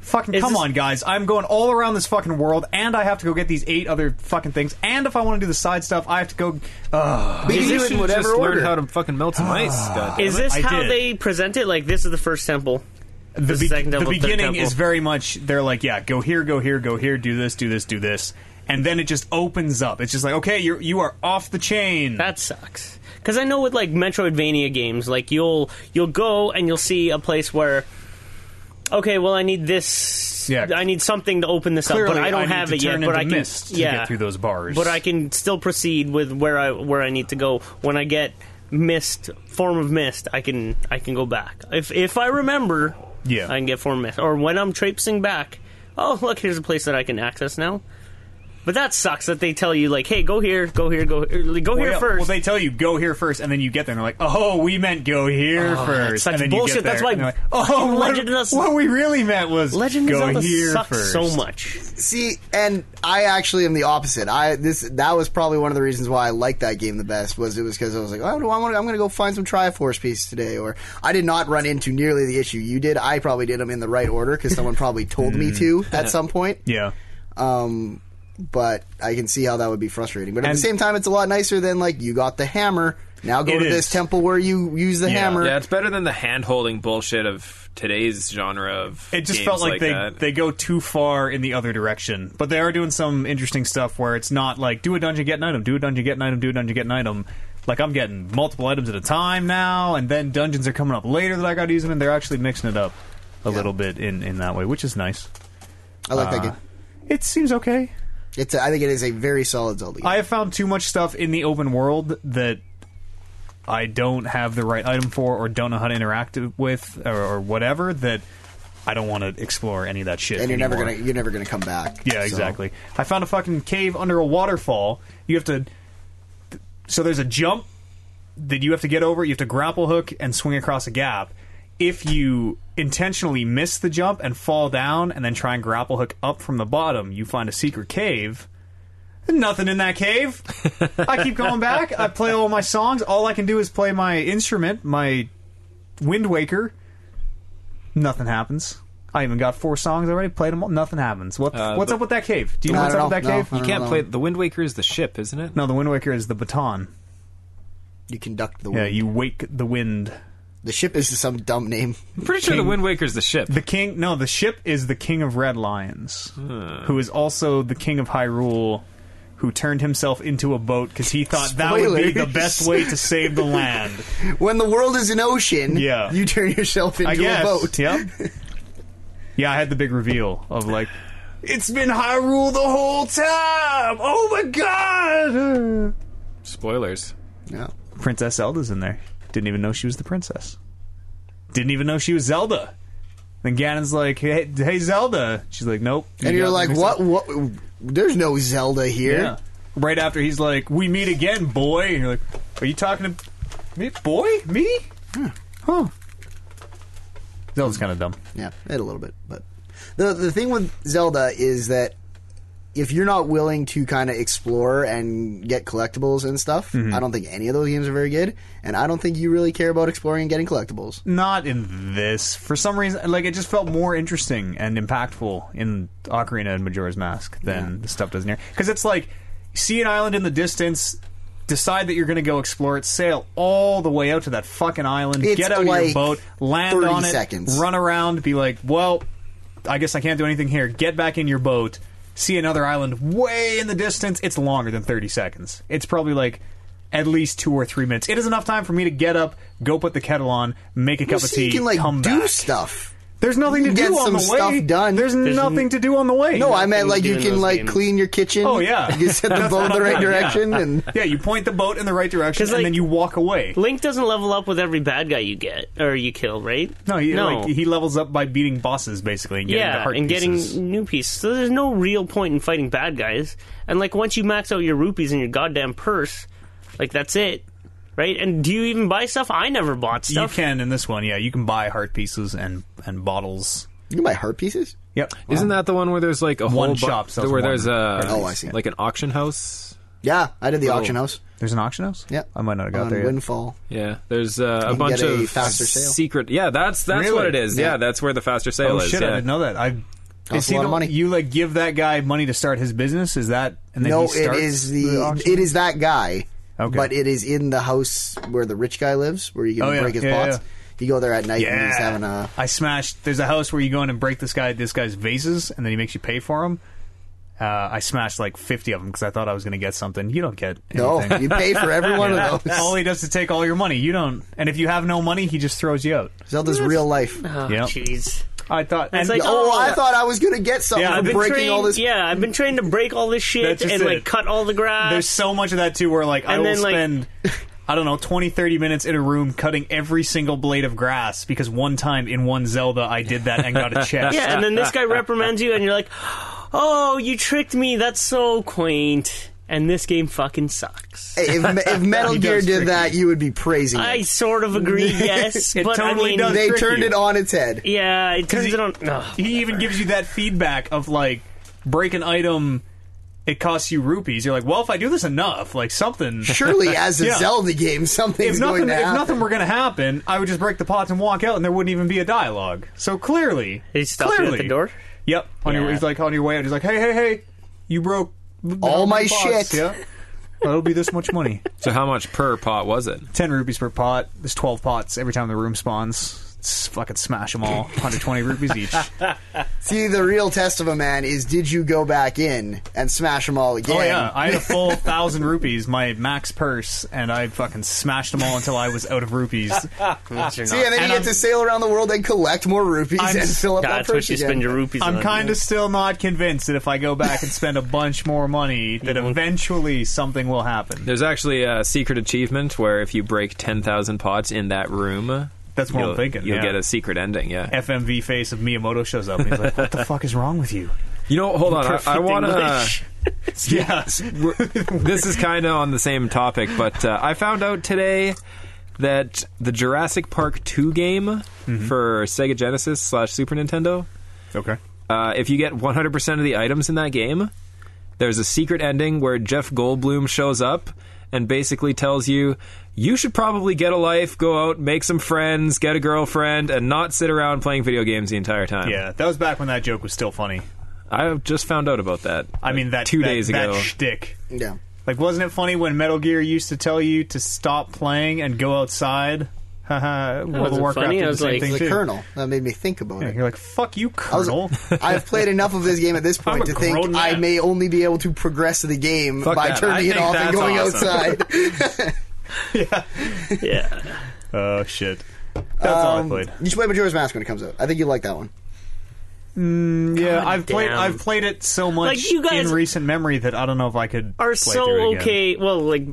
Speaker 2: fucking
Speaker 5: Is
Speaker 2: come
Speaker 5: this-
Speaker 2: on, guys! I'm going all around this fucking world, and I have to go get these eight other fucking things, and if I want to do the side stuff, I have to go. Ugh.
Speaker 1: Maybe
Speaker 5: Is
Speaker 1: you
Speaker 5: this-
Speaker 1: should just
Speaker 3: whatever
Speaker 1: learn
Speaker 3: order? Ah.
Speaker 1: how to fucking melt some ice. goddammit.
Speaker 5: Is this
Speaker 2: I
Speaker 5: how
Speaker 2: did.
Speaker 5: they present it? Like this is the first temple.
Speaker 2: the,
Speaker 5: The
Speaker 2: be-
Speaker 5: second
Speaker 2: the
Speaker 5: temple, third
Speaker 2: beginning
Speaker 5: temple.
Speaker 2: is very much they're like yeah go here go here go here do this do this do this and then it just opens up it's just like okay you're you are off the chain
Speaker 5: That sucks. Because I know with like Metroidvania games, like you'll you'll go and you'll see a place where, okay, well I need this,
Speaker 2: Yeah.
Speaker 5: I need something to open this
Speaker 2: clearly
Speaker 5: up, but I don't
Speaker 2: need
Speaker 5: have
Speaker 2: to
Speaker 5: it
Speaker 2: turn
Speaker 5: yet. But
Speaker 2: into
Speaker 5: I can,
Speaker 2: mist
Speaker 5: yeah,
Speaker 2: to get through those bars
Speaker 5: but I can still proceed with where I where I need to go when I get mist form of mist. I can I can go back if if I remember.
Speaker 2: Yeah.
Speaker 5: I can get form of mist. Or when I'm traipsing back, oh look, here's a place that I can access now. But that sucks that they tell you like, hey, go here, go here, go here, go
Speaker 2: Well,
Speaker 5: here
Speaker 2: yeah,
Speaker 5: first.
Speaker 2: Well, they tell you go here first, and then you get there, and they're like, "Oh, we meant go here first.
Speaker 5: Oh, such
Speaker 2: and then You
Speaker 5: bullshit.
Speaker 2: get there,
Speaker 5: That's why
Speaker 2: and they're like, oh,
Speaker 5: fucking
Speaker 2: what,
Speaker 5: Legend of Zelda-
Speaker 2: what we really meant was
Speaker 5: Legend
Speaker 2: go
Speaker 5: of Zelda
Speaker 2: here
Speaker 5: sucks
Speaker 2: first.
Speaker 5: so much.
Speaker 3: See, and I actually am the opposite. I this that was probably one of the reasons why I liked that game the best was it was because I was like, oh, do I want? I'm going to go find some Triforce pieces today. Or I did not run into nearly the issue you did. I probably did them in the right order because someone probably told me
Speaker 2: Mm.
Speaker 3: to at some point.
Speaker 2: Yeah.
Speaker 3: Um, but I can see how that would be frustrating. But at
Speaker 2: And-
Speaker 3: the same time, it's a lot nicer than like you got the hammer. Now go
Speaker 2: It
Speaker 3: to
Speaker 2: is.
Speaker 3: this temple where you use the
Speaker 2: Yeah.
Speaker 3: hammer.
Speaker 1: Yeah, it's better than the hand holding bullshit of today's genre of.
Speaker 2: It just
Speaker 1: games
Speaker 2: felt like, they
Speaker 1: that.
Speaker 2: they go too far in the other direction. But they are doing some interesting stuff where it's not like do a dungeon get an item, do a dungeon get an item, do a dungeon get an item. Like I'm getting multiple items at a time now, and then dungeons are coming up later that I got to use them, and they're actually mixing it up a little bit in in that way, which is nice.
Speaker 3: I like
Speaker 2: Uh,
Speaker 3: that game.
Speaker 2: It seems okay.
Speaker 3: It's a, I think it is a very solid Zelda. Game.
Speaker 2: I have found too much stuff in the open world that I don't have the right item for, or don't know how to interact with, or, or whatever. That I don't want to explore any of that shit.
Speaker 3: and you're never
Speaker 2: anymore.
Speaker 3: gonna you're never gonna come back.
Speaker 2: Yeah,
Speaker 3: So-
Speaker 2: exactly. I found a fucking cave under a waterfall. You have to. So there's a jump that you have to get over. You have to grapple hook and swing across a gap. If you intentionally miss the jump and fall down and then try and grapple hook up from the bottom, you find a secret cave. Nothing in that cave. I keep going back. I play all my songs. All I can do is play my instrument, my Wind Waker. Nothing happens. I even got four songs already. Played them all. Nothing happens. What,
Speaker 1: Uh,
Speaker 2: what's
Speaker 1: the-
Speaker 2: up with that cave? Do you know
Speaker 3: I
Speaker 2: what's
Speaker 3: don't
Speaker 2: up with that
Speaker 3: know.
Speaker 2: cave?
Speaker 3: No.
Speaker 1: you can't play. The Wind Waker is the ship, isn't it?
Speaker 2: No, the Wind Waker is the baton.
Speaker 3: You conduct the
Speaker 2: Yeah,
Speaker 3: wind.
Speaker 2: you wake the wind.
Speaker 3: The ship is some dumb name.
Speaker 7: I'm pretty sure the Wind Waker's the ship.
Speaker 2: The king, no, the ship is the king of Red Lions,
Speaker 1: Hmm.
Speaker 2: who is also the king of Hyrule, who turned himself into a boat because he thought that would be the
Speaker 3: Spoilers.
Speaker 2: best way to save the land.
Speaker 3: When the world is an ocean,
Speaker 2: Yeah.
Speaker 3: you turn yourself into
Speaker 2: I guess.
Speaker 3: a boat.
Speaker 2: Yep. Yeah, I had the big reveal of like, it's been Hyrule the whole time. Oh my god!
Speaker 7: Spoilers.
Speaker 3: Yeah.
Speaker 2: Princess Zelda's in there. Didn't even know she was the princess. Didn't even know she was Zelda. Then Ganon's like, hey, hey Zelda. She's like, nope.
Speaker 3: And
Speaker 2: You
Speaker 3: you're
Speaker 2: got
Speaker 3: like,
Speaker 2: me
Speaker 3: what? What? There's no Zelda here.
Speaker 2: Yeah. Right after he's like, "We meet again, boy." And you're like, "Are you talking to me, boy? Me?" Huh. That was kind of dumb.
Speaker 3: Yeah, a little bit, but the the thing with Zelda is that if you're not willing to kind of explore and get collectibles and stuff,
Speaker 2: Mm-hmm.
Speaker 3: I don't think any of those games are very good, and I don't think you really care about exploring and getting collectibles.
Speaker 2: Not in this. For some reason, like it just felt more interesting and impactful in Ocarina and Majora's Mask than the stuff does in here. Because it's like see an island in the distance. Decide that you're going to go explore it. Sail all the way out to that fucking island.
Speaker 3: It's
Speaker 2: get out of your
Speaker 3: like
Speaker 2: boat. Land
Speaker 3: 30
Speaker 2: on it.
Speaker 3: seconds.
Speaker 2: Run around. Be like, well, I guess I can't do anything here. Get back in your boat, see another island way in the distance. It's longer than 30 seconds. It's probably like at least two or three minutes. It is enough time for me to get up, go put the kettle on, make a cup of
Speaker 3: so
Speaker 2: tea,
Speaker 3: you can like
Speaker 2: come
Speaker 3: do
Speaker 2: back.
Speaker 3: stuff.
Speaker 2: There's nothing
Speaker 3: you
Speaker 2: to
Speaker 3: can
Speaker 2: do
Speaker 3: get
Speaker 2: on
Speaker 3: some
Speaker 2: the way.
Speaker 3: stuff done.
Speaker 2: There's,
Speaker 3: There's
Speaker 2: nothing to do on the way.
Speaker 3: No, I meant like you
Speaker 5: doing
Speaker 3: can
Speaker 5: those
Speaker 3: like
Speaker 5: games.
Speaker 3: clean your kitchen.
Speaker 2: Oh, yeah.
Speaker 3: you can set the
Speaker 2: That's
Speaker 3: boat
Speaker 2: what
Speaker 3: in the
Speaker 2: I'm
Speaker 3: right
Speaker 2: doing, yeah.
Speaker 3: direction, and
Speaker 2: yeah, you point the boat in the right direction
Speaker 5: 'Cause,
Speaker 2: and
Speaker 5: like-
Speaker 2: then you walk away.
Speaker 5: Link doesn't level up with every bad guy you get or you kill, right?
Speaker 2: No, he,
Speaker 5: no.
Speaker 2: Like, he levels up by beating bosses basically and getting the
Speaker 5: yeah,
Speaker 2: heart
Speaker 5: and
Speaker 2: pieces.
Speaker 5: getting new pieces. So there's no real point in fighting bad guys. And like once you max out your rupees in your goddamn purse, like that's it, right? And do you even buy stuff? I never bought
Speaker 2: you
Speaker 5: stuff.
Speaker 2: can in this one, yeah. You can buy heart pieces and and bottles.
Speaker 3: you can buy heart pieces.
Speaker 2: Yep.
Speaker 1: Isn't that the one where there's like a
Speaker 2: One
Speaker 1: whole
Speaker 2: shop sells
Speaker 1: where
Speaker 2: one.
Speaker 1: there's a
Speaker 3: Oh, I see.
Speaker 1: like an auction house?
Speaker 3: Yeah, I did the auction house.
Speaker 2: There's an auction house?
Speaker 3: Yeah,
Speaker 2: I might not have got
Speaker 3: on
Speaker 2: there. yet.
Speaker 3: Windfall.
Speaker 1: Yeah, there's uh, a
Speaker 3: can
Speaker 1: bunch
Speaker 3: get a
Speaker 1: of
Speaker 3: faster sale.
Speaker 1: secret. Yeah, that's that's
Speaker 2: Really?
Speaker 1: what it is. Yeah.
Speaker 3: Yeah.
Speaker 1: that's where the faster sale
Speaker 2: Oh
Speaker 1: is.
Speaker 2: shit!
Speaker 1: yeah.
Speaker 2: I didn't know that. I
Speaker 3: Costs
Speaker 2: is he
Speaker 3: a lot
Speaker 2: the-
Speaker 3: of money.
Speaker 2: You like give that guy money to start his business? Is that and then
Speaker 3: No,
Speaker 2: he
Speaker 3: it
Speaker 2: starts
Speaker 3: is the,
Speaker 2: the, auction?
Speaker 3: it is that guy.
Speaker 2: Okay.
Speaker 3: But it is in the house where the rich guy lives, where you can
Speaker 2: Oh, yeah,
Speaker 3: break his
Speaker 2: yeah,
Speaker 3: pots.
Speaker 2: yeah.
Speaker 3: You go there at night and
Speaker 2: Yeah,
Speaker 3: he's having a
Speaker 2: I smashed. There's a house where you go in and break this guy this guy's vases, and then he makes you pay for them. Uh, I smashed like 50 of them because I thought I was going to get something. You don't get
Speaker 3: no.
Speaker 2: anything.
Speaker 3: You pay for every one
Speaker 2: Yeah.
Speaker 3: of those.
Speaker 2: all he does is take all your money. You don't, and if you have no money, he just throws you out.
Speaker 3: Zelda's real life.
Speaker 5: Oh,
Speaker 2: Yep.
Speaker 5: jeez.
Speaker 2: I thought, and
Speaker 5: It's like,
Speaker 3: Oh,
Speaker 5: Oh,
Speaker 3: I
Speaker 5: yeah.
Speaker 3: thought I was gonna get something
Speaker 2: Yeah, I've
Speaker 3: for
Speaker 2: been
Speaker 3: breaking
Speaker 5: Trained-
Speaker 3: all this.
Speaker 5: Yeah, I've been trained to break all this shit
Speaker 2: That's just
Speaker 5: and like
Speaker 2: it.
Speaker 5: cut all the grass.
Speaker 2: there's so much of that too where like i
Speaker 5: And
Speaker 2: will
Speaker 5: then, like-
Speaker 2: spend i don't know 20 30 minutes in a room cutting every single blade of grass because one time in one zelda i did that and got a chest
Speaker 5: yeah, and then this guy reprimands you, and you're like, "Oh, you tricked me. That's so quaint." And this game fucking sucks.
Speaker 3: If, if Metal
Speaker 2: He
Speaker 3: Gear
Speaker 2: does
Speaker 3: did
Speaker 2: trick
Speaker 3: that, you would be praising
Speaker 5: I
Speaker 3: it.
Speaker 5: sort of agree, yes,
Speaker 2: It
Speaker 5: but
Speaker 2: totally
Speaker 5: I mean,
Speaker 2: does.
Speaker 3: They
Speaker 2: trick
Speaker 3: turned
Speaker 2: you.
Speaker 3: it on its head.
Speaker 5: yeah, it turns
Speaker 2: he-
Speaker 5: it on. ugh.
Speaker 2: he even gives you that feedback of like break an item it costs you rupees you're like well if i do this enough like something
Speaker 3: Surely, as a
Speaker 2: Yeah.
Speaker 3: Zelda game,
Speaker 2: if
Speaker 3: something's
Speaker 2: nothing,
Speaker 3: going to
Speaker 2: if
Speaker 3: happen.
Speaker 2: nothing were going to happen, I would just break the pots and walk out, and there wouldn't even be a dialogue. So clearly,
Speaker 5: He stopped you at
Speaker 2: clearly,
Speaker 5: the door?
Speaker 2: Yep, on your,
Speaker 5: Yeah.
Speaker 2: he's like on your way out. He's like, hey, hey, hey, you broke
Speaker 3: All my shit.
Speaker 2: Yeah, that'll be this much money.
Speaker 1: So how much per pot was it?
Speaker 2: Ten rupees per pot. There's twelve pots every time the room spawns. S- fucking smash them all. 120 rupees each.
Speaker 3: See, the real test of a man is: did you go back in and smash them all again?
Speaker 2: Oh yeah, I had a full thousand rupees, my max purse, and I fucking smashed them all until I was out of rupees.
Speaker 3: See, and then
Speaker 2: And
Speaker 3: you
Speaker 2: I'm-
Speaker 3: get to sail around the world and collect more rupees
Speaker 2: I'm-
Speaker 3: and fill up that
Speaker 5: That's
Speaker 3: purse
Speaker 5: what you
Speaker 3: again.
Speaker 5: spend your rupees on.
Speaker 2: I'm kind
Speaker 5: yeah.
Speaker 2: of still not convinced that if I go back and spend a bunch more money, that
Speaker 5: won't-
Speaker 2: eventually something will happen.
Speaker 1: There's actually a secret achievement where if you break ten thousand pots in that room,
Speaker 2: That's what
Speaker 1: you'll,
Speaker 2: I'm thinking.
Speaker 1: you'll
Speaker 2: yeah.
Speaker 1: get a secret ending. Yeah.
Speaker 2: FMV face of Miyamoto shows up. And he's like, "What the fuck is wrong with you?"
Speaker 1: You know, hold on. I,
Speaker 5: Perfect
Speaker 1: I want to.
Speaker 5: English.
Speaker 2: Yeah,
Speaker 1: this is kind of on the same topic, but uh, I found out today that the Jurassic Park 2 game
Speaker 2: Mm-hmm.
Speaker 1: for Sega Genesis slash Super Nintendo,
Speaker 2: okay.
Speaker 1: uh, if you get 100% of the items in that game, there's a secret ending where Jeff Goldblum shows up and basically tells you, you should probably get a life, go out, make some friends, get a girlfriend, and not sit around playing video games the entire time.
Speaker 2: Yeah, that was back when that joke was still funny.
Speaker 1: I just found out about that.
Speaker 2: I mean, that
Speaker 1: two
Speaker 2: that-
Speaker 1: days
Speaker 2: that
Speaker 1: ago.
Speaker 2: shtick.
Speaker 3: Yeah.
Speaker 2: Like, wasn't it funny when Metal Gear used to tell you to stop playing and go outside? haha, World of
Speaker 5: wasn't
Speaker 2: Warcraft
Speaker 5: funny.
Speaker 2: did
Speaker 5: I
Speaker 2: the
Speaker 5: was
Speaker 2: same
Speaker 5: like-
Speaker 2: thing
Speaker 3: The
Speaker 2: too.
Speaker 3: colonel. That made me think about
Speaker 2: Yeah,
Speaker 3: it.
Speaker 2: you're like, fuck you,
Speaker 3: was-
Speaker 2: Colonel.
Speaker 3: I've played enough of this game at this
Speaker 5: I'm
Speaker 3: point
Speaker 5: a
Speaker 3: to think
Speaker 5: grown
Speaker 3: I
Speaker 5: man.
Speaker 3: may only be able to progress the game
Speaker 1: Fuck
Speaker 3: by
Speaker 1: that. I
Speaker 3: turning it
Speaker 1: think
Speaker 3: off and
Speaker 1: that's
Speaker 3: going
Speaker 1: awesome.
Speaker 3: outside.
Speaker 5: Yeah.
Speaker 2: oh shit. That's all I
Speaker 3: Um,
Speaker 2: played.
Speaker 3: You should play Majora's Mask when it comes out. I think you like that one.
Speaker 2: Yeah,
Speaker 5: God
Speaker 2: I've played.
Speaker 5: damn.
Speaker 2: I've played it so much
Speaker 5: Like, you guys
Speaker 2: in recent memory that I don't know if I could.
Speaker 5: are
Speaker 2: play through
Speaker 5: so
Speaker 2: it again.
Speaker 5: okay. Well, like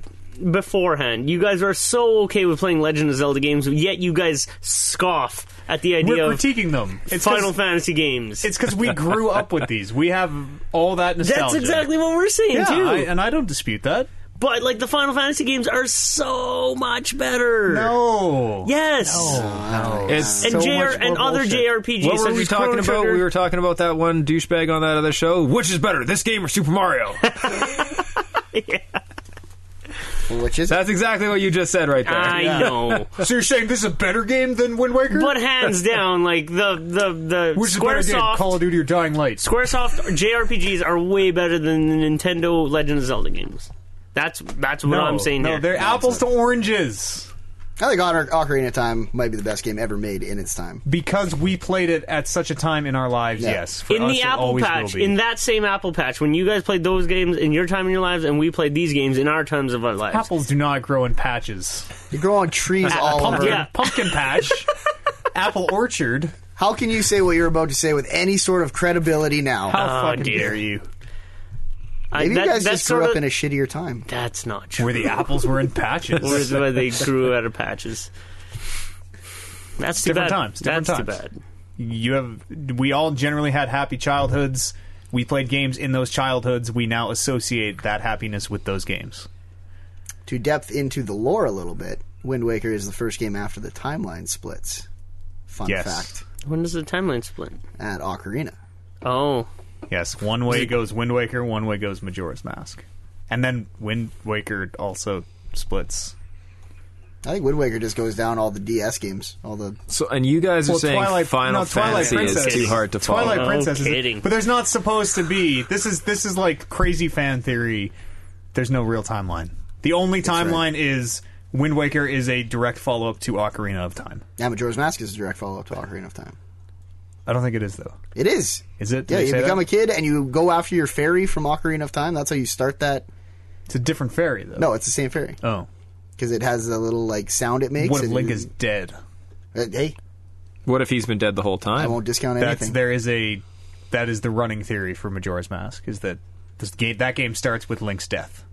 Speaker 5: beforehand, you guys are so okay with playing Legend of Zelda games, yet you guys scoff at the
Speaker 2: We're
Speaker 5: idea of
Speaker 2: critiquing them. It's
Speaker 5: Final
Speaker 2: 'cause-
Speaker 5: Fantasy games.
Speaker 2: It's because we grew up with these. We have all that nostalgia.
Speaker 5: That's exactly what we're saying
Speaker 2: yeah,
Speaker 5: too.
Speaker 2: I, uh, and I don't dispute that.
Speaker 5: but like the Final Fantasy games are so much better.
Speaker 2: No.
Speaker 5: Yes.
Speaker 1: It's
Speaker 2: So
Speaker 5: And JR
Speaker 2: much more
Speaker 5: and other
Speaker 2: bullshit.
Speaker 5: JRPGs.
Speaker 1: what
Speaker 5: such
Speaker 1: were we
Speaker 5: as Chrono
Speaker 1: talking about?
Speaker 5: Trigger.
Speaker 1: We were talking about that one douchebag on that other show. Which is better, this game or Super Mario?
Speaker 3: Which is
Speaker 1: That's exactly what you just said right there.
Speaker 5: I know,
Speaker 2: So you're saying this is a better game than Wind Waker?
Speaker 5: but hands down, like the the the
Speaker 2: Which is a better game,
Speaker 5: SquareSoft
Speaker 2: Call of Duty or Dying Light?
Speaker 5: SquareSoft JRPGs are way better than the Nintendo Legend of Zelda games. That's that's what
Speaker 2: no,
Speaker 5: I'm saying
Speaker 2: no,
Speaker 5: here.
Speaker 2: they're apples to oranges
Speaker 3: I think Ocar- Ocarina of Time might be the best game ever made in its time.
Speaker 2: because we played it at such a time in our lives.
Speaker 3: Yeah.
Speaker 2: Yes, for
Speaker 5: in
Speaker 2: us,
Speaker 5: the
Speaker 2: it
Speaker 5: Apple
Speaker 2: always
Speaker 5: Patch,
Speaker 2: will be.
Speaker 5: in that same Apple Patch, when you guys played those games in your time in your lives, and we played these games in our times of our lives.
Speaker 2: apples do not grow in patches.
Speaker 3: You grow on trees all over.
Speaker 2: Pumpkin,
Speaker 5: Yeah.
Speaker 2: pumpkin patch, apple orchard.
Speaker 3: How can you say what you're about to say with any sort of credibility now?
Speaker 2: How
Speaker 5: Oh,
Speaker 2: fucking
Speaker 5: dear.
Speaker 2: dare you?
Speaker 5: I-
Speaker 3: Maybe
Speaker 5: that-
Speaker 3: you guys
Speaker 5: that's
Speaker 3: just grew
Speaker 5: sorta-
Speaker 3: up in a shittier time.
Speaker 5: That's not true.
Speaker 2: Where the apples were in
Speaker 5: Or
Speaker 2: patches.
Speaker 5: is it where they grew out of patches. That's too
Speaker 2: Different
Speaker 5: bad.
Speaker 2: times, different
Speaker 5: that's
Speaker 2: times.
Speaker 5: too bad.
Speaker 2: you have we all generally had happy childhoods we played games in those childhoods we now associate that happiness with those games
Speaker 3: To depth into the lore a little bit, Wind Waker is the first game after the timeline splits. Fun
Speaker 2: Yes.
Speaker 3: fact
Speaker 5: When does the timeline split?
Speaker 3: at Ocarina.
Speaker 5: Oh,
Speaker 2: yes one way goes wind waker one way goes majora's mask and then wind waker also splits
Speaker 3: I think Wind Waker just goes down all the DS games, all the
Speaker 1: So, and you guys are
Speaker 2: Well,
Speaker 1: saying
Speaker 2: Twilight-
Speaker 1: Final
Speaker 2: no, Twilight
Speaker 1: Fantasy
Speaker 2: Princess.
Speaker 1: is too hard to follow.
Speaker 2: twilight
Speaker 5: No
Speaker 2: princess is-
Speaker 5: kidding.
Speaker 2: but there's not supposed to be this is this is like crazy fan theory there's no real timeline the only timeline is wind waker is a direct follow-up to ocarina of time
Speaker 3: now Majora's Mask is a direct follow up to Ocarina of Time.
Speaker 2: i don't think it is though
Speaker 3: It is.
Speaker 2: Is it? Did
Speaker 3: Yeah,
Speaker 2: they
Speaker 3: you
Speaker 2: say
Speaker 3: become
Speaker 2: that?
Speaker 3: a kid and you go after your fairy from Ocarina of Time. That's how you start that.
Speaker 2: it's a different fairy though
Speaker 3: No, it's the same fairy
Speaker 2: oh
Speaker 3: because it has a little like sound it makes.
Speaker 2: What if
Speaker 3: and
Speaker 2: Link
Speaker 3: you-
Speaker 2: is dead?
Speaker 3: Uh, hey,
Speaker 1: What if he's been dead the whole
Speaker 3: I
Speaker 1: time?
Speaker 3: won't discount
Speaker 2: That's
Speaker 3: anything.
Speaker 2: there is a that is the running theory for Majora's Mask is that this game that game starts with Link's death.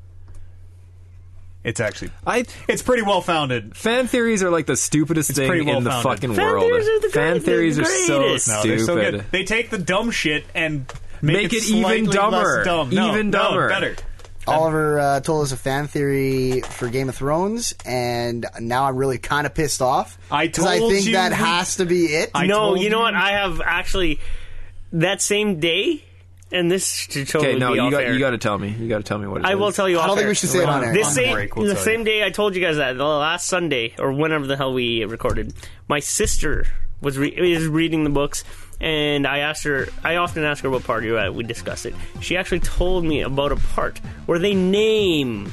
Speaker 2: It's actually
Speaker 1: I
Speaker 2: it's pretty well founded.
Speaker 1: fan theories are like the stupidest thing
Speaker 2: pretty
Speaker 1: in the
Speaker 2: well-founded.
Speaker 1: fucking
Speaker 5: Fan
Speaker 1: world.
Speaker 5: theories are the
Speaker 1: fan
Speaker 5: great-
Speaker 1: theories
Speaker 5: the
Speaker 1: are so
Speaker 5: greatest.
Speaker 2: No,
Speaker 1: stupid.
Speaker 2: they're so good. They take the dumb shit and make,
Speaker 1: Make it
Speaker 2: slightly
Speaker 1: even dumber.
Speaker 2: less dumb. No,
Speaker 1: Even
Speaker 2: no,
Speaker 1: dumber.
Speaker 2: better.
Speaker 3: Oliver uh, told us a fan theory for Game of Thrones, and now I'm really kind of pissed off.
Speaker 2: I
Speaker 3: 'Cause I
Speaker 2: told
Speaker 3: think
Speaker 2: you
Speaker 3: that
Speaker 2: we-
Speaker 3: has to be it.
Speaker 2: I
Speaker 5: no,
Speaker 2: told
Speaker 5: you know what? I have actually that same day, and this should totally
Speaker 1: Okay, no,
Speaker 5: be
Speaker 1: you
Speaker 5: off
Speaker 1: got
Speaker 5: air.
Speaker 1: you got to tell me. You got to tell me what it
Speaker 5: I
Speaker 1: is.
Speaker 5: will tell you.
Speaker 3: I
Speaker 5: off
Speaker 3: don't think
Speaker 5: air.
Speaker 3: we should say it on air.
Speaker 5: This
Speaker 2: On
Speaker 5: same
Speaker 2: break, we'll
Speaker 5: the
Speaker 2: tell
Speaker 5: same
Speaker 2: you.
Speaker 5: day I told you guys that the last Sunday or whenever the hell we recorded, my sister was re- is reading the books, and I asked her. I often ask her what part you're at. We discussed it. She actually told me about a part where they name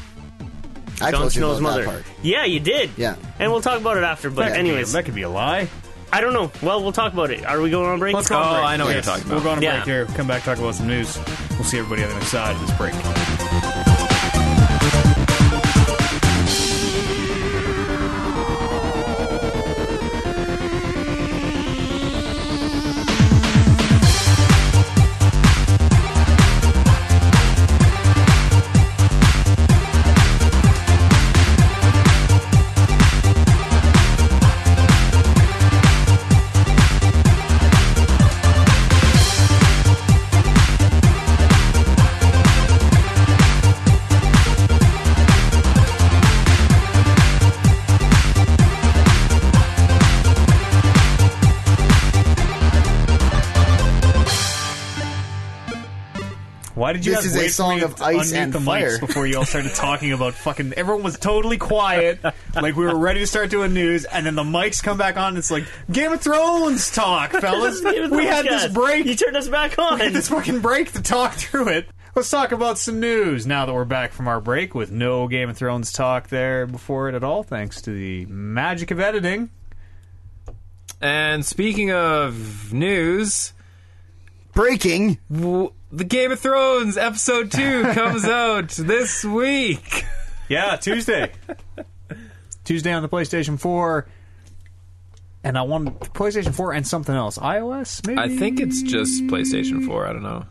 Speaker 3: I
Speaker 5: Jon
Speaker 3: told you
Speaker 5: Snow's
Speaker 3: about
Speaker 5: mother.
Speaker 3: that part.
Speaker 5: Yeah, you did.
Speaker 3: Yeah.
Speaker 5: and we'll talk about it after. But anyways,
Speaker 2: that could be a lie.
Speaker 5: I don't know. Well, we'll talk about it. Are we going on break?
Speaker 2: Let's go.
Speaker 1: Oh,
Speaker 2: on break.
Speaker 1: I know what
Speaker 2: Yes.
Speaker 1: you're talking about.
Speaker 2: We'll go on a
Speaker 5: Yeah.
Speaker 2: break here. Come back, talk about some news. We'll see everybody on the other side of this break. Why did you
Speaker 3: This
Speaker 2: guys
Speaker 3: is a
Speaker 2: wait for me
Speaker 3: song of
Speaker 2: to
Speaker 3: ice
Speaker 2: unmute
Speaker 3: and
Speaker 2: the mics
Speaker 3: fire.
Speaker 2: before you all started talking about fucking? Everyone was totally quiet, like we were ready to start doing news, and then the mics come back on. And it's like Game of Thrones talk, fellas.
Speaker 5: Game of
Speaker 2: we
Speaker 5: Thrones
Speaker 2: had this
Speaker 5: cast.
Speaker 2: break,
Speaker 5: You turned us back on.
Speaker 2: we had this fucking break to talk through it. Let's talk about some news now that we're back from our break with no Game of Thrones talk there before it at all, thanks to the magic of editing.
Speaker 1: And speaking of news,
Speaker 3: Breaking.
Speaker 1: w- the Game of Thrones episode two comes out this week.
Speaker 2: Yeah, Tuesday. Tuesday on the PlayStation 4. And I want PlayStation 4 and something else. iOS, maybe?
Speaker 1: I think it's just PlayStation Four. I don't know.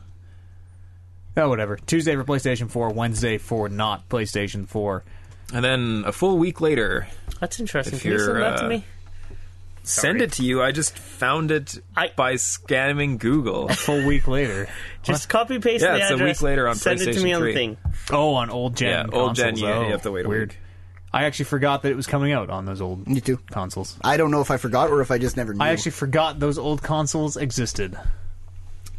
Speaker 2: Oh, whatever. Tuesday for PlayStation 4, Wednesday for not PlayStation 4.
Speaker 1: And then a full week later,
Speaker 5: That's interesting.
Speaker 1: If
Speaker 5: Can you send
Speaker 1: you're,
Speaker 5: that to
Speaker 1: uh,
Speaker 5: me?
Speaker 1: send it to you. I just found it
Speaker 5: I-
Speaker 1: by scamming Google.
Speaker 2: Full week later.
Speaker 5: Just copy paste
Speaker 1: Yeah,
Speaker 5: the
Speaker 1: it's a
Speaker 5: address.
Speaker 1: week later on
Speaker 5: send it to
Speaker 1: PlayStation
Speaker 5: me on the
Speaker 1: 3.
Speaker 5: thing.
Speaker 2: Oh, on old gen.
Speaker 1: Yeah, old gen,
Speaker 2: consoles.
Speaker 1: you-
Speaker 2: Oh,
Speaker 1: you have to wait a
Speaker 2: weird.
Speaker 1: week.
Speaker 2: I actually forgot that it was coming out on those old
Speaker 3: Me too.
Speaker 2: consoles.
Speaker 3: I don't know if I forgot or if I just never knew.
Speaker 2: I actually forgot those old consoles existed.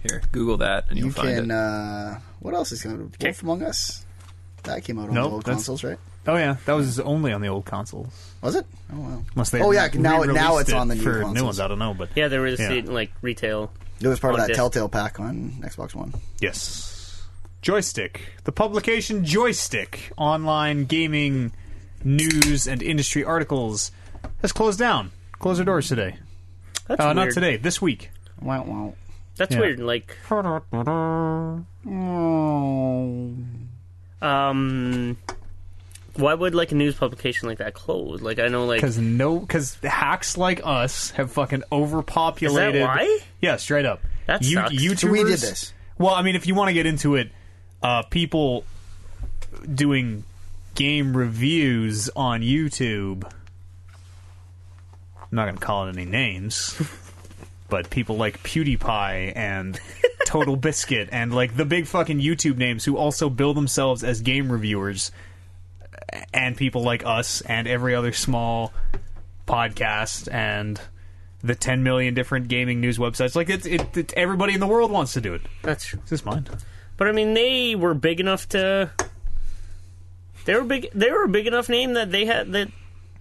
Speaker 1: Here, Google that, and you'll
Speaker 3: you
Speaker 1: find
Speaker 3: can.
Speaker 1: it.
Speaker 3: Uh, what else is coming? Wolf Among Us. That came out on
Speaker 2: Nope,
Speaker 3: the old
Speaker 2: that's-
Speaker 3: consoles, right?
Speaker 2: Oh yeah, that was only on the old consoles.
Speaker 3: Was it? Oh wow.
Speaker 2: Unless they
Speaker 3: oh yeah, now now
Speaker 2: re-released
Speaker 3: it's
Speaker 2: it
Speaker 3: on the new
Speaker 2: for
Speaker 3: consoles.
Speaker 2: new ones. I don't know, but
Speaker 5: Yeah, there was
Speaker 2: Yeah.
Speaker 5: it in, like retail.
Speaker 3: It was part of
Speaker 5: on
Speaker 3: that
Speaker 5: disc.
Speaker 3: Telltale pack on Xbox One.
Speaker 2: Yes. Joystick. The publication Joystick, online gaming news and industry articles, has closed down. Closed their doors today.
Speaker 5: That's
Speaker 2: Uh,
Speaker 5: weird.
Speaker 2: not today, this week.
Speaker 3: Wow, wow.
Speaker 5: That's
Speaker 2: Yeah.
Speaker 5: weird. Like, um, why would like a news publication like that close? Like, I know, like,
Speaker 2: Because no, because hacks like us have fucking overpopulated.
Speaker 5: Is that why?
Speaker 2: Yeah, straight up.
Speaker 5: That
Speaker 2: you,
Speaker 5: sucks.
Speaker 2: YouTubers.
Speaker 3: So we did this.
Speaker 2: Well, I mean, if you want to get into it, uh, people doing game reviews on YouTube. I'm not going to call it any names, but people like PewDiePie and Total Biscuit and like the big fucking YouTube names who also bill themselves as game reviewers, and people like us and every other small podcast and the 10 million different gaming news websites. Like it's it, it everybody in the world wants to do it.
Speaker 5: that's true.
Speaker 2: Is this mine?
Speaker 5: But I mean, they were big enough to. They were big. They were a big enough name that they had that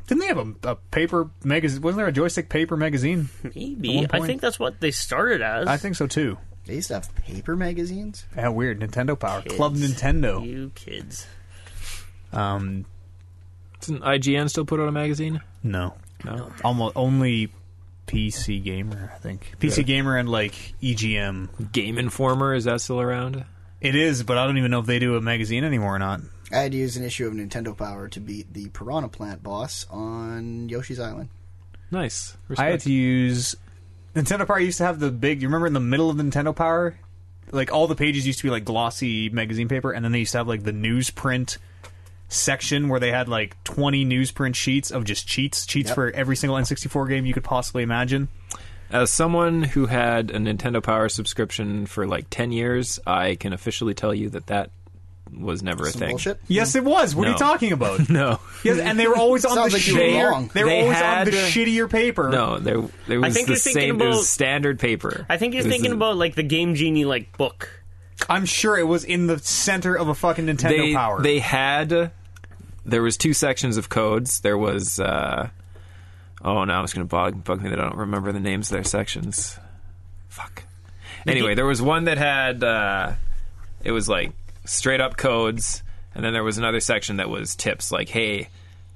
Speaker 2: Didn't they have a, a paper magazine? Wasn't there a joystick paper magazine?
Speaker 5: maybe.
Speaker 2: At one
Speaker 5: I think
Speaker 2: point-
Speaker 5: that's what they started as.
Speaker 2: I think so too.
Speaker 3: They used to have paper magazines.
Speaker 2: Yeah, weird. Nintendo Power
Speaker 5: Kids.
Speaker 2: Club Nintendo.
Speaker 5: you kids.
Speaker 2: Um,
Speaker 1: Doesn't IGN still put out a magazine?
Speaker 2: no,
Speaker 1: No.
Speaker 2: almost only PC Gamer. I think PC Gamer and like EGM.
Speaker 1: Game Informer is that still around?
Speaker 2: It is, but I don't even know if they do a magazine anymore or not.
Speaker 3: I had to use an issue of Nintendo Power to beat the Piranha Plant boss on Yoshi's Island.
Speaker 1: Nice.
Speaker 2: I had to use Nintendo Power used to have the big. You remember in the middle of Nintendo Power, like all the pages used to be like glossy magazine paper, and then they used to have like the newsprint section where they had like twenty newsprint sheets of just cheats, cheats
Speaker 3: Yep.
Speaker 2: for every single N64 game you could possibly imagine.
Speaker 1: As someone who had a Nintendo Power subscription for like 10 years, I can officially tell you that that was never a
Speaker 3: Some
Speaker 1: thing.
Speaker 3: bullshit.
Speaker 2: Yes, it was. What are you
Speaker 1: No.
Speaker 2: talking about?
Speaker 1: No.
Speaker 2: Yes, and they were always on
Speaker 3: Sounds
Speaker 2: the
Speaker 3: like you were
Speaker 2: shittier.
Speaker 3: wrong.
Speaker 2: They were
Speaker 1: They
Speaker 2: always
Speaker 1: had-
Speaker 2: on the shittier paper.
Speaker 1: No, there, there was
Speaker 5: think
Speaker 1: the
Speaker 5: you're thinking
Speaker 1: same. There
Speaker 5: about-
Speaker 1: was standard paper.
Speaker 5: I think you're
Speaker 1: It was
Speaker 5: thinking
Speaker 1: the-
Speaker 5: about like the Game Genie like book.
Speaker 2: I'm sure it was in the center of a fucking Nintendo
Speaker 1: they,
Speaker 2: Power.
Speaker 1: They had there was two sections of codes. There was uh, oh now it's going to bug bug me that I don't remember the names of their sections. Fuck. Anyway, there was one that had uh, it was like straight up codes, and then there was another section that was tips like, hey,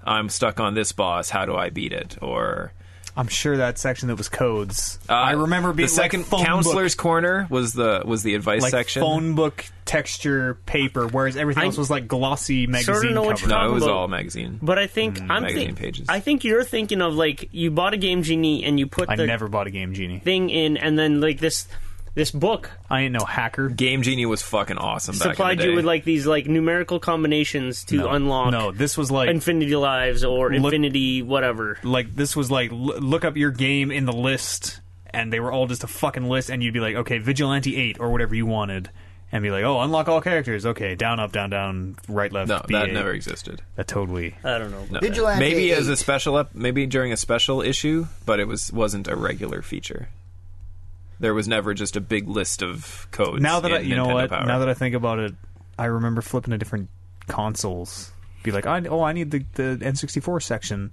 Speaker 1: I'm stuck on this boss. How do I beat it? Or
Speaker 2: I'm sure that section that was codes.
Speaker 1: uh,
Speaker 2: I remember being
Speaker 1: the second
Speaker 2: like, phone book.
Speaker 1: counselor's corner was the was the advice
Speaker 2: like
Speaker 1: section.
Speaker 2: phone book texture paper, whereas everything
Speaker 5: I
Speaker 2: else was like glossy magazine
Speaker 5: know what
Speaker 2: cover.
Speaker 5: you're
Speaker 1: no, it was
Speaker 5: Combo.
Speaker 1: all magazine.
Speaker 5: But I think I'm
Speaker 1: Mm, magazine
Speaker 5: think-
Speaker 1: pages.
Speaker 5: I think you're thinking of like you bought a Game Genie and you put
Speaker 2: I
Speaker 5: the
Speaker 2: never bought a Game Genie.
Speaker 5: thing in, and then like this this book
Speaker 2: I ain't no hacker.
Speaker 1: Game Genie was fucking awesome. back in the
Speaker 5: supplied you
Speaker 1: day.
Speaker 5: with like these like numerical combinations to
Speaker 2: No.
Speaker 5: unlock
Speaker 2: No, this was like
Speaker 5: infinity lives or
Speaker 2: Look-
Speaker 5: infinity whatever.
Speaker 2: like this was like l- look up your game in the list, and they were all just a fucking list, and you'd be like, okay, Vigilante Eight or whatever you wanted, and be like, oh, unlock all characters. Okay, down, up, down, down, right, left.
Speaker 1: No, that
Speaker 2: B8.
Speaker 1: never existed.
Speaker 2: That totally.
Speaker 5: I don't know.
Speaker 1: No.
Speaker 3: Vigilante
Speaker 1: maybe as a
Speaker 3: eight.
Speaker 1: special up, maybe during a special issue, but it was wasn't a regular feature. There was never just a big list of codes.
Speaker 2: Now that
Speaker 1: in
Speaker 2: I, you know
Speaker 1: Nintendo
Speaker 2: what,
Speaker 1: Power.
Speaker 2: now that I think about it, I remember flipping to different consoles. Be like, I, oh, I need the, the N64 section.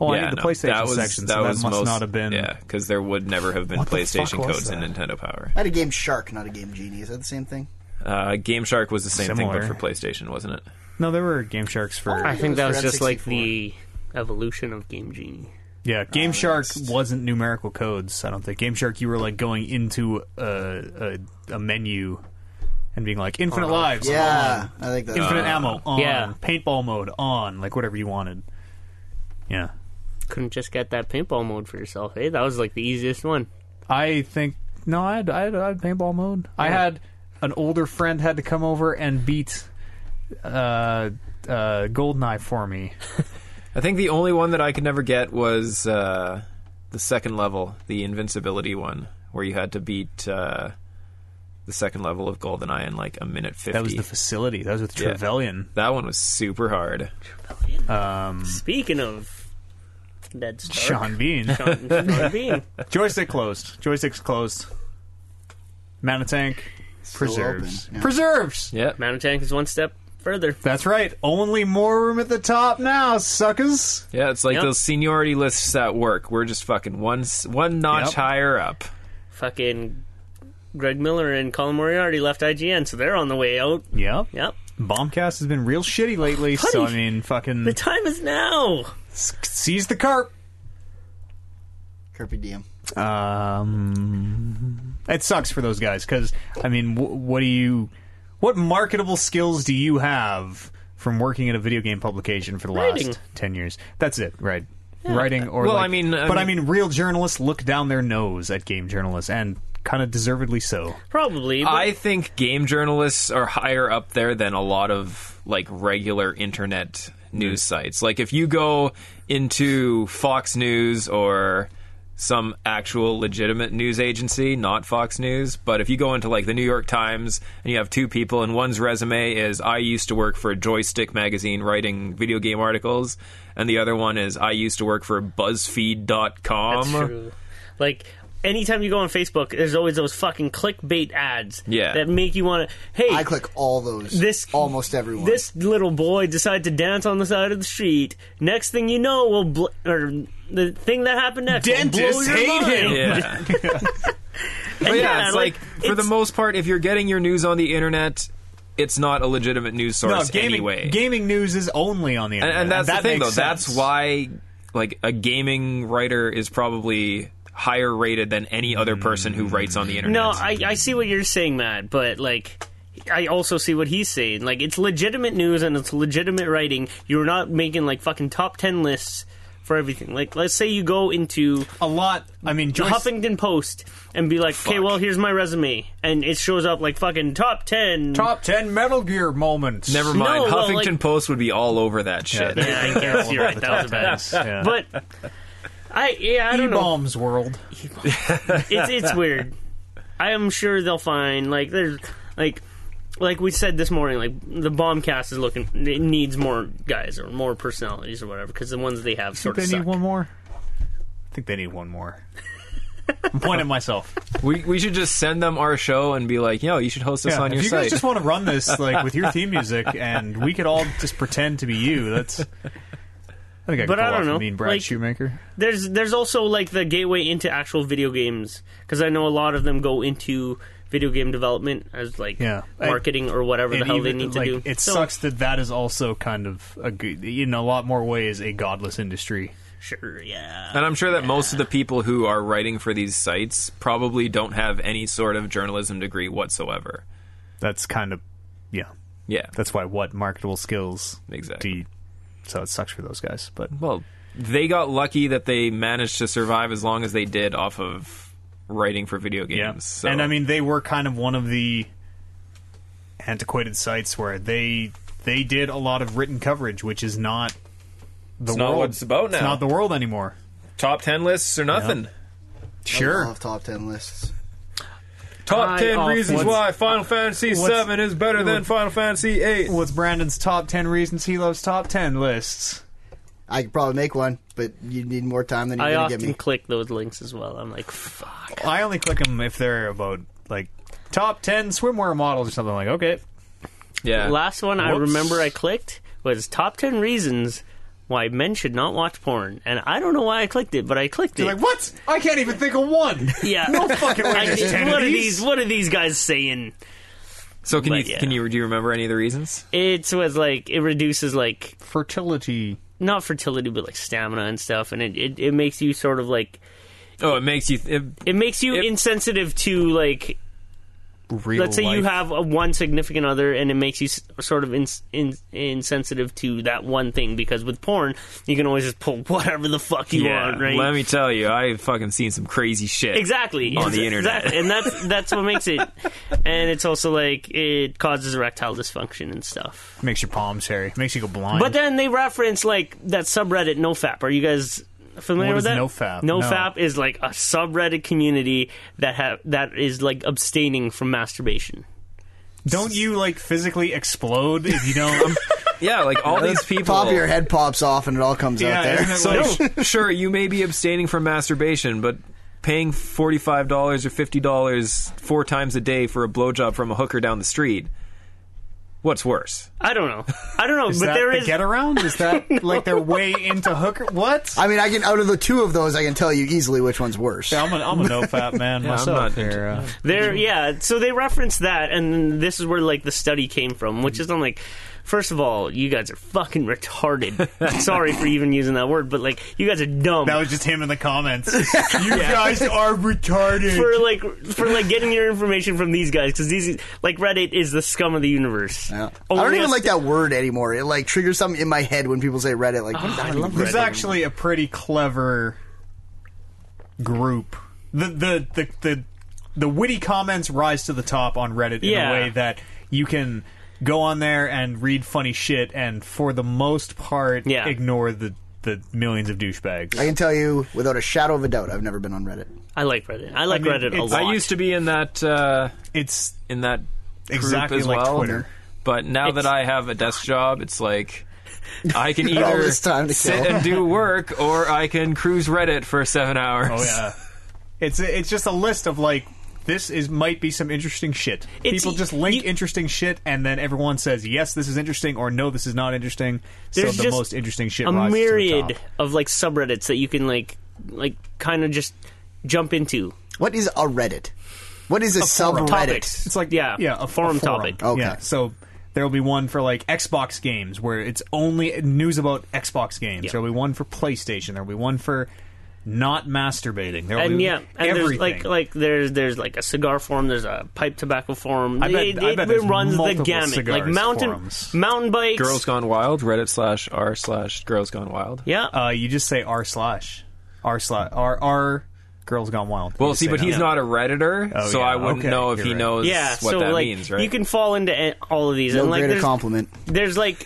Speaker 2: Oh, I
Speaker 1: yeah,
Speaker 2: need the
Speaker 1: no,
Speaker 2: PlayStation
Speaker 1: that was,
Speaker 2: section.
Speaker 1: That
Speaker 2: so
Speaker 1: was
Speaker 2: that must
Speaker 1: most,
Speaker 2: not have been.
Speaker 1: Yeah, because there would never have been
Speaker 2: What the fuck
Speaker 1: PlayStation
Speaker 2: was
Speaker 1: codes in
Speaker 2: that?
Speaker 1: Nintendo Power.
Speaker 3: I had a game Shark, not a game Genie. Is that the same thing?
Speaker 1: Uh, Game Shark was the same
Speaker 2: Similar.
Speaker 1: thing, but for PlayStation, wasn't it?
Speaker 5: Oh
Speaker 2: No, there were Game Sharks for.
Speaker 5: I think that was
Speaker 3: For
Speaker 5: just like
Speaker 3: N64.
Speaker 5: the evolution of Game Genie.
Speaker 2: Yeah, Game Shark wasn't numerical codes. I don't think Game Shark. You were like going into a a, a menu and being like infinite lives.
Speaker 3: Yeah, I think that's
Speaker 2: Infinite
Speaker 1: Uh,
Speaker 2: ammo on.
Speaker 5: Yeah.
Speaker 2: Paintball mode on. Like whatever you wanted. Yeah.
Speaker 5: Couldn't just get that paintball mode for yourself. Hey, that was like the easiest one.
Speaker 2: I think no, I had I had, I had paintball mode. I had an older friend had to come over and beat uh, uh, Goldeneye for me.
Speaker 1: I think the only one that I could never get was uh, the second level, the invincibility one, where you had to beat uh, the second level of Goldeneye in like a minute fifty.
Speaker 2: That was the facility. That was with
Speaker 1: Yeah.
Speaker 2: Trevelyan.
Speaker 1: That one was super hard.
Speaker 2: Mm.
Speaker 5: Speaking of Ned Stark,
Speaker 2: Sean Bean.
Speaker 5: Sean, Sean Bean.
Speaker 2: Joystick closed. Joystick's closed. Mountain tank preserves.
Speaker 3: open, yeah.
Speaker 2: Preserves.
Speaker 1: Yeah,
Speaker 5: Mountain Tank is one step further.
Speaker 2: That's right. Only more room at the top now, suckers.
Speaker 1: yeah. It's like
Speaker 5: Yep.
Speaker 1: those seniority lists at work. We're just fucking one s- one notch
Speaker 2: Yep.
Speaker 1: higher up.
Speaker 5: Fucking Greg Miller and Colin Moriarty left IGN, so they're on the way out.
Speaker 2: Yep.
Speaker 5: Yep.
Speaker 2: Bombcast has been real shitty lately. so I
Speaker 5: Honey.
Speaker 2: mean, fucking
Speaker 5: The time is now.
Speaker 2: seize the carp.
Speaker 3: Carpe diem.
Speaker 2: Um, it sucks for those guys because I mean, wh- what do you, what marketable skills do you have from working at a video game publication for the
Speaker 5: Writing.
Speaker 2: last ten years? That's it, right? Writing or
Speaker 1: Well,
Speaker 2: like-
Speaker 1: I mean- I
Speaker 2: but I
Speaker 1: mean-
Speaker 2: mean, real journalists look down their nose at game journalists and kind of deservedly so.
Speaker 5: Probably. but-
Speaker 1: I think game journalists are higher up there than a lot of like regular internet news
Speaker 5: Mm-hmm.
Speaker 1: sites. Like if you go into Fox News or some actual legitimate news agency, not Fox News, but if you go into like the New York Times and you have two people and one's resume is I used to work for Joystick magazine writing video game articles and the other one is I used to work for buzzfeed.com.
Speaker 5: That's true. Like anytime you go on Facebook, there's always those fucking clickbait ads.
Speaker 1: Yeah.
Speaker 5: That make you want to. Hey,
Speaker 3: I click all those.
Speaker 5: This-
Speaker 3: almost everyone.
Speaker 5: this little boy decided to dance on the side of the street. Next thing you know, will bl- or the thing that happened next. will blow
Speaker 2: Dentists
Speaker 5: your
Speaker 2: hate him.
Speaker 5: mind.
Speaker 1: Yeah.
Speaker 5: And
Speaker 1: But yeah, it's like, for
Speaker 5: it's-
Speaker 1: the most part, if you're getting your news on the internet, it's not a legitimate news source
Speaker 2: No, gaming
Speaker 1: anyway.
Speaker 2: gaming news is only on the
Speaker 1: and,
Speaker 2: internet,
Speaker 1: and that's
Speaker 2: that
Speaker 1: the thing, though.
Speaker 2: makes
Speaker 1: That's
Speaker 2: sense.
Speaker 1: why, like, a gaming writer is probably higher rated than any other person who writes
Speaker 2: Mm.
Speaker 1: on the internet.
Speaker 5: No, I, I see what you're saying, Matt, but like. I also see what he's saying. Like, it's legitimate news and it's legitimate writing. You're not making, like, fucking top 10 lists for everything. Like, let's say you go into
Speaker 2: a lot. I mean,
Speaker 5: the
Speaker 2: Joyce,
Speaker 5: Huffington Post and be like, okay, well, here's my resume. And it shows up like fucking top 10.
Speaker 2: top ten Metal Gear moments.
Speaker 1: Never mind.
Speaker 5: No, well,
Speaker 1: Huffington
Speaker 5: like-
Speaker 1: Post would be all over that
Speaker 2: Yeah,
Speaker 1: shit.
Speaker 5: Yeah, I guess you're right. That was bad.
Speaker 2: yeah.
Speaker 5: But I, yeah, I don't know.
Speaker 2: E-bombs world.
Speaker 5: It's, it's weird. I am sure they'll find, like, there's, like, like we said this morning, like the bomb cast is looking it needs more guys or more personalities or whatever because the ones they have sort of
Speaker 2: they
Speaker 5: suck.
Speaker 2: need one more. I think they need one more. I'm pointing at myself.
Speaker 1: We, we should just send them our show and be like, yo, you should host this
Speaker 2: Yeah,
Speaker 1: on your
Speaker 2: if you
Speaker 1: site.
Speaker 2: guys just want to run this like with your theme music, and we could all just pretend to be you. That's. I think I could
Speaker 5: But
Speaker 2: pull
Speaker 5: I don't
Speaker 2: off a
Speaker 5: know,
Speaker 2: mean Brad
Speaker 5: like-
Speaker 2: Shoemaker.
Speaker 5: there's there's also like the gateway into actual video games because I know a lot of them go into video game development as like
Speaker 2: Yeah.
Speaker 5: marketing or whatever the
Speaker 2: And
Speaker 5: hell
Speaker 2: even,
Speaker 5: they need
Speaker 2: like,
Speaker 5: to do.
Speaker 2: It
Speaker 5: So,
Speaker 2: sucks that that is also kind of a good, in a lot more ways a godless industry.
Speaker 5: Sure, yeah.
Speaker 3: Uh,
Speaker 1: And I'm sure that most of the people who are writing for these sites probably don't have any sort of journalism degree whatsoever.
Speaker 2: That's kind of yeah.
Speaker 1: Yeah.
Speaker 2: That's why what marketable skills
Speaker 1: Exactly.
Speaker 2: do you- so it sucks for those guys, but
Speaker 1: Well, they got lucky that they managed to survive as long as they did off of writing for video games. So.
Speaker 2: And I mean, they were kind of one of the antiquated sites where they they did a lot of written coverage, which is not the
Speaker 1: It's not
Speaker 2: world.
Speaker 1: what it's about
Speaker 2: It's
Speaker 1: now.
Speaker 2: not the world anymore.
Speaker 1: top ten lists or nothing.
Speaker 3: I
Speaker 2: Sure.
Speaker 3: love top ten lists.
Speaker 1: Top
Speaker 5: High
Speaker 1: ten
Speaker 5: off
Speaker 1: reasons
Speaker 2: what's-
Speaker 1: why Final Fantasy
Speaker 2: what's-
Speaker 1: VII is better than Final Fantasy VIII.
Speaker 2: What's Brandon's top ten reasons he loves top ten lists?
Speaker 3: I could probably make one, but you need more time than you're
Speaker 5: I
Speaker 3: gonna give
Speaker 5: often
Speaker 3: me.
Speaker 5: click those links as well. I'm like, fuck.
Speaker 2: I only click them if they're about like top ten swimwear models or something. Like okay,
Speaker 1: yeah,
Speaker 5: Last one I
Speaker 2: Whoops.
Speaker 5: remember I clicked was top ten reasons why men should not watch porn, and I don't know why I clicked it, but I clicked
Speaker 2: you're
Speaker 5: it.
Speaker 2: like what? I can't even think of one.
Speaker 5: Yeah.
Speaker 2: no fucking way.
Speaker 5: I
Speaker 2: there's
Speaker 5: mean,
Speaker 2: 10 of
Speaker 5: what are
Speaker 2: these.
Speaker 5: these? What are these guys saying?
Speaker 1: So can you
Speaker 5: But, yeah.
Speaker 1: can you do you remember any of the reasons?
Speaker 5: It's was like it reduces like
Speaker 2: Fertility.
Speaker 5: not fertility, but like stamina and stuff, and it, it, it makes you sort of like
Speaker 1: Oh, it makes you. Th- it,
Speaker 5: it makes you
Speaker 1: It-
Speaker 5: insensitive to like
Speaker 2: Real
Speaker 5: let's say you
Speaker 2: life.
Speaker 5: have a one significant other and it makes you s- sort of ins in, insensitive to that one thing because with porn you can always just pull whatever the fuck you
Speaker 1: yeah,
Speaker 5: want right
Speaker 1: let me tell you, I've fucking seen some crazy shit.
Speaker 5: exactly
Speaker 1: On the
Speaker 5: Ex-
Speaker 1: internet.
Speaker 5: exactly. and that's that's what makes it and it's also like it causes erectile dysfunction and stuff
Speaker 2: makes your palms hairy, makes you go blind.
Speaker 5: but then they reference like that subreddit nofap are you guys familiar
Speaker 2: What is
Speaker 5: with that
Speaker 2: nofap? No.
Speaker 5: nofap is like a subreddit community that have that is like abstaining from masturbation
Speaker 2: don't you like physically explode if you don't?
Speaker 1: Yeah, like all these people.
Speaker 3: Top of your head pops off and it all comes
Speaker 2: yeah,
Speaker 3: out there.
Speaker 2: isn't it
Speaker 1: So
Speaker 2: like-
Speaker 1: sure, you may be abstaining from masturbation, but paying forty five dollars or fifty dollars four times a day for a blowjob from a hooker down the street. What's worse?
Speaker 5: I don't know. I don't know,
Speaker 2: is
Speaker 5: but
Speaker 2: that
Speaker 5: there
Speaker 2: the
Speaker 5: is
Speaker 2: get around? Is that like their way into hooker? What?
Speaker 3: I mean, I can out of the two of those, I can tell you easily which one's worse.
Speaker 2: I'm a, I'm a no fat man myself.
Speaker 1: not
Speaker 2: here. uh,
Speaker 5: there. Yeah, so they reference that, and this is where like the study came from, which is I'm like, first of all, you guys are fucking retarded. Sorry for even using that word, but like, you guys are dumb.
Speaker 2: that was just him in the comments. you guys are retarded.
Speaker 5: for like for like getting your information from these guys because these like Reddit is the scum of the universe.
Speaker 3: Yeah. I
Speaker 5: Only
Speaker 3: don't even
Speaker 5: us-
Speaker 3: like that word anymore. It like triggers something in my head when people say Reddit. Like, what is that?
Speaker 5: Oh, I love
Speaker 2: There's
Speaker 5: Reddit.
Speaker 2: actually a pretty clever group. The the the the, the witty comments rise to the top on Reddit in
Speaker 5: Yeah.
Speaker 2: a way that you can go on there and read funny shit and for the most part
Speaker 5: Yeah.
Speaker 2: ignore the the millions of douchebags.
Speaker 3: I can tell you without a shadow of a doubt, I've never been on Reddit.
Speaker 5: I like Reddit. I like
Speaker 2: mean,
Speaker 5: Reddit a
Speaker 2: it's-
Speaker 5: lot.
Speaker 2: I
Speaker 1: I used to be in that uh,
Speaker 2: It's
Speaker 1: in that
Speaker 2: Exactly
Speaker 1: group as
Speaker 2: like
Speaker 1: well,
Speaker 2: Twitter.
Speaker 1: but now that
Speaker 5: It's-
Speaker 1: I have a desk job, it's like I can
Speaker 3: All
Speaker 1: either
Speaker 3: this time to
Speaker 1: sit
Speaker 3: kill.
Speaker 1: and do work or I can cruise Reddit for seven hours.
Speaker 2: oh yeah. it's a, it's just a list of like this is might be some interesting shit.
Speaker 5: It's- e-
Speaker 2: People just link
Speaker 5: you-
Speaker 2: interesting shit, and then everyone says yes, this is interesting, or no, this is not interesting. So
Speaker 5: There's
Speaker 2: the
Speaker 5: just
Speaker 2: most interesting shit.
Speaker 5: a
Speaker 2: rises to the
Speaker 5: myriad
Speaker 2: top.
Speaker 5: of like subreddits that you can like like kind of just jump into.
Speaker 3: What is a Reddit? What is a, subreddit?
Speaker 5: Topics.
Speaker 2: It's like
Speaker 5: yeah,
Speaker 2: yeah, a
Speaker 5: a forum,
Speaker 2: a
Speaker 5: topic.
Speaker 3: Okay.
Speaker 2: Yeah, so there will be one for like Xbox games where it's only news about Xbox games.
Speaker 5: Yeah.
Speaker 2: There will be one for PlayStation. There will be one for not masturbating. There will
Speaker 5: and
Speaker 2: be
Speaker 5: yeah, and
Speaker 2: everything.
Speaker 5: there's like like there's there's like a cigar form, there's a pipe tobacco form.
Speaker 2: I bet-
Speaker 5: it,
Speaker 2: I
Speaker 5: it
Speaker 2: bet there's
Speaker 5: runs the
Speaker 2: multiple
Speaker 5: gamut, like
Speaker 2: cigars
Speaker 5: mountain
Speaker 2: forums.
Speaker 5: mountain bikes.
Speaker 1: Girls Gone Wild, Reddit slash r slash Girls Gone Wild.
Speaker 5: yeah,
Speaker 2: uh, you just say r slash r slash r r girls gone wild. You
Speaker 1: Well,
Speaker 2: just
Speaker 1: see,
Speaker 2: say
Speaker 1: but
Speaker 2: that.
Speaker 1: he's not a redditor,
Speaker 2: Oh,
Speaker 1: so
Speaker 2: yeah,
Speaker 1: I wouldn't
Speaker 2: okay,
Speaker 1: know if
Speaker 2: you're
Speaker 1: he
Speaker 2: right.
Speaker 1: knows
Speaker 5: yeah.
Speaker 1: what
Speaker 5: so
Speaker 1: that
Speaker 5: like
Speaker 1: means, right?
Speaker 5: you can fall into a- all of these.
Speaker 3: No
Speaker 5: and like
Speaker 3: greater
Speaker 5: there's,
Speaker 3: compliment.
Speaker 5: there's like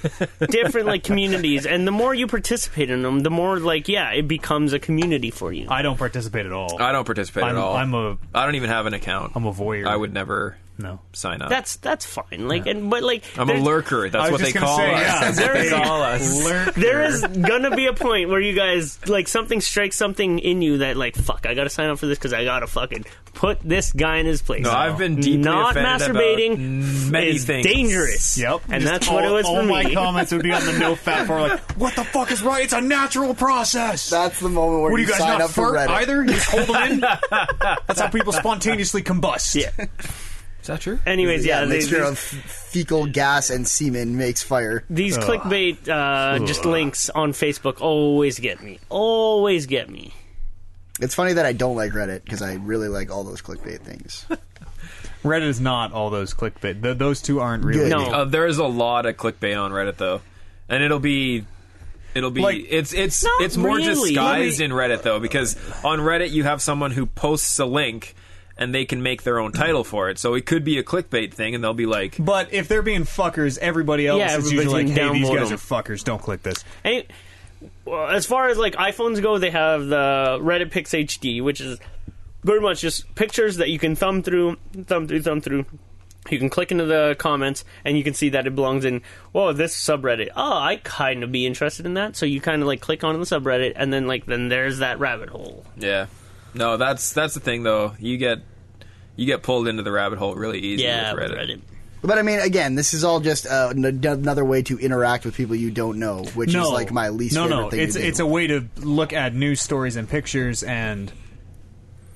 Speaker 5: different like communities, and the more you participate in them, the more like yeah, it becomes a community for you.
Speaker 2: I don't participate at all.
Speaker 1: I don't participate
Speaker 2: I'm-
Speaker 1: at all.
Speaker 2: I'm a-
Speaker 1: I don't even have an account.
Speaker 2: I'm a voyeur.
Speaker 1: I would never
Speaker 2: no.
Speaker 1: sign up.
Speaker 5: that's that's fine. Like and but like
Speaker 1: I'm a
Speaker 5: there's-
Speaker 1: lurker.
Speaker 2: I
Speaker 1: That's
Speaker 2: was
Speaker 1: what they
Speaker 2: just gonna
Speaker 1: call
Speaker 2: say,
Speaker 1: us.
Speaker 2: yeah.
Speaker 1: That's what they call us.
Speaker 2: Lurk.
Speaker 5: There is gonna be a point where you guys like something strikes something in you that like fuck I gotta sign up for this because I gotta fucking put this guy in his place.
Speaker 1: No, I've been deeply
Speaker 5: not
Speaker 1: offended about
Speaker 5: masturbating.
Speaker 1: many
Speaker 5: is
Speaker 1: things.
Speaker 5: dangerous.
Speaker 2: Yep.
Speaker 5: and
Speaker 2: Just
Speaker 5: that's what
Speaker 2: all-
Speaker 5: it was
Speaker 2: all
Speaker 5: for
Speaker 2: my
Speaker 5: me.
Speaker 2: comments would be on the no fat form, like, what the fuck is right? It's a natural process.
Speaker 3: That's the moment where
Speaker 2: what do you guys
Speaker 3: sign
Speaker 2: not
Speaker 3: up for
Speaker 2: fart
Speaker 3: Reddit.
Speaker 2: either? You just hold them in. That's how people spontaneously combust.
Speaker 5: Yeah.
Speaker 1: Is that true?
Speaker 5: Anyways, yeah,
Speaker 3: Yeah,
Speaker 5: they,
Speaker 3: mixture of fecal gas and semen makes fire.
Speaker 5: these clickbait uh, just links on Facebook always get me. Always get me.
Speaker 3: It's funny that I don't like Reddit because I really like all those clickbait things.
Speaker 2: Reddit is not all those clickbait. Th- those two aren't really.
Speaker 3: Good.
Speaker 5: No.
Speaker 1: Uh, there is a lot of clickbait on Reddit though, and it'll be. It'll be
Speaker 2: Like-
Speaker 1: it's it's
Speaker 5: Not
Speaker 1: it's more
Speaker 5: really.
Speaker 1: disguised
Speaker 5: Let
Speaker 1: in Reddit though because on Reddit you have someone who posts a link and they can make their own title for it so it could be a clickbait thing and they'll be like
Speaker 2: But if they're being fuckers, everybody else
Speaker 5: Yeah,
Speaker 2: is
Speaker 5: everybody's
Speaker 2: usually like,
Speaker 5: gonna
Speaker 2: hey, these
Speaker 5: download
Speaker 2: guys
Speaker 5: them.
Speaker 2: are fuckers. Don't click this.
Speaker 5: Any, well, as far as like iPhones go, they have the Reddit Pix HD, which is very much just pictures that you can thumb through, thumb through, thumb through. You can click into the comments and you can see that it belongs in, whoa, this subreddit. Oh, I kind of be interested in that. So you kind of like click on the subreddit and then like, then there's that rabbit hole.
Speaker 1: yeah no that's that's the thing though you get you get pulled into the rabbit hole really easy
Speaker 5: Yeah,
Speaker 1: with
Speaker 5: with
Speaker 1: Reddit.
Speaker 5: Reddit.
Speaker 3: But I mean, again, this is all just uh, n- another way to interact with people you don't know, which
Speaker 2: no,
Speaker 3: is like my least
Speaker 2: no,
Speaker 3: favorite
Speaker 2: no.
Speaker 3: thing
Speaker 2: it's
Speaker 3: to do.
Speaker 2: it's a way to look at news stories and pictures and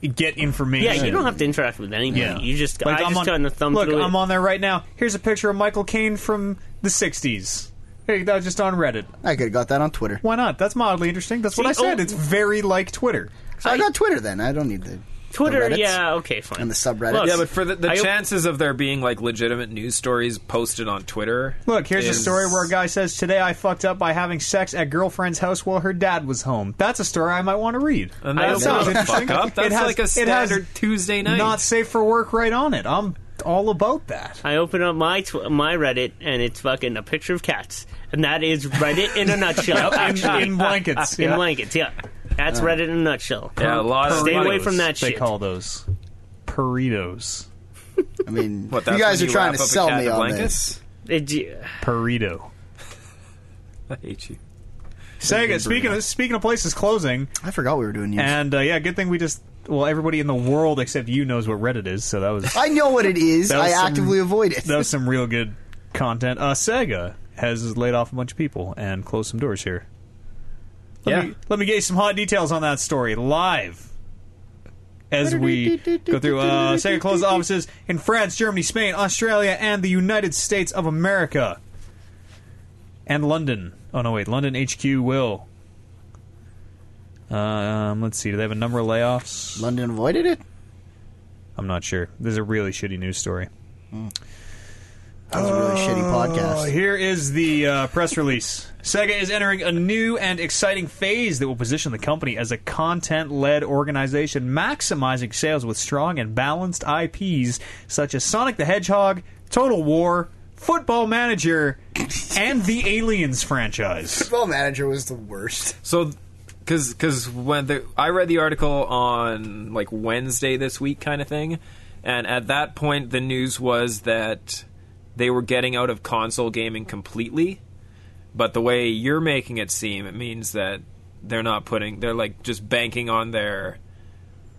Speaker 2: get information.
Speaker 5: Yeah, you don't have to interact with anybody. You just,
Speaker 2: Like,
Speaker 5: I
Speaker 2: I'm
Speaker 5: just
Speaker 2: on-
Speaker 5: kind of thumb
Speaker 2: look.
Speaker 5: through
Speaker 2: I'm
Speaker 5: it.
Speaker 2: on there right now. Here's a picture of Michael Caine from the '60s. Hey, that was just on Reddit.
Speaker 3: I could have got that on Twitter.
Speaker 2: Why not? That's mildly interesting. That's what
Speaker 5: See,
Speaker 2: I said.
Speaker 5: oh-
Speaker 2: it's very like Twitter.
Speaker 3: So I got Twitter then. I don't need the
Speaker 5: Twitter,
Speaker 3: the Reddits
Speaker 5: yeah, okay, fine.
Speaker 3: and the subreddits.
Speaker 5: Look,
Speaker 1: Yeah, but for the, the
Speaker 5: I-
Speaker 1: chances of there being like legitimate news stories posted on Twitter.
Speaker 2: Look, here's
Speaker 1: is-
Speaker 2: a story where a guy says, Today I fucked up by having sex at girlfriend's house while her dad was home. That's a story I might want to read.
Speaker 1: And
Speaker 5: I
Speaker 1: that
Speaker 5: don't
Speaker 1: sounds
Speaker 5: know.
Speaker 1: fuck up. That's
Speaker 2: It has-
Speaker 1: like a
Speaker 2: it has
Speaker 1: standard Tuesday night.
Speaker 2: Not safe for work right on it. I'm all about that.
Speaker 5: I open up my tw- my Reddit and it's fucking a picture of cats, and that is Reddit in a nutshell.
Speaker 2: In,
Speaker 5: actually,
Speaker 2: in blankets.
Speaker 5: in
Speaker 2: yeah.
Speaker 5: blankets, yeah, that's Reddit in a nutshell.
Speaker 1: yeah, a lot of
Speaker 5: Stay away
Speaker 1: paritos.
Speaker 5: from that
Speaker 2: They
Speaker 5: shit.
Speaker 2: call those burritos.
Speaker 3: I mean,
Speaker 1: What,
Speaker 3: you
Speaker 1: that's
Speaker 3: guys
Speaker 1: when
Speaker 3: are trying
Speaker 1: wrap
Speaker 3: to
Speaker 1: up a
Speaker 3: sell
Speaker 1: cat
Speaker 3: me
Speaker 1: in
Speaker 3: on
Speaker 1: blankets?
Speaker 3: this.
Speaker 5: It- yeah.
Speaker 2: Burrito.
Speaker 1: I hate you.
Speaker 2: Sega. Speaking of speaking of places closing,
Speaker 3: I forgot we were doing news.
Speaker 2: and uh, yeah, good thing we just. Well, everybody in the world except you knows what Reddit is, so that was
Speaker 3: I know what it is.
Speaker 2: That was
Speaker 3: I
Speaker 2: some-
Speaker 3: actively avoid it.
Speaker 2: that was some real good content. Uh, Sega has laid off a bunch of people and closed some doors here. Let
Speaker 1: Yeah.
Speaker 2: me let me get you some hot details on that story live. As we go through, uh, Sega closed offices in France, Germany, Spain, Australia, and the United States of America, and London. Oh no, wait, London HQ will. Um, let's see. Do they have a number of layoffs?
Speaker 3: London avoided it.
Speaker 2: I'm not sure. This is a really shitty news story.
Speaker 3: That was a really shitty
Speaker 2: Uh,
Speaker 3: podcast.
Speaker 2: Here is the uh, press release. Sega is entering a new and exciting phase that will position the company as a content led organization, maximizing sales with strong and balanced IPs such as Sonic the Hedgehog, Total War, Football Manager, and the Aliens franchise.
Speaker 3: Football manager was the worst.
Speaker 1: So, because when the, I read the article on like Wednesday this week, kind of thing, and at that point the news was that they were getting out of console gaming completely. But the way you're making it seem, it means that they're not putting they're like just banking on their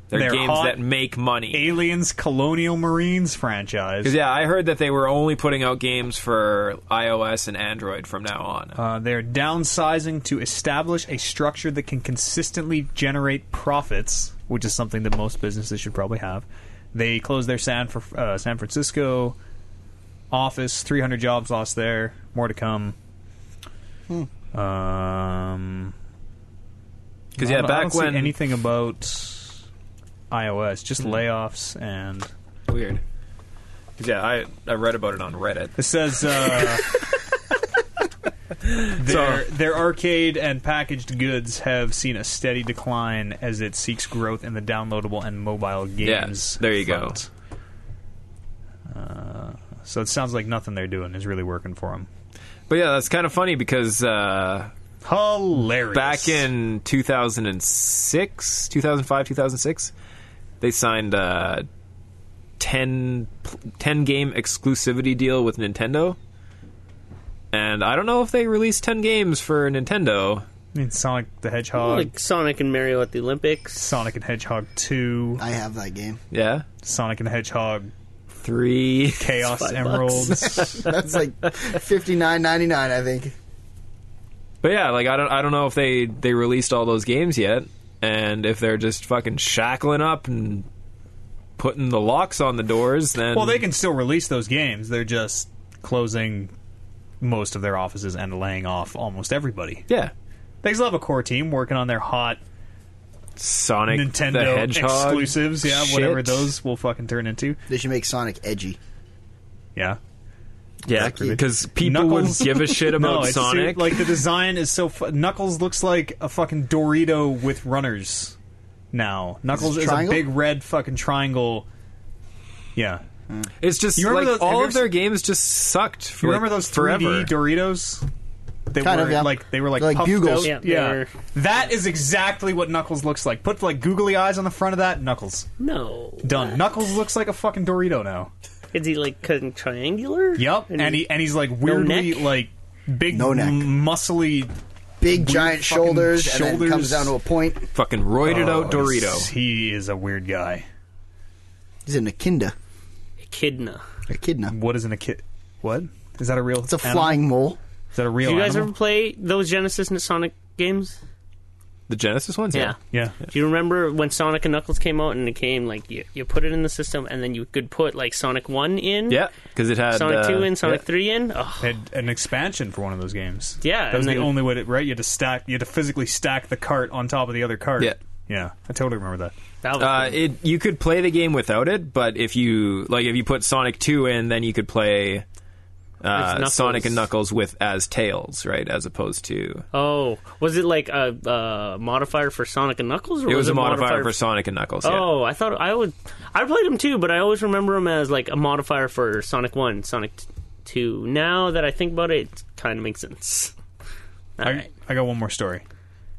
Speaker 1: their
Speaker 2: Their
Speaker 1: games
Speaker 2: hot
Speaker 1: that make money.
Speaker 2: Aliens Colonial Marines franchise.
Speaker 1: 'Cause, yeah, I heard that they were only putting out games for iOS and Android from now on.
Speaker 2: Uh, they're downsizing to establish a structure that can consistently generate profits, which is something that most businesses should probably have. They closed their San, Fr- uh, San Francisco office, 300 jobs lost there, more to come. Um,
Speaker 1: Because
Speaker 2: I
Speaker 1: yeah,
Speaker 2: don't- I
Speaker 1: back
Speaker 2: don't see
Speaker 1: when Hmm.
Speaker 2: anything about iOS, just layoffs and
Speaker 1: weird. 'Cause, yeah, I I read about it on Reddit.
Speaker 2: It says uh, their, their arcade and packaged goods have seen a steady decline as it seeks growth in the downloadable and mobile games.
Speaker 1: Yeah, there you go.
Speaker 2: front. Uh, so it sounds like nothing they're doing is really working for them.
Speaker 1: But yeah, that's kind of funny because uh,
Speaker 2: Hilarious.
Speaker 1: back in 2006, 2005, 2006, they signed a 10, pl- 10 game exclusivity deal with Nintendo. And I don't know if they released 10 games for Nintendo.
Speaker 2: I mean, Sonic the Hedgehog,
Speaker 5: Like Sonic and Mario at the Olympics.
Speaker 2: Sonic and Hedgehog Two,
Speaker 3: I have that game.
Speaker 1: Yeah.
Speaker 2: Sonic and the Hedgehog
Speaker 1: Three.
Speaker 2: Chaos
Speaker 5: It's five
Speaker 2: Emeralds.
Speaker 3: That's like fifty nine ninety nine. I think.
Speaker 1: But yeah, like I don't I don't know if they they released all those games yet and if they're just fucking shackling up and putting the locks on the doors then
Speaker 2: Well, they can still release those games. They're just closing most of their offices and laying off almost everybody.
Speaker 1: Yeah.
Speaker 2: They still have a core team working on their hot
Speaker 1: Sonic the
Speaker 2: Nintendo
Speaker 1: Hedgehog
Speaker 2: exclusives. Yeah, whatever
Speaker 1: shit.
Speaker 2: those will fucking turn into.
Speaker 3: They should make Sonic edgy.
Speaker 2: Yeah.
Speaker 1: Yeah, because people
Speaker 2: Knuckles.
Speaker 1: would give a shit
Speaker 2: No,
Speaker 1: about
Speaker 2: it's
Speaker 1: Sonic.
Speaker 2: ser- like the design is so fu- Knuckles looks like a fucking Dorito with runners. Now Knuckles
Speaker 3: it
Speaker 2: is a
Speaker 3: triangle?
Speaker 2: big red fucking triangle. Yeah.
Speaker 1: it's just
Speaker 2: You remember
Speaker 1: like
Speaker 2: those- have
Speaker 1: all
Speaker 2: you
Speaker 1: of
Speaker 2: ever
Speaker 1: their games just sucked.
Speaker 2: Do you remember those 3D
Speaker 1: forever?
Speaker 2: Doritos? They
Speaker 3: Kind
Speaker 2: were
Speaker 3: of, yeah.
Speaker 2: like they were like,
Speaker 3: They're like
Speaker 2: puffed
Speaker 3: bugles.
Speaker 2: out.
Speaker 5: Yeah, they're-
Speaker 2: that is exactly what Knuckles looks like. Put like googly eyes on the front of that Knuckles.
Speaker 5: No,
Speaker 2: Done. Knuckles looks like a fucking Dorito now.
Speaker 5: is he like kind of triangular?
Speaker 2: Yep, and, he and he's like weirdly
Speaker 5: neck?
Speaker 2: like big,
Speaker 3: No neck.
Speaker 2: m- muscly.
Speaker 3: Big giant
Speaker 2: fucking
Speaker 3: shoulders, and then
Speaker 2: shoulders.
Speaker 3: comes down to a point.
Speaker 1: Fucking roided
Speaker 2: Oh,
Speaker 1: out Dorito.
Speaker 2: He is a weird guy.
Speaker 3: He's an echidna.
Speaker 5: Echidna.
Speaker 3: Echidna.
Speaker 2: What is an echid? What is that a real?
Speaker 3: It's a flying mole.
Speaker 2: Is that a real?
Speaker 5: Do you guys
Speaker 2: Oh, animal?
Speaker 5: ever play those Genesis and Sonic games?
Speaker 1: The Genesis ones?
Speaker 5: Yeah.
Speaker 2: Yeah.
Speaker 5: Do you remember when Sonic and Knuckles came out and it came like you, you put it in the system and then you could put like Sonic 1 in?
Speaker 1: Yeah, because it had.
Speaker 5: Sonic
Speaker 1: uh,
Speaker 5: 2 in, Sonic
Speaker 1: yeah.
Speaker 5: 3 in? Oh,
Speaker 2: Had an expansion for one of those games.
Speaker 5: Yeah,
Speaker 2: that was
Speaker 5: and
Speaker 2: the
Speaker 5: then-
Speaker 2: only way. To, right, you had to stack. You had to physically stack the cart on top of the other cart.
Speaker 1: Yeah.
Speaker 2: yeah. I totally remember that.
Speaker 5: that was
Speaker 1: Uh, it you could play the game without it, but if you like, if you put Sonic Two in, then you could play uh,
Speaker 5: Knuckles.
Speaker 1: Sonic and Knuckles with as Tails, right? As opposed to
Speaker 5: Oh, was it like a uh, modifier for Sonic and Knuckles? Or
Speaker 1: it was a modifier,
Speaker 5: Oh, modifier
Speaker 1: for Sonic and Knuckles. yeah.
Speaker 5: Oh, I thought I would. I played them too, but I always remember them as like a modifier for Sonic One, Sonic t- Two. Now that I think about it, it kind of makes sense. All
Speaker 2: I,
Speaker 5: right.
Speaker 2: I got one more story.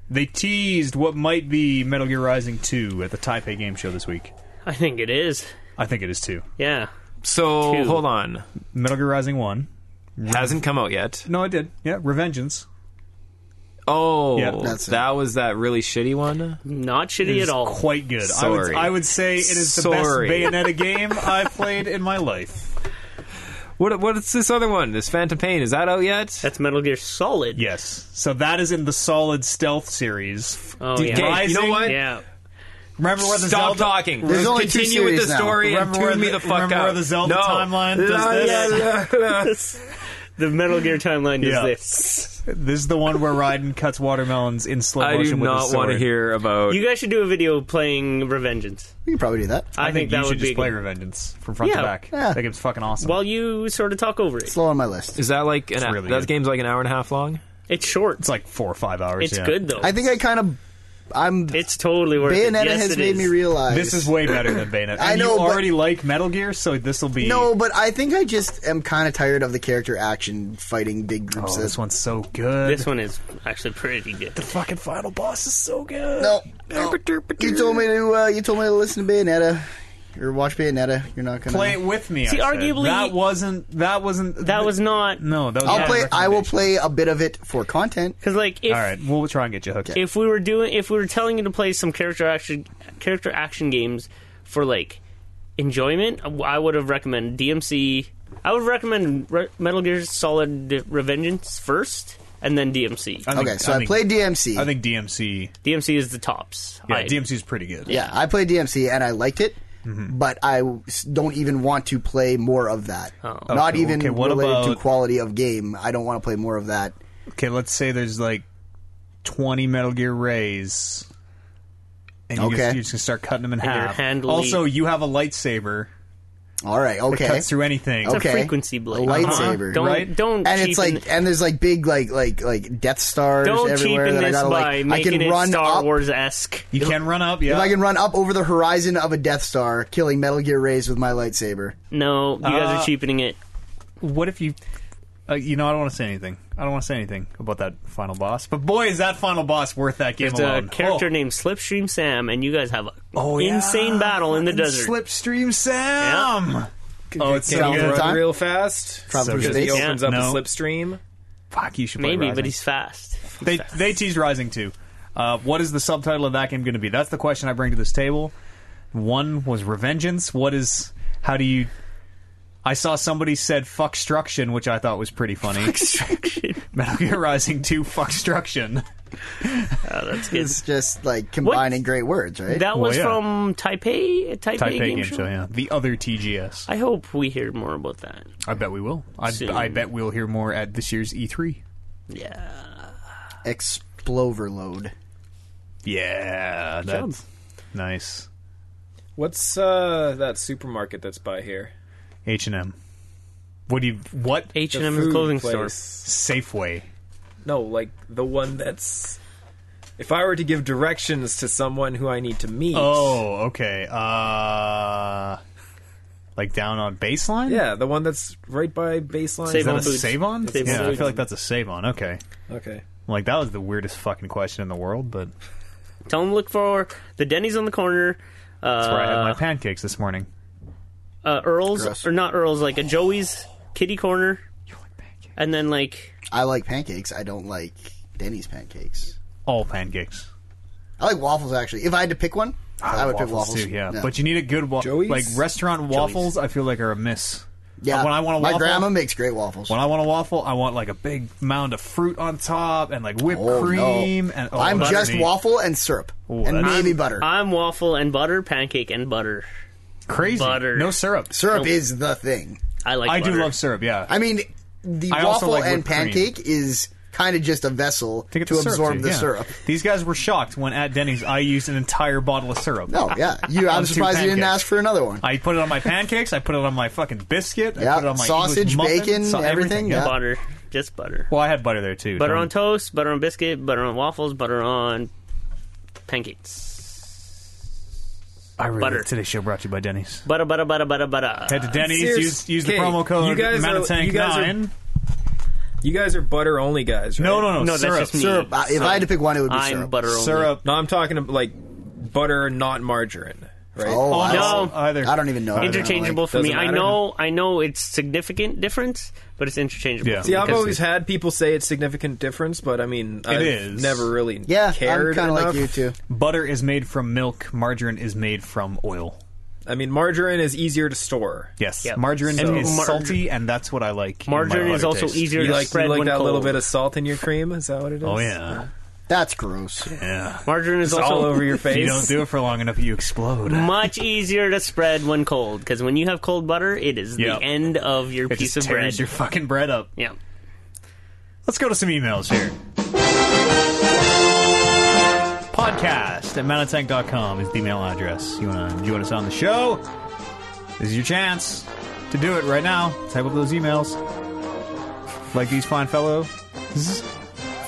Speaker 2: They teased what might be Metal Gear Rising 2 at the Taipei Game Show this week.
Speaker 5: I think it is.
Speaker 2: I think it is 2.
Speaker 5: Yeah,
Speaker 1: So
Speaker 5: Two.
Speaker 1: hold on,
Speaker 2: Metal Gear Rising 1.
Speaker 1: hasn't come out yet.
Speaker 2: No, it did. Yeah, Revengeance.
Speaker 1: Oh,
Speaker 2: Yeah,
Speaker 3: that's it.
Speaker 1: that was that really shitty one.
Speaker 5: not shitty
Speaker 2: It
Speaker 5: at
Speaker 2: is
Speaker 5: all.
Speaker 2: quite good. I, would,
Speaker 1: Sorry.
Speaker 2: I would say it is the
Speaker 1: Sorry.
Speaker 2: best Bayonetta game I've played in my life.
Speaker 1: What what's this other one? This Phantom Pain is that out yet?
Speaker 5: That's Metal Gear Solid.
Speaker 2: Yes. So that is in the Solid Stealth series.
Speaker 5: Oh
Speaker 1: Okay,
Speaker 5: yeah.
Speaker 1: you know
Speaker 2: Rising-
Speaker 1: what?
Speaker 5: Yeah.
Speaker 2: Remember where the
Speaker 1: Stop
Speaker 2: Zelda...
Speaker 1: talking.
Speaker 3: There's only two
Speaker 1: Continue with
Speaker 3: series
Speaker 1: the
Speaker 3: now.
Speaker 1: story and
Speaker 2: Remember where
Speaker 1: tune me
Speaker 2: the-
Speaker 1: the fuck
Speaker 2: remember
Speaker 1: out.
Speaker 2: where the Zelda
Speaker 1: no.
Speaker 2: timeline does
Speaker 1: La,
Speaker 2: this?
Speaker 1: la, la, la.
Speaker 5: The Metal Gear timeline does
Speaker 2: Yeah.
Speaker 5: this.
Speaker 2: This is the one where Raiden cuts watermelons in slow
Speaker 1: I
Speaker 2: motion
Speaker 1: do
Speaker 2: with his
Speaker 1: not
Speaker 2: sword.
Speaker 1: want to hear about.
Speaker 5: You guys should do a video playing Revengeance.
Speaker 3: We can probably do that.
Speaker 5: I,
Speaker 2: I think,
Speaker 5: that
Speaker 2: you
Speaker 5: would
Speaker 2: should
Speaker 5: be
Speaker 2: just play Revengeance from front
Speaker 5: Yeah.
Speaker 2: to back.
Speaker 3: Yeah.
Speaker 2: That game's fucking awesome.
Speaker 5: while you sort of talk over it.
Speaker 3: Slow on my list.
Speaker 1: is that like an
Speaker 2: really
Speaker 1: that
Speaker 2: good.
Speaker 1: game's like an hour and a half long?
Speaker 5: It's short.
Speaker 2: It's like four or five hours.
Speaker 5: It's
Speaker 2: yeah.
Speaker 5: good though.
Speaker 3: I think I kind of. I'm
Speaker 5: it's totally worth it.
Speaker 3: Bayonetta
Speaker 5: Yes,
Speaker 3: has
Speaker 5: it
Speaker 3: made
Speaker 5: is.
Speaker 3: me realize
Speaker 2: This is way better than Bayonetta.
Speaker 3: I
Speaker 2: And
Speaker 3: know,
Speaker 2: You
Speaker 3: but-
Speaker 2: already like Metal Gear, so this will be.
Speaker 3: No, but I think I just am kind of tired of the character action fighting big groups.
Speaker 2: Oh,
Speaker 3: of-
Speaker 2: this one's so good.
Speaker 5: This one is actually pretty good.
Speaker 2: fucking final boss is so good.
Speaker 3: No, no. You told me to. Uh, you told me to listen to Bayonetta or watch Bayonetta. You're not gonna
Speaker 2: Play it with me.
Speaker 5: See,
Speaker 2: I said.
Speaker 5: arguably-
Speaker 2: that wasn't. That wasn't.
Speaker 5: That was not
Speaker 2: No, that was.
Speaker 3: I'll
Speaker 2: my
Speaker 3: play. I will
Speaker 2: recommendation.
Speaker 3: play a bit of it for content.
Speaker 5: Because like if
Speaker 2: All right, we'll try and get you hooked.
Speaker 5: if we were doing if we were telling you to play some character action character action games for like enjoyment, I would have recommended DMC. I would recommend Re- Metal Gear Solid Revengeance first, and then DMC.
Speaker 2: I think-
Speaker 3: Okay, so I,
Speaker 2: think-
Speaker 3: played DMC.
Speaker 2: I think DMC.
Speaker 5: DMC is the tops.
Speaker 2: Yeah,
Speaker 5: I-
Speaker 2: DMC is pretty good.
Speaker 3: yeah, I played DMC and I liked it.
Speaker 2: Mm-hmm.
Speaker 3: But I s- don't even want to play more of that.
Speaker 5: Oh.
Speaker 3: Not
Speaker 2: Okay,
Speaker 3: even
Speaker 2: okay, what
Speaker 3: related to
Speaker 2: about-
Speaker 3: quality of game. I don't want to play more of that.
Speaker 2: Okay, let's say there's like twenty Metal Gear Rays, and you
Speaker 3: Okay.
Speaker 2: just, you're just gonna start cutting them in
Speaker 5: they're
Speaker 2: half.
Speaker 5: handily-
Speaker 2: Also, you have a lightsaber
Speaker 3: All right, okay.
Speaker 2: cuts through anything.
Speaker 5: It's
Speaker 3: Okay.
Speaker 5: a frequency blade.
Speaker 3: A lightsaber,
Speaker 5: Uh-huh. Don't
Speaker 2: right?
Speaker 5: don't
Speaker 3: and it's
Speaker 5: cheapen-
Speaker 3: like and there's like big like like like death stars
Speaker 5: don't
Speaker 3: everywhere
Speaker 5: cheapen
Speaker 3: that I
Speaker 5: this
Speaker 3: gotta
Speaker 5: by
Speaker 3: like I
Speaker 5: making
Speaker 3: can
Speaker 5: it
Speaker 3: run
Speaker 5: Star
Speaker 3: up
Speaker 5: Wars esque.
Speaker 2: You can run up, yeah.
Speaker 3: if I can run up over the horizon of a death star killing Metal Gear Rays with my lightsaber.
Speaker 5: No, you guys
Speaker 2: Uh,
Speaker 5: are cheapening it.
Speaker 2: what if you? Uh, you know, I don't want to say anything. I don't want to say anything about that final boss. But boy, is that final boss worth that game
Speaker 5: It's a
Speaker 2: alone.
Speaker 5: character
Speaker 2: oh.
Speaker 5: named Slipstream Sam, and you guys have a
Speaker 2: Oh, yeah.
Speaker 5: insane battle in the
Speaker 2: Fucking
Speaker 5: desert.
Speaker 2: Slipstream Sam. Oh, it's so
Speaker 1: Can you
Speaker 3: Travel
Speaker 2: good.
Speaker 3: in
Speaker 1: run
Speaker 3: time?
Speaker 1: real fast?
Speaker 3: Travel through
Speaker 1: because he
Speaker 3: space?
Speaker 1: opens
Speaker 2: Yeah.
Speaker 1: up
Speaker 2: No.
Speaker 1: a slipstream.
Speaker 2: Fuck, you should play
Speaker 5: Maybe,
Speaker 2: Rising.
Speaker 5: but he's fast.
Speaker 2: they they teased Rising too. Uh, what is the subtitle of that game going to be? That's the question I bring to this table. One was Revengeance. What is? How do you? I saw somebody said Fuckstruction, which I thought was pretty funny. Metal Gear Rising Two Fuckstruction.
Speaker 5: Oh, that's good.
Speaker 3: It's just like combining great words, right?
Speaker 5: That was
Speaker 2: yeah.
Speaker 5: from Taipei, Taipei,
Speaker 2: Taipei
Speaker 5: Game,
Speaker 2: Game
Speaker 5: Show.
Speaker 2: Show, yeah. The other TGS.
Speaker 5: I hope we hear more about that.
Speaker 2: I bet we will. I,
Speaker 5: Soon.
Speaker 2: I bet we'll hear more at this year's E E3.
Speaker 5: Yeah.
Speaker 3: Exploverload.
Speaker 2: Yeah, that's nice.
Speaker 1: What's uh, that supermarket that's by here?
Speaker 2: H and M. What do you? What
Speaker 5: H
Speaker 1: The
Speaker 5: and M is
Speaker 1: food
Speaker 5: clothing store.
Speaker 1: place.
Speaker 2: Safeway?
Speaker 1: No, like the one that's. If I were to give directions to someone who I need to meet,
Speaker 2: Oh, okay. Uh, like down on baseline.
Speaker 1: yeah, the one that's right by baseline.
Speaker 5: Save
Speaker 2: Is that
Speaker 5: On
Speaker 2: a
Speaker 5: Foods.
Speaker 2: save on?
Speaker 5: Save
Speaker 2: yeah,
Speaker 5: On
Speaker 2: I
Speaker 5: Foods.
Speaker 2: feel like that's a save on. Okay.
Speaker 1: Okay.
Speaker 2: Like that was the weirdest fucking question in the world, but
Speaker 5: Tell them to look for the Denny's on the corner. Uh,
Speaker 2: that's where I had my pancakes this morning.
Speaker 5: uh, Earl's
Speaker 3: Gross.
Speaker 5: or not Earl's, like a Joey's Kitty Corner. And then like
Speaker 3: I like pancakes. I don't like Denny's pancakes.
Speaker 2: All pancakes.
Speaker 3: I like waffles actually. If I had to pick one, I, would pick waffles.
Speaker 2: too. Yeah.
Speaker 3: No.
Speaker 2: but you need a good waffle.
Speaker 1: Joey's?
Speaker 2: Like restaurant waffles, I feel like are a miss.
Speaker 3: Yeah,
Speaker 2: When I want a
Speaker 3: my
Speaker 2: waffle-
Speaker 3: grandma makes great waffles.
Speaker 2: When I want a waffle, I want like a big mound of fruit on top and like whipped
Speaker 3: Oh, no.
Speaker 2: cream. And oh,
Speaker 3: I'm
Speaker 2: that's
Speaker 3: just
Speaker 2: neat.
Speaker 3: waffle and syrup and
Speaker 2: that's-
Speaker 3: maybe butter.
Speaker 5: I'm waffle and butter, pancake and butter.
Speaker 2: crazy.
Speaker 5: butter.
Speaker 2: No syrup.
Speaker 3: syrup is the thing.
Speaker 5: I like.
Speaker 2: I do
Speaker 5: butter.
Speaker 2: love syrup. Yeah.
Speaker 3: I mean, the
Speaker 2: I also
Speaker 3: waffle
Speaker 2: like
Speaker 3: and
Speaker 2: whipped cream.
Speaker 3: pancake is kind of just a vessel to,
Speaker 2: get the syrup,
Speaker 3: absorb
Speaker 2: too,
Speaker 3: the
Speaker 2: yeah.
Speaker 3: syrup.
Speaker 2: These guys were shocked when at Denny's I used an entire bottle of syrup.
Speaker 3: No, yeah, you.
Speaker 2: On
Speaker 3: I'm
Speaker 2: two
Speaker 3: surprised you didn't
Speaker 2: pancakes.
Speaker 3: ask for another one.
Speaker 2: I put it on my pancakes. I put it on my fucking biscuit. I
Speaker 3: Yeah,
Speaker 2: put it on my
Speaker 3: sausage,
Speaker 2: English muffin,
Speaker 3: bacon,
Speaker 2: so-
Speaker 3: everything, yeah.
Speaker 5: butter, just butter.
Speaker 2: Well, I had butter there too.
Speaker 5: Butter
Speaker 2: Don't-
Speaker 5: on toast, butter on biscuit, butter on waffles, butter on pancakes.
Speaker 2: I really
Speaker 5: butter.
Speaker 2: Today's show brought to you by Denny's.
Speaker 5: Butter, butter, butter, butter, butter.
Speaker 2: Head to Denny's.
Speaker 1: serious-
Speaker 2: Use, use the
Speaker 1: Okay,
Speaker 2: promo code
Speaker 1: you guys are-
Speaker 2: Manitank
Speaker 1: you guys are-
Speaker 2: Nine.
Speaker 1: You guys are butter only guys, right?
Speaker 2: no, no, no,
Speaker 5: No, that's
Speaker 2: syrup.
Speaker 5: just me.
Speaker 3: Syrup. Uh, If I had to pick one, it would be
Speaker 5: I'm
Speaker 3: syrup.
Speaker 5: butter only.
Speaker 2: Syrup.
Speaker 1: No, I'm talking about like butter, not margarine, right?
Speaker 3: Oh, I
Speaker 2: no.
Speaker 3: don't-
Speaker 2: Either.
Speaker 3: I don't even know. I don't know,
Speaker 5: Interchangeable
Speaker 3: like-
Speaker 5: for me.
Speaker 1: doesn't
Speaker 5: I
Speaker 1: matter.
Speaker 5: know. I know it's significant difference, but it's interchangeable.
Speaker 2: Yeah.
Speaker 5: for me
Speaker 1: See, I've
Speaker 5: because
Speaker 1: always had people say it's significant difference, but I mean, I've
Speaker 2: is.
Speaker 1: never really
Speaker 3: yeah, I'm
Speaker 1: cared
Speaker 3: kind of like
Speaker 1: enough.
Speaker 3: you too.
Speaker 2: Butter is made from milk. Margarine is made from oil.
Speaker 1: I mean, margarine is easier to store.
Speaker 2: Yes,
Speaker 5: Yep.
Speaker 2: margarine
Speaker 5: And
Speaker 2: is
Speaker 5: mar-
Speaker 2: salty, and that's what I like. in my
Speaker 5: Margarine is
Speaker 2: butter
Speaker 5: also
Speaker 2: taste.
Speaker 5: easier
Speaker 1: You
Speaker 5: to
Speaker 1: like,
Speaker 5: spread
Speaker 1: you like
Speaker 5: when
Speaker 1: that
Speaker 5: cold.
Speaker 1: little bit of salt in your cream? Is that what it is?
Speaker 2: Oh yeah,
Speaker 3: That's gross.
Speaker 2: yeah.
Speaker 5: Margarine is
Speaker 1: It's
Speaker 5: also
Speaker 1: all over your
Speaker 2: If
Speaker 1: face.
Speaker 2: you don't do it for long enough, you explode.
Speaker 5: much easier to spread when cold because when you have cold butter, it is
Speaker 2: Yep.
Speaker 5: the end of your
Speaker 2: It
Speaker 5: piece
Speaker 2: just
Speaker 5: of
Speaker 2: tears
Speaker 5: bread.
Speaker 2: your fucking bread up.
Speaker 5: yeah.
Speaker 2: Let's go to some emails here. Podcast at manatank.com is the email address. You want to join us on the show? This is your chance to do it right now. Type up those emails. Like these fine fellow.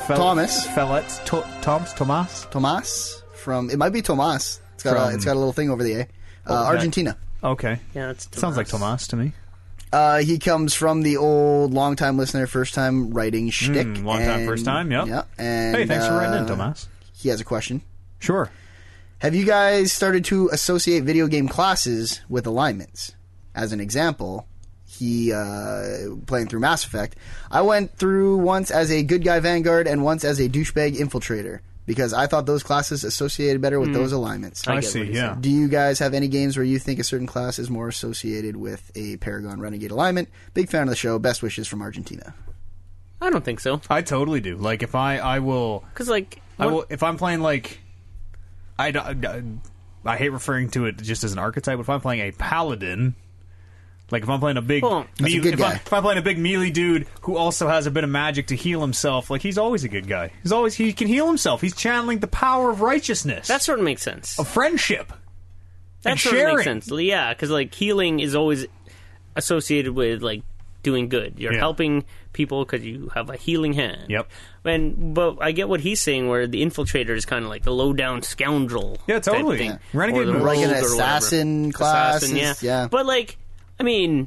Speaker 2: Fel-
Speaker 3: Thomas.
Speaker 2: Fellets. To- Toms. Tomas.
Speaker 3: Tomas from it might be Tomas. It's got
Speaker 2: From-
Speaker 3: a, it's got a little thing over the A. Uh, Argentina.
Speaker 2: Okay.
Speaker 5: Yeah, it's
Speaker 2: Sounds like Tomas to me.
Speaker 3: Uh, he comes from the old long-time listener, first-time writing shtick.
Speaker 2: Hmm, long-time,
Speaker 3: and-
Speaker 2: first-time, yep.
Speaker 3: Yeah. And,
Speaker 2: Hey, thanks for writing in,
Speaker 3: uh,
Speaker 2: Tomas.
Speaker 3: He has a question.
Speaker 2: Sure.
Speaker 3: Have you guys started to associate video game classes with alignments? As an example, he uh, playing through Mass Effect. I went through once as a good guy Vanguard and once as a douchebag infiltrator because I thought those classes associated better with those alignments.
Speaker 2: I,
Speaker 5: get
Speaker 2: see,
Speaker 5: what he's
Speaker 2: yeah.
Speaker 3: Do you guys have any games where you think a certain class is more associated with a Paragon Renegade alignment? Big fan of the show. Best wishes from Argentina.
Speaker 5: I don't think so
Speaker 2: I totally do. Like, if I, I will.
Speaker 5: because like
Speaker 2: I
Speaker 5: what-
Speaker 2: will, if I'm playing like I, don't- I hate referring to it just as an archetype. But if I'm playing a paladin, like if I'm playing a big,
Speaker 5: Well,
Speaker 3: That's a
Speaker 2: melee-
Speaker 3: good
Speaker 2: if,
Speaker 3: guy.
Speaker 2: I, if I'm playing a big melee dude who also has a bit of magic to heal himself, like he's always a good guy. He's always he can heal himself. He's channeling the power of righteousness,
Speaker 5: that sort of makes sense.
Speaker 2: of friendship.
Speaker 5: That
Speaker 2: and
Speaker 5: sort of makes
Speaker 2: sharing.
Speaker 5: sense. Yeah, because like healing is always associated with like doing good. You're
Speaker 2: Yeah.
Speaker 5: helping people because you have a healing hand.
Speaker 2: Yep.
Speaker 5: And but I get what he's saying, where the infiltrator is kind of like the low down scoundrel.
Speaker 2: Yeah,
Speaker 5: type
Speaker 2: totally.
Speaker 5: thing.
Speaker 2: Yeah. Renegade
Speaker 5: Or the
Speaker 2: move.
Speaker 3: Like an
Speaker 5: rogue or whatever.
Speaker 3: assassin class.
Speaker 5: Assassin,
Speaker 3: is- yeah.
Speaker 5: But like, I mean,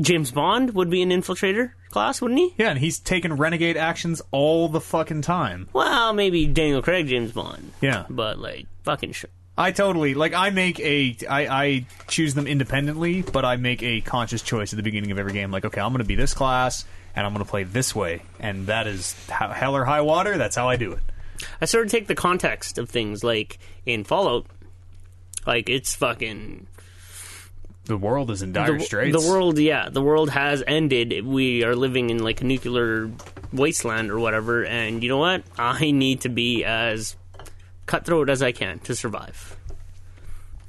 Speaker 5: James Bond would be an infiltrator class, wouldn't he?
Speaker 2: Yeah, and he's taking renegade actions all the fucking time.
Speaker 5: Well, maybe Daniel Craig James Bond.
Speaker 2: Yeah.
Speaker 5: But like, fucking sh-
Speaker 2: I totally like. I make a. I, I choose them independently, but I make a conscious choice at the beginning of every game. Like, okay, I'm going to be this class, and I'm going to play this way, and that is how, hell or high water. That's how I do it.
Speaker 5: I sort of take the context of things, like in Fallout, like it's fucking
Speaker 2: The world is in
Speaker 5: the,
Speaker 2: dire
Speaker 5: wo-
Speaker 2: straits.
Speaker 5: the world. Yeah, the world has ended. We are living in like a nuclear wasteland or whatever, and you know what? I need to be as cutthroat as I can to survive.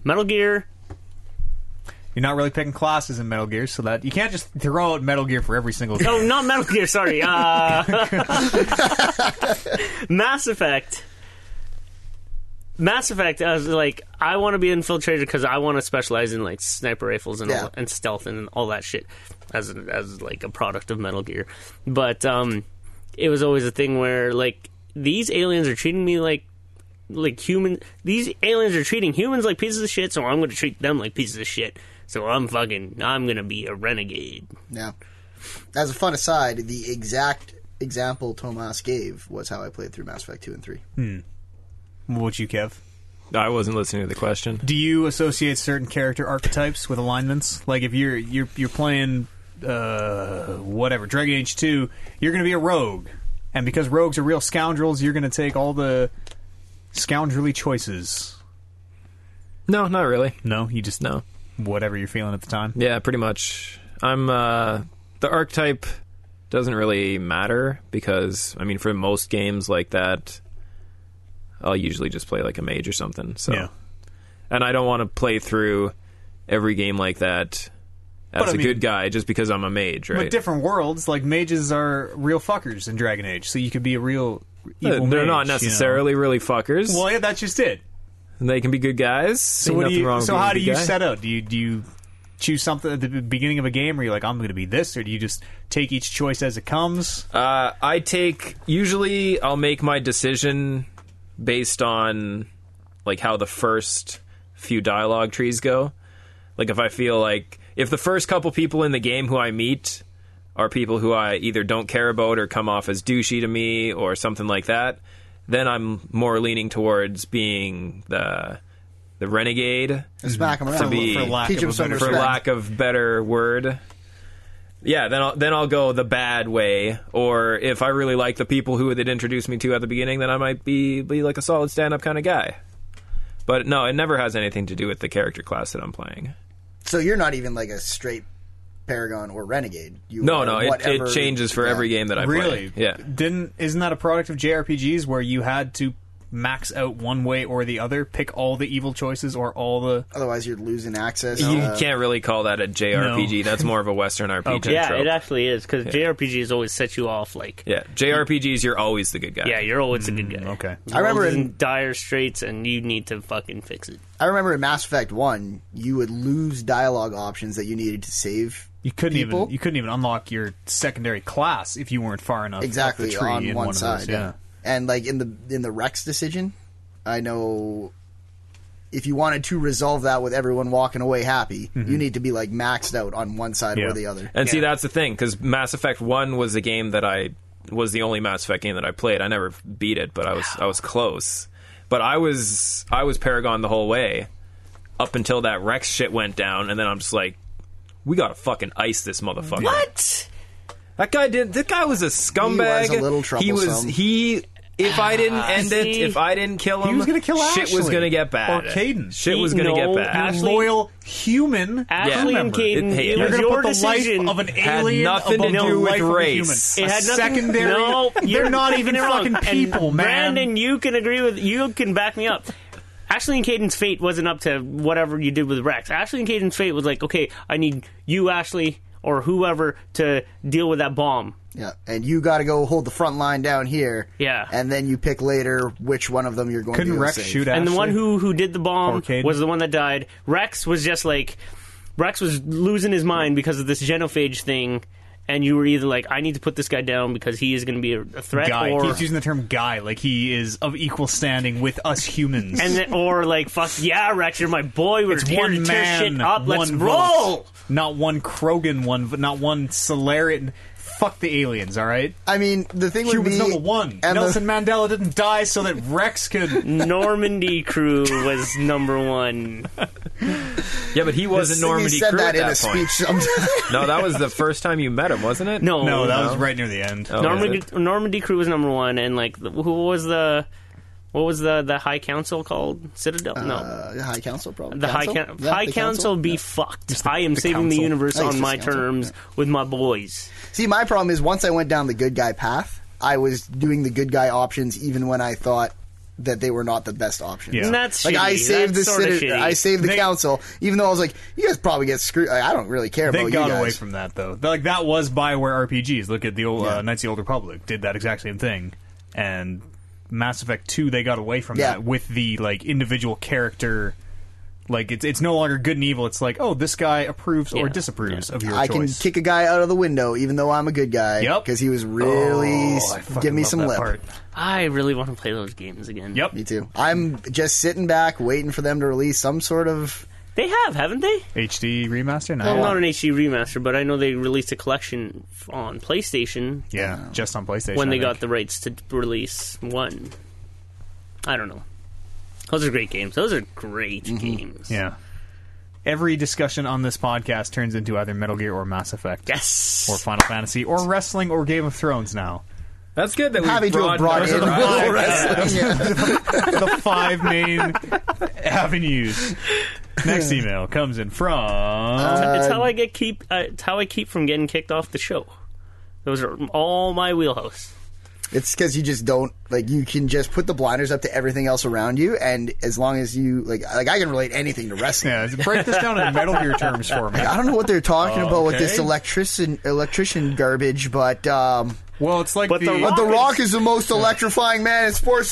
Speaker 5: Metal Gear,
Speaker 2: You're not really picking classes in Metal Gear, so that you can't just throw out Metal Gear for every single. game.
Speaker 5: Oh, not Metal Gear. Sorry, uh, Mass Effect. Mass Effect. I was like, I want to be an infiltrator because I want to specialize in like sniper rifles and
Speaker 3: Yeah.
Speaker 5: all, and stealth and all that shit, as as like a product of Metal Gear. But um, it was always a thing where like these aliens are treating me like like human these aliens are treating humans like pieces of shit so i'm going to treat them like pieces of shit so i'm fucking i'm going to be a renegade
Speaker 3: Yeah. As a fun aside, the exact example Tomas gave was how I played through Mass Effect 2 and 3.
Speaker 2: What about you, Kev?
Speaker 1: I wasn't listening to the question.
Speaker 2: Do you associate certain character archetypes with alignments? Like if you're you're you're playing uh, whatever Dragon Age two, you're going to be a rogue, and because rogues are real scoundrels, you're going to take all the scoundrelly choices.
Speaker 1: No, not really.
Speaker 2: No, you just
Speaker 1: No.
Speaker 2: whatever you're feeling at the time.
Speaker 1: Yeah, pretty much. I'm uh the archetype doesn't really matter because I mean for most games like that I'll usually just play like a mage or something. So
Speaker 2: Yeah.
Speaker 1: and I don't want to play through every game like that as
Speaker 2: But, I
Speaker 1: a
Speaker 2: mean-
Speaker 1: good guy just because I'm a mage, right?
Speaker 2: But different worlds, like mages are real fuckers in Dragon Age, so you could be a real
Speaker 1: Uh,
Speaker 2: evil.
Speaker 1: They're
Speaker 2: mage,
Speaker 1: not
Speaker 2: you know?
Speaker 1: necessarily really fuckers.
Speaker 2: Well, yeah, that's just it.
Speaker 1: and they can be good guys.
Speaker 2: So what do
Speaker 1: nothing wrong
Speaker 2: you?
Speaker 1: with
Speaker 2: So
Speaker 1: being a
Speaker 2: how do
Speaker 1: good
Speaker 2: you
Speaker 1: guy.
Speaker 2: set out? Do you do you choose something at the b- beginning of a game, or you're like, I'm going to be this, or do you just take each choice as it comes?
Speaker 1: Uh, I take usually I'll make my decision based on like how the first few dialogue trees go. Like if I feel like if the first couple people in the game who I meet are people who I either don't care about or come off as douchey to me or something like that, then I'm more leaning towards being the the renegade
Speaker 2: Mm-hmm.
Speaker 3: Smack them around.
Speaker 1: For be- for
Speaker 2: lack
Speaker 3: Teach
Speaker 2: of
Speaker 3: them
Speaker 2: a
Speaker 3: some
Speaker 2: better-
Speaker 1: for
Speaker 3: respect.
Speaker 1: lack of better word. Yeah, then I'll then I'll go the bad way, or if I really like the people who they'd introduced me to at the beginning, then I might be be like a solid stand up kind of guy. But no, it never has anything to do with the character class that I'm playing.
Speaker 3: So you're not even like a straight paragon or renegade. You
Speaker 1: No,
Speaker 3: are
Speaker 1: no, it,
Speaker 3: whatever-
Speaker 1: it changes for
Speaker 3: Yeah.
Speaker 1: every game that I
Speaker 2: Really?
Speaker 1: play. Yeah,
Speaker 2: Didn't isn't that a product of JRPGs where you had to max out one way or the other, pick all the evil choices or all the
Speaker 3: Otherwise, you're losing access.
Speaker 1: you
Speaker 3: uh,
Speaker 1: can't really call that a JRPG. That's more of a Western RPG.
Speaker 5: yeah,
Speaker 1: trope.
Speaker 5: it actually is because JRPGs always set you off like.
Speaker 1: yeah. JRPGs, you're always the good guy.
Speaker 5: Yeah, you're always a good guy.
Speaker 2: Mm, okay.
Speaker 5: The
Speaker 3: I remember
Speaker 5: world's
Speaker 3: in-
Speaker 5: in dire straits, and you need to fucking fix it.
Speaker 3: I remember in Mass Effect One, you would lose dialogue options that you needed to save.
Speaker 2: You couldn't
Speaker 3: People?
Speaker 2: even you couldn't even unlock your secondary class if you weren't far enough up
Speaker 3: exactly
Speaker 2: the tree
Speaker 3: on
Speaker 2: in
Speaker 3: one,
Speaker 2: of
Speaker 3: side.
Speaker 2: those,
Speaker 3: yeah. and like in the in the Rex decision, I know if you wanted to resolve that with everyone walking away happy, you need to be like maxed out on one side
Speaker 2: Mm-hmm. Yeah.
Speaker 3: or the other.
Speaker 1: And see, that's the thing because Mass Effect One was the game that I was the only Mass Effect game that I played. I never beat it, but I was I was close. But I was I was Paragon the whole way up until that Rex shit went down, and then I'm just like, we gotta fucking ice this motherfucker.
Speaker 5: What?
Speaker 1: That guy did. That guy was a scumbag.
Speaker 3: He was a little
Speaker 1: He was
Speaker 3: troublesome.
Speaker 1: he. If I didn't end
Speaker 5: see?
Speaker 1: it, if I didn't kill him,
Speaker 2: He was gonna kill
Speaker 1: shit was
Speaker 2: Ashley.
Speaker 1: gonna get bad.
Speaker 2: Or Caden.
Speaker 1: Shit
Speaker 5: He-
Speaker 1: was gonna
Speaker 5: no,
Speaker 1: get bad.
Speaker 5: Ashley-
Speaker 2: Loyal human
Speaker 5: Ashley
Speaker 1: Yeah.
Speaker 5: and
Speaker 1: Remember,
Speaker 5: Caden,
Speaker 1: it- hey,
Speaker 5: it
Speaker 1: you're
Speaker 2: You're
Speaker 5: was
Speaker 2: gonna
Speaker 5: your
Speaker 2: put the
Speaker 5: decision.
Speaker 2: life of an
Speaker 1: Had
Speaker 2: alien
Speaker 1: nothing to
Speaker 2: above
Speaker 1: do
Speaker 2: the
Speaker 1: with
Speaker 2: life of a
Speaker 1: race.
Speaker 2: human.
Speaker 5: It
Speaker 2: A
Speaker 5: had nothing-
Speaker 2: secondary.
Speaker 5: No,
Speaker 2: they're
Speaker 5: you're
Speaker 2: not even
Speaker 5: thinking it wrong.
Speaker 2: fucking people,
Speaker 5: and
Speaker 2: man.
Speaker 5: Brandon, you can agree with. You can back me up. Ashley and Caden's fate wasn't up to whatever you did with Rex. Ashley and Caden's fate was like, okay, I need you, Ashley, or whoever to deal with that bomb.
Speaker 3: Yeah, and you got to go hold the front line down here.
Speaker 5: Yeah.
Speaker 3: and then you pick later which one of them you're going
Speaker 2: Couldn't
Speaker 3: to be able to
Speaker 2: Rex
Speaker 3: save.
Speaker 2: shoot
Speaker 5: and the
Speaker 2: Ashley?
Speaker 5: one who who did the bomb
Speaker 2: Or Caden.
Speaker 5: was the one that died. Rex was just like Rex was losing his mind because of this genophage thing, and you were either like, I need to put this guy down because he is going to be a, a threat,
Speaker 2: guy
Speaker 5: or
Speaker 2: keeps using the term guy like he is of equal standing with us humans.
Speaker 5: and then, or like, fuck yeah, Rex, you're my boy. We're
Speaker 2: it's
Speaker 5: here
Speaker 2: one
Speaker 5: to tear
Speaker 2: man,
Speaker 5: shit up.
Speaker 2: one
Speaker 5: Let's
Speaker 2: vote.
Speaker 5: roll.
Speaker 2: Not one Krogan, one not one Solarian. Fuck the aliens, all right?
Speaker 3: I mean, the thing would
Speaker 2: Humans
Speaker 3: be
Speaker 2: number one.
Speaker 3: and the-
Speaker 2: Nelson Mandela didn't die so that Rex could.
Speaker 5: Normandy crew was number one.
Speaker 1: yeah, but he wasn't Normandy
Speaker 3: he said
Speaker 1: Crew
Speaker 3: that
Speaker 1: at
Speaker 3: in
Speaker 1: that
Speaker 3: a
Speaker 1: point.
Speaker 3: speech. sometime.
Speaker 1: No, that was the first time you met him, wasn't it?
Speaker 5: No,
Speaker 2: No, that was right near the end.
Speaker 1: Oh,
Speaker 5: Normandy,
Speaker 1: is it?
Speaker 5: Normandy crew was number one, and like, the- who was the what was the the High Council called? Citadel? no,
Speaker 3: Uh, the High Council, probably.
Speaker 5: The High,
Speaker 3: Council?
Speaker 5: coun
Speaker 3: Yeah,
Speaker 5: high
Speaker 3: the
Speaker 5: Council, be fucked. I am
Speaker 2: the
Speaker 5: saving the
Speaker 2: council.
Speaker 5: universe
Speaker 3: I think
Speaker 5: on
Speaker 3: Oh, it's
Speaker 5: my
Speaker 3: just council,
Speaker 5: terms with my boys.
Speaker 3: See, my problem is once I went down the good guy path, I was doing the good guy options even when I thought that they were not the best options.
Speaker 2: Yeah.
Speaker 5: And that's
Speaker 3: Like
Speaker 5: shitty.
Speaker 3: I saved
Speaker 5: That's
Speaker 3: the
Speaker 5: sorta
Speaker 3: city,
Speaker 5: shitty.
Speaker 3: I saved the
Speaker 2: They-
Speaker 3: council, even though I was like, you guys probably get screwed. I I don't really care
Speaker 2: They
Speaker 3: about
Speaker 2: got
Speaker 3: you guys.
Speaker 2: away from that though. Like that was Bioware RPGs. Look at the old
Speaker 3: Yeah.
Speaker 2: uh, Knights of the Old Republic did that exact same thing, and Mass Effect Two they got away from
Speaker 3: Yeah.
Speaker 2: that with the like individual character. Like it's it's no longer good and evil. It's like oh this guy approves or
Speaker 5: Yeah.
Speaker 2: disapproves of your
Speaker 3: I can
Speaker 2: choice.
Speaker 3: kick a guy out of the window, even though I'm a good guy,
Speaker 2: Yep.
Speaker 3: because he was really
Speaker 2: Oh, I fucking
Speaker 3: give me
Speaker 2: love
Speaker 3: some
Speaker 2: that
Speaker 3: lip.
Speaker 2: part.
Speaker 5: I really want to play those games again.
Speaker 2: Yep,
Speaker 3: Me too. I'm just sitting back, waiting for them to release some sort of.
Speaker 5: They have, haven't they?
Speaker 2: HD remaster. No,
Speaker 5: Well, not an HD remaster, but I know they released a collection f- on PlayStation
Speaker 2: yeah, just on PlayStation.
Speaker 5: when
Speaker 2: I
Speaker 5: they
Speaker 2: think.
Speaker 5: got the rights to release one. I don't know. Those are great games. Those are great
Speaker 3: Mm-hmm.
Speaker 5: games.
Speaker 2: yeah. Every discussion on this podcast turns into either Metal Gear or Mass Effect
Speaker 5: Yes.
Speaker 2: or Final Fantasy or wrestling or Game of Thrones now.
Speaker 1: That's good that we
Speaker 3: Having to have brought in
Speaker 1: Right.
Speaker 3: pro wrestling. Yeah.
Speaker 2: the five main avenues. Next email comes in from.
Speaker 5: it's how I get keep. Uh, it's how I keep from getting kicked off the show. Those are all my wheelhouse.
Speaker 3: It's because you just don't like. You can just put the blinders up to everything else around you, and as long as you like, like I can relate anything to wrestling.
Speaker 2: yeah, break this down in Metal Gear terms for me.
Speaker 3: I don't know what they're talking about with this
Speaker 2: Okay.
Speaker 3: electrician electrician garbage, but um,
Speaker 2: Well, it's like
Speaker 5: But the
Speaker 3: but
Speaker 5: Rock
Speaker 3: The Rock is the most electrifying man in sports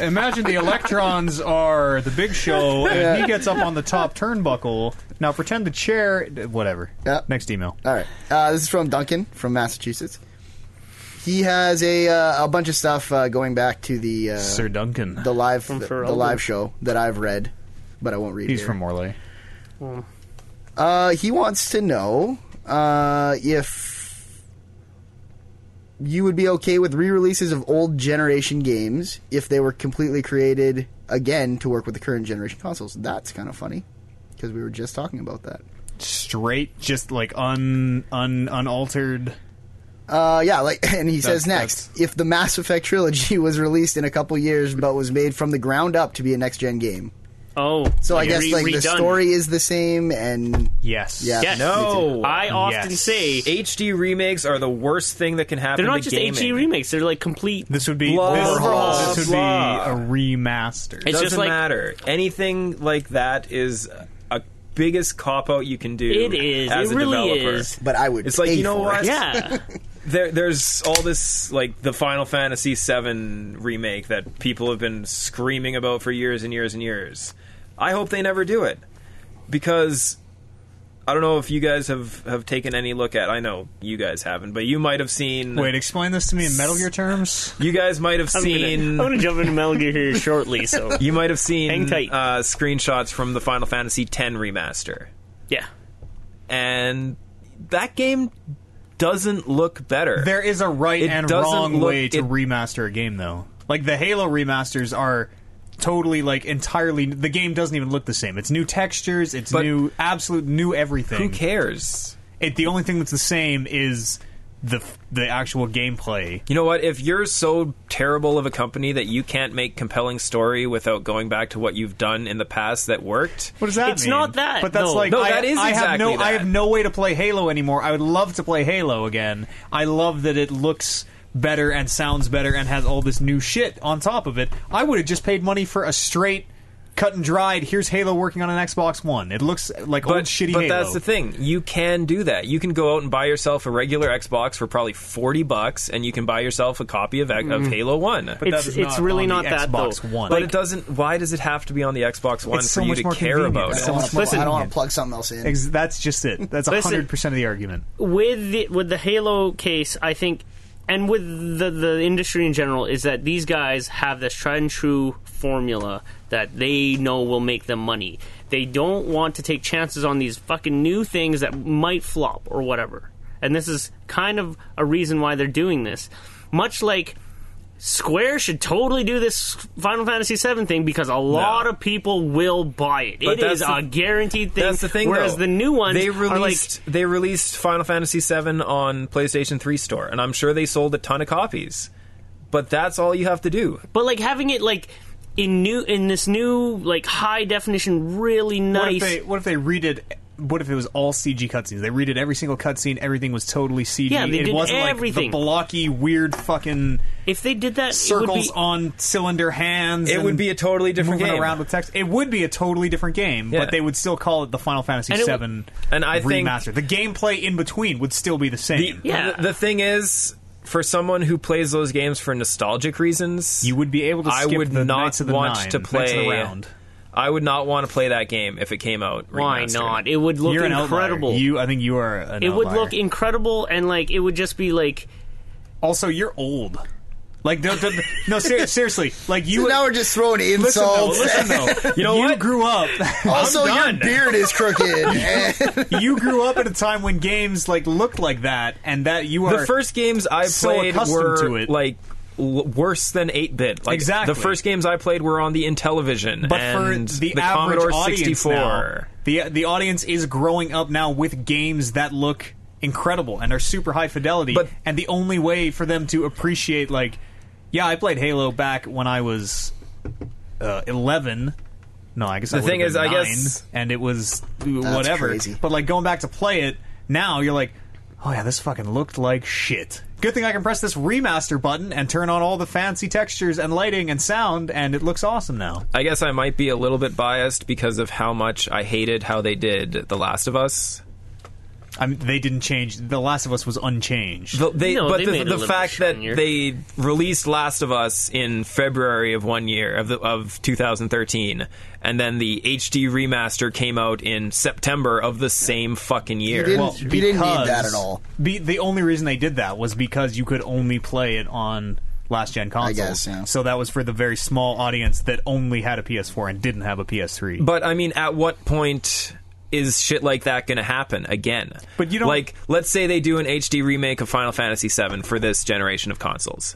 Speaker 2: Imagine the electrons are the big show, and he gets up on the top turnbuckle. Now pretend the chair, whatever.
Speaker 3: Yeah.
Speaker 2: Next email.
Speaker 3: All right, uh, this is from Duncan from Massachusetts. He has a uh, a bunch of stuff uh, going back to the uh,
Speaker 2: Sir Duncan.
Speaker 3: the live
Speaker 5: From
Speaker 3: the,
Speaker 5: Pharrell.
Speaker 3: the live show that I've read, but I won't read.
Speaker 2: He's
Speaker 3: here.
Speaker 2: from Morley.
Speaker 3: Uh, he wants to know uh, if you would be okay with re-releases of old generation games if they were completely created again to work with the current generation consoles. That's kind of funny because we were just talking about that.
Speaker 2: Straight, just like un un unaltered.
Speaker 3: Uh, yeah, like, and he says
Speaker 2: That's-
Speaker 3: next, if the Mass Effect trilogy was released in a couple years but was made from the ground up to be a next gen game,
Speaker 5: Oh,
Speaker 3: so I guess
Speaker 5: re-
Speaker 3: like the
Speaker 5: redone.
Speaker 3: story is the same, and
Speaker 2: Yes.
Speaker 3: yeah,
Speaker 5: Yes.
Speaker 1: No.
Speaker 5: I often
Speaker 2: Yes.
Speaker 5: say
Speaker 1: HD remakes are the worst thing that can happen.
Speaker 5: they're not
Speaker 1: to
Speaker 5: just
Speaker 1: gaming.
Speaker 5: HD remakes. They're like complete.
Speaker 2: This would be
Speaker 1: Blah,
Speaker 2: this,
Speaker 1: blah,
Speaker 2: this would be
Speaker 1: blah.
Speaker 2: a remaster.
Speaker 5: It's
Speaker 1: Doesn't
Speaker 5: just like-
Speaker 1: matter. Anything like that is a biggest cop out you can do.
Speaker 5: It is.
Speaker 1: As
Speaker 5: it
Speaker 1: a
Speaker 5: really
Speaker 1: developer.
Speaker 5: is.
Speaker 3: But I would.
Speaker 1: It's like
Speaker 3: pay
Speaker 1: you know
Speaker 3: for
Speaker 1: what?
Speaker 3: it.
Speaker 5: Yeah.
Speaker 1: There, there's all this like the Final Fantasy VII remake that people have been screaming about for years and years and years. I hope they never do it because I don't know if you guys have have taken any look at. I know you guys haven't, but you might have seen.
Speaker 2: Wait, explain this to me in Metal Gear terms.
Speaker 1: you guys might have
Speaker 5: I'm
Speaker 1: seen.
Speaker 5: gonna, I'm gonna jump into Metal Gear here shortly. So
Speaker 1: you might have seen
Speaker 5: Hang tight.
Speaker 1: Uh, screenshots from the Final Fantasy X remaster.
Speaker 5: yeah,
Speaker 1: and that game doesn't look better.
Speaker 2: There is a right
Speaker 1: It
Speaker 2: and
Speaker 1: doesn't
Speaker 2: wrong
Speaker 1: look-
Speaker 2: way to
Speaker 1: it-
Speaker 2: remaster a game, though. Like the Halo remasters are totally like entirely. The game doesn't even look the same. It's new textures. It's
Speaker 1: But-
Speaker 2: new, absolute new everything.
Speaker 1: Who cares?
Speaker 2: It, the only thing that's the same is the the actual gameplay.
Speaker 1: You know what? If you're so terrible of a company that you can't make compelling story without going back to what you've done in the past that worked,
Speaker 2: What does that
Speaker 5: It's
Speaker 2: mean?
Speaker 5: not that,
Speaker 2: But that's
Speaker 5: though.
Speaker 2: like
Speaker 1: No,
Speaker 2: I,
Speaker 1: that is
Speaker 2: I have no
Speaker 1: exactly
Speaker 2: I
Speaker 1: that.
Speaker 2: have no way to play Halo anymore. I would love to play Halo again. I love that it looks better and sounds better and has all this new shit on top of it. I would have just paid money for a straight cut and dried here's Halo working on an Xbox 1. It looks like
Speaker 1: but
Speaker 2: old shitty
Speaker 1: but
Speaker 2: Halo.
Speaker 1: that's the thing. You can do that. You can go out and buy yourself a regular Xbox for probably forty bucks, and you can buy yourself a copy of, of
Speaker 2: Mm.
Speaker 1: Halo One. But,
Speaker 2: That
Speaker 5: it's
Speaker 2: is
Speaker 5: it's really
Speaker 2: on
Speaker 5: not
Speaker 2: the
Speaker 5: that
Speaker 2: Xbox
Speaker 5: though.
Speaker 2: One.
Speaker 1: it doesn't. Why does it have to be on the Xbox One
Speaker 2: It's
Speaker 1: for
Speaker 2: so
Speaker 1: you
Speaker 2: much
Speaker 1: to
Speaker 2: more
Speaker 1: care
Speaker 2: convenient.
Speaker 1: about
Speaker 2: It's
Speaker 1: it?
Speaker 3: I don't wanna plug-
Speaker 2: Listen.
Speaker 3: I don't want to plug something else in.
Speaker 2: Ex- that's just it. That's
Speaker 5: Listen-
Speaker 2: 100% of the argument.
Speaker 5: with the, with the Halo case, I think, and with the the industry in general, is that these guys have this tried and true formula that they know will make them money. They don't want to take chances on these fucking new things that might flop or whatever. And this is kind of a reason why they're doing this. Much like Square should totally do this Final Fantasy VII thing because a lot of people will buy it.
Speaker 1: But
Speaker 5: it is
Speaker 1: that's the-
Speaker 5: a guaranteed thing.
Speaker 1: That's the thing.
Speaker 5: Whereas
Speaker 1: though.
Speaker 5: the new ones
Speaker 1: they
Speaker 5: are like
Speaker 1: released they released Final Fantasy VII on PlayStation 3 store, and I'm sure they sold a ton of copies. But that's all you have to do.
Speaker 5: But like having it like in new in this new like high definition, really
Speaker 2: What
Speaker 5: nice.
Speaker 2: if they what if they redid? What if it was all CG cutscenes? They redid every single cutscene. Everything was totally CG.
Speaker 5: Yeah, they
Speaker 2: it
Speaker 5: did
Speaker 2: wasn't
Speaker 5: everything.
Speaker 2: like the blocky, weird fucking
Speaker 5: If they did that, it would
Speaker 2: circles
Speaker 5: be,
Speaker 2: on cylinder hands.
Speaker 1: It
Speaker 2: and
Speaker 1: would be a totally different
Speaker 2: moving
Speaker 1: game.
Speaker 2: around with text. It would be a totally different game,
Speaker 1: Yeah.
Speaker 2: but they would still call it the Final Fantasy
Speaker 5: And it
Speaker 2: VII
Speaker 5: would-
Speaker 1: And I think-
Speaker 2: remaster. the gameplay in between would still be the
Speaker 1: The,
Speaker 2: same.
Speaker 5: Yeah.
Speaker 1: the, the thing is, for someone who plays those games for nostalgic reasons,
Speaker 2: you would be able to.
Speaker 1: I
Speaker 2: skip
Speaker 1: would
Speaker 2: the
Speaker 1: not
Speaker 2: Knights of the
Speaker 1: want
Speaker 2: Nine,
Speaker 1: to
Speaker 2: Knights of the
Speaker 1: play-
Speaker 2: round.
Speaker 1: I would not want to play that game if it came out.
Speaker 5: why
Speaker 1: remastered.
Speaker 5: not? It would look
Speaker 2: You're an outlier.
Speaker 5: incredible.
Speaker 2: You, I think you are. An
Speaker 5: it would
Speaker 2: outlier.
Speaker 5: look incredible, and like it would just be like
Speaker 2: Also, you're old. Like no, no, no ser- seriously. Like you.
Speaker 3: So
Speaker 2: would-
Speaker 3: now we're just throwing
Speaker 2: Listen though,
Speaker 3: insults.
Speaker 2: listen though. You know you
Speaker 1: what?
Speaker 2: grew up.
Speaker 3: also, your
Speaker 1: done.
Speaker 3: beard is crooked.
Speaker 2: you grew up at a time when games like looked like that, and that you are
Speaker 1: The first games I
Speaker 2: so
Speaker 1: played
Speaker 2: accustomed
Speaker 1: were
Speaker 2: to it.
Speaker 1: like l- worse than 8-bit. Like
Speaker 2: Exactly.
Speaker 1: the first games I played were on the Intellivision
Speaker 2: But
Speaker 1: and
Speaker 2: for the, average
Speaker 1: Commodore
Speaker 2: audience
Speaker 1: 64.
Speaker 2: now, the the audience is growing up now with games that look incredible and are super high fidelity.
Speaker 1: But-
Speaker 2: and the only way for them to appreciate, like, yeah, I played Halo back when I was uh, eleven. No, I guess I
Speaker 1: The thing
Speaker 2: would've
Speaker 1: is,
Speaker 2: been
Speaker 1: I
Speaker 2: nine,
Speaker 1: guess-
Speaker 2: and it was whatever.
Speaker 3: crazy.
Speaker 2: But like going back to play it now, you're like, oh yeah, this fucking looked like shit. Good thing I can press this remaster button and turn on all the fancy textures and lighting and sound, and it looks awesome now.
Speaker 1: I guess I might be a little bit biased because of how much I hated how they did The Last of Us.
Speaker 2: I mean, they didn't change. The Last of Us was unchanged.
Speaker 1: The- they-
Speaker 5: No,
Speaker 1: but
Speaker 5: they
Speaker 1: the,
Speaker 5: made it a
Speaker 1: the
Speaker 5: little
Speaker 1: fact
Speaker 5: bit
Speaker 1: that
Speaker 5: shinier.
Speaker 1: they released Last of Us in February of one year of the, of 2013, and then the HD remaster came out in September of the same fucking year.
Speaker 3: didn't-
Speaker 2: well,
Speaker 3: we didn't need
Speaker 2: because-
Speaker 3: that at all.
Speaker 2: Be, the only reason they did that was because you could only play it on last gen consoles.
Speaker 3: guess, yeah.
Speaker 2: So that was for the very small audience that only had a PS4 and didn't have a PS3.
Speaker 1: But I mean, at what point is shit like that going to happen again?
Speaker 2: But you don't-
Speaker 1: like. Let's say they do an HD remake of Final Fantasy VII for this generation of consoles.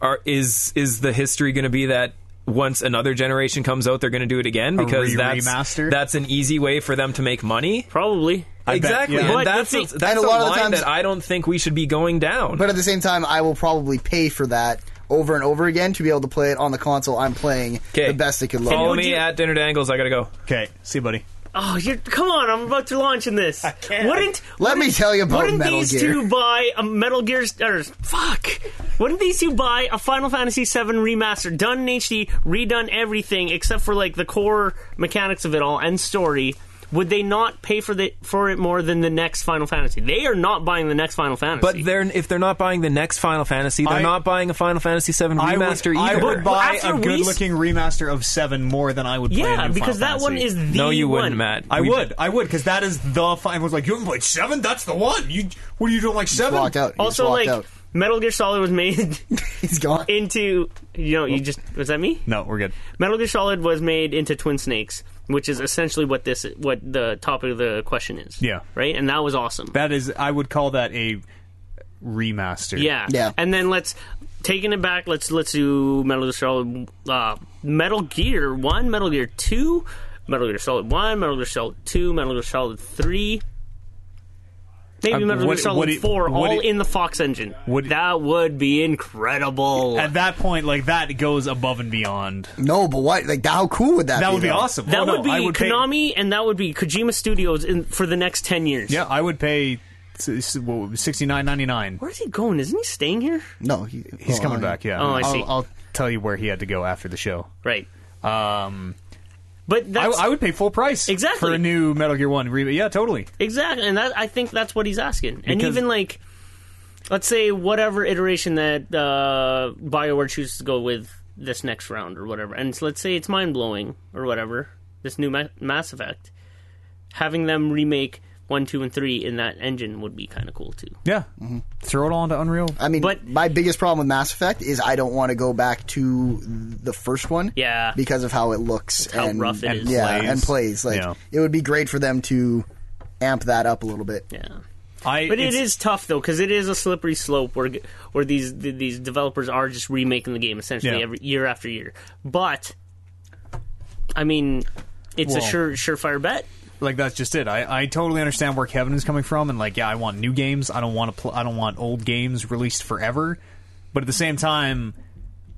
Speaker 1: Are is is the history going to be that? Once another generation comes out, they're going to do it again because that's
Speaker 2: re-remaster?
Speaker 1: that's an easy way for them to make money.
Speaker 5: Probably.
Speaker 2: bet,
Speaker 1: exactly,
Speaker 2: yeah.
Speaker 1: and
Speaker 5: But
Speaker 1: that's
Speaker 5: the
Speaker 1: a,
Speaker 5: thing-
Speaker 1: that's
Speaker 3: And
Speaker 1: a,
Speaker 3: a lot of the
Speaker 1: line
Speaker 3: times-
Speaker 1: that I don't think we should be going down.
Speaker 3: But at the same time, I will probably pay for that over and over again to be able to play it on the console I'm playing
Speaker 1: 'Kay.
Speaker 3: the best it could look.
Speaker 1: Follow
Speaker 5: would
Speaker 1: me
Speaker 5: you-
Speaker 1: at dinner dangles. I gotta go.
Speaker 2: Okay, see, you, buddy.
Speaker 5: Oh, you're, come on! I'm about to launch in this. I
Speaker 2: can't.
Speaker 5: Wouldn't
Speaker 3: Let me tell you about
Speaker 5: wouldn't
Speaker 3: Metal
Speaker 5: these
Speaker 3: Gear.
Speaker 5: two buy a Metal Gear? Or, fuck! Wouldn't these two buy a Final Fantasy VII remaster, done in HD, redone everything except for like the core mechanics of it all and story? Would they not pay for the for it more than the next Final Fantasy? They are not buying the next Final Fantasy.
Speaker 1: But they're if they're not buying the next Final Fantasy, they're
Speaker 2: I-
Speaker 1: not buying a Final Fantasy VII
Speaker 2: I would-
Speaker 1: remaster
Speaker 2: I
Speaker 1: either.
Speaker 2: would, buy
Speaker 5: after
Speaker 2: a
Speaker 5: we-
Speaker 2: good-looking remaster of Seven more than I would. Play a
Speaker 5: yeah,
Speaker 2: new
Speaker 5: because that
Speaker 2: Final
Speaker 5: one
Speaker 2: Fantasy.
Speaker 5: is the
Speaker 1: No, you
Speaker 5: one.
Speaker 1: wouldn't, Matt.
Speaker 2: I
Speaker 1: We-
Speaker 2: would, I would, because that is the. Fi- I was like, you haven't played Seven? That's the one. You, what are you doing? Like Seven?
Speaker 3: walked out. He just
Speaker 5: Also,
Speaker 3: walked
Speaker 5: like
Speaker 3: out.
Speaker 5: Metal Gear Solid was made
Speaker 3: he's gone.
Speaker 5: into you know you just was that me?
Speaker 2: No, we're good.
Speaker 5: Metal Gear Solid was made into Twin Snakes, which is essentially what this what the topic of the question is.
Speaker 2: Yeah.
Speaker 5: Right? And that was awesome.
Speaker 2: That is, I would call that a remaster.
Speaker 5: yeah.
Speaker 3: Yeah.
Speaker 5: And then let's taking it back, let's let's do Metal Gear Solid uh, Metal Gear 1, Metal Gear 2, Metal Gear Solid 1, Metal Gear Solid 2, Metal Gear Solid 3. Maybe
Speaker 2: Uh,
Speaker 5: Metal
Speaker 2: would-
Speaker 5: Gear Solid
Speaker 2: would it-
Speaker 5: 4
Speaker 2: would
Speaker 5: all
Speaker 2: it-
Speaker 5: in the Fox engine.
Speaker 2: would-
Speaker 5: that would be incredible.
Speaker 2: At that point, like that goes above and beyond.
Speaker 3: No, but what? Like, how cool would that?
Speaker 2: That
Speaker 3: be,
Speaker 2: would be
Speaker 3: though?
Speaker 2: awesome.
Speaker 5: that
Speaker 2: Oh, no,
Speaker 5: would be
Speaker 2: I would pay-
Speaker 5: Konami and that would be Kojima Studios in, for the next 10 years.
Speaker 2: yeah, I would pay sixty nine ninety nine.
Speaker 5: Where's he going? Isn't he staying here?
Speaker 3: No, he,
Speaker 2: He's
Speaker 3: well,
Speaker 2: coming
Speaker 3: I-
Speaker 2: back. Yeah.
Speaker 5: Oh, I see.
Speaker 2: I'll, I'll tell you where he had to go after the show.
Speaker 5: Right.
Speaker 2: Um,
Speaker 5: But
Speaker 2: I,
Speaker 5: that's
Speaker 2: I would pay full price
Speaker 5: Exactly.
Speaker 2: for a new Metal Gear One. Re- yeah, totally.
Speaker 5: exactly, and that I think that's what he's asking. and
Speaker 2: Because-
Speaker 5: even like, let's say whatever iteration that uh, Bioware chooses to go with this next round or whatever, and so let's say it's mind blowing or whatever. This new Ma- Mass Effect, having them remake one, two, and three in that engine would be kind of cool too.
Speaker 2: Yeah,
Speaker 5: Mm-hmm.
Speaker 2: throw it all into Unreal.
Speaker 3: I mean,
Speaker 5: But-
Speaker 3: my biggest problem with Mass Effect is I don't want to go back to the first one.
Speaker 5: Yeah.
Speaker 3: because of how it looks
Speaker 5: how
Speaker 3: and
Speaker 5: rough it
Speaker 3: and-
Speaker 5: is.
Speaker 3: Yeah,
Speaker 2: Plays.
Speaker 3: and plays. Like,
Speaker 2: Yeah.
Speaker 3: it would be great for them to amp that up a little bit.
Speaker 5: Yeah.
Speaker 2: I,
Speaker 5: But it
Speaker 2: it's-
Speaker 5: is tough though, because it is a slippery slope where where these th- these developers are just remaking the game essentially
Speaker 2: Yeah.
Speaker 5: every year after year. But I mean, it's a
Speaker 2: Well-
Speaker 5: sure surefire bet.
Speaker 2: like that's just it. I, I totally understand where Kevin is coming from, and like yeah, I want new games. I don't want to. Pl- I don't want old games released forever. But at the same time,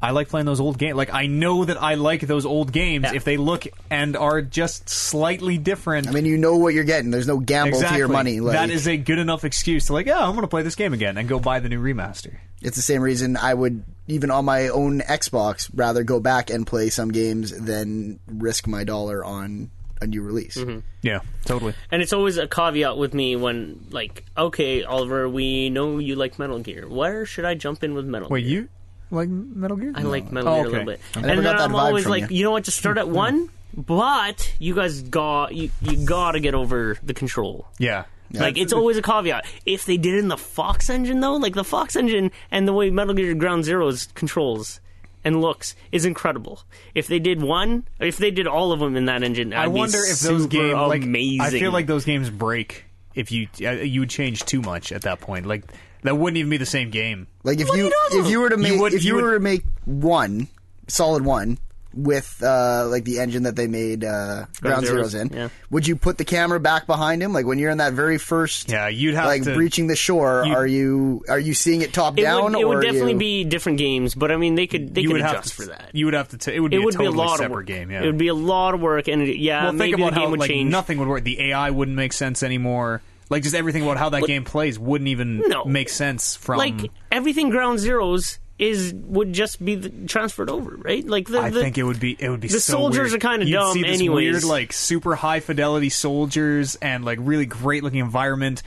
Speaker 2: I like playing those old games. Like I know that I like those old games
Speaker 5: Yeah.
Speaker 2: if they look and are just slightly different.
Speaker 3: I mean, you know what you're getting. There's no gamble
Speaker 2: exactly,
Speaker 3: to your money. Like,
Speaker 2: that is a good enough excuse to like, yeah, I'm going to play this game again and go buy the new remaster.
Speaker 3: It's the same reason I would even on my own Xbox rather go back and play some games than risk my dollar on a new release.
Speaker 5: Mm-hmm.
Speaker 2: Yeah, totally.
Speaker 5: And it's always a caveat with me when like, okay, Oliver, we know you like Metal Gear. Where should I jump in with Metal
Speaker 2: Wait,
Speaker 5: Gear?
Speaker 2: you like Metal Gear?
Speaker 5: I like Metal
Speaker 2: Oh,
Speaker 5: Gear
Speaker 2: okay.
Speaker 5: a little bit,
Speaker 3: I
Speaker 5: and
Speaker 3: never
Speaker 5: then
Speaker 3: got that
Speaker 5: I'm
Speaker 3: vibe
Speaker 5: always
Speaker 3: from
Speaker 5: like,
Speaker 3: you.
Speaker 5: you know what? Just start at one. But you guys got you, you got to get over the control.
Speaker 2: Yeah.
Speaker 5: Like it's always a caveat. If they did it in the Fox engine though, like the Fox engine and the way Metal Gear Ground Zero's controls and looks is incredible. If they did one, if they did all of them in that engine,
Speaker 2: I
Speaker 5: I'd be
Speaker 2: wonder if those
Speaker 5: super
Speaker 2: games like
Speaker 5: amazing.
Speaker 2: I feel like those games break if you uh, you would change too much at that point. Like that wouldn't even be the same game.
Speaker 3: Like if
Speaker 5: What do
Speaker 3: you
Speaker 5: you know?
Speaker 3: if you were to
Speaker 2: You
Speaker 3: make
Speaker 2: would-
Speaker 3: if you,
Speaker 2: you
Speaker 3: were
Speaker 2: would-
Speaker 3: to make one solid one with uh, like the engine that they made uh, Ground Zeroes
Speaker 5: Zeroes,
Speaker 3: in,
Speaker 5: yeah.
Speaker 3: would you put the camera back behind him? Like when you're in that very first,
Speaker 2: Yeah, you'd have
Speaker 3: like
Speaker 2: to-
Speaker 3: breaching the shore.
Speaker 2: you-
Speaker 3: Are you are you seeing it top
Speaker 5: It
Speaker 3: down?
Speaker 5: would, it
Speaker 3: or
Speaker 5: would
Speaker 3: are
Speaker 5: definitely
Speaker 3: you-
Speaker 5: be different games, but I mean they could they
Speaker 2: you
Speaker 5: could
Speaker 2: would have
Speaker 5: adjust
Speaker 2: to,
Speaker 5: for that.
Speaker 2: You would have to. T- it would be
Speaker 5: it
Speaker 2: a
Speaker 5: would
Speaker 2: totally
Speaker 5: be a lot of
Speaker 2: separate
Speaker 5: work.
Speaker 2: game. Yeah,
Speaker 5: It would be a lot of work, and it, yeah,
Speaker 2: well, think
Speaker 5: maybe
Speaker 2: about
Speaker 5: the game
Speaker 2: how
Speaker 5: would
Speaker 2: like
Speaker 5: change.
Speaker 2: nothing would work. The AI wouldn't make sense anymore. Like just everything about how that game plays wouldn't even
Speaker 5: No.
Speaker 2: make sense from.
Speaker 5: like everything Ground Zeroes is would just be the, transferred over, right? Like the,
Speaker 2: I
Speaker 5: the
Speaker 2: think it would be it would be
Speaker 5: the
Speaker 2: so
Speaker 5: soldiers
Speaker 2: weird.
Speaker 5: are kinda
Speaker 2: You'd
Speaker 5: dumb
Speaker 2: see this
Speaker 5: anyways.
Speaker 2: Weird like super high fidelity soldiers and like really great looking environment,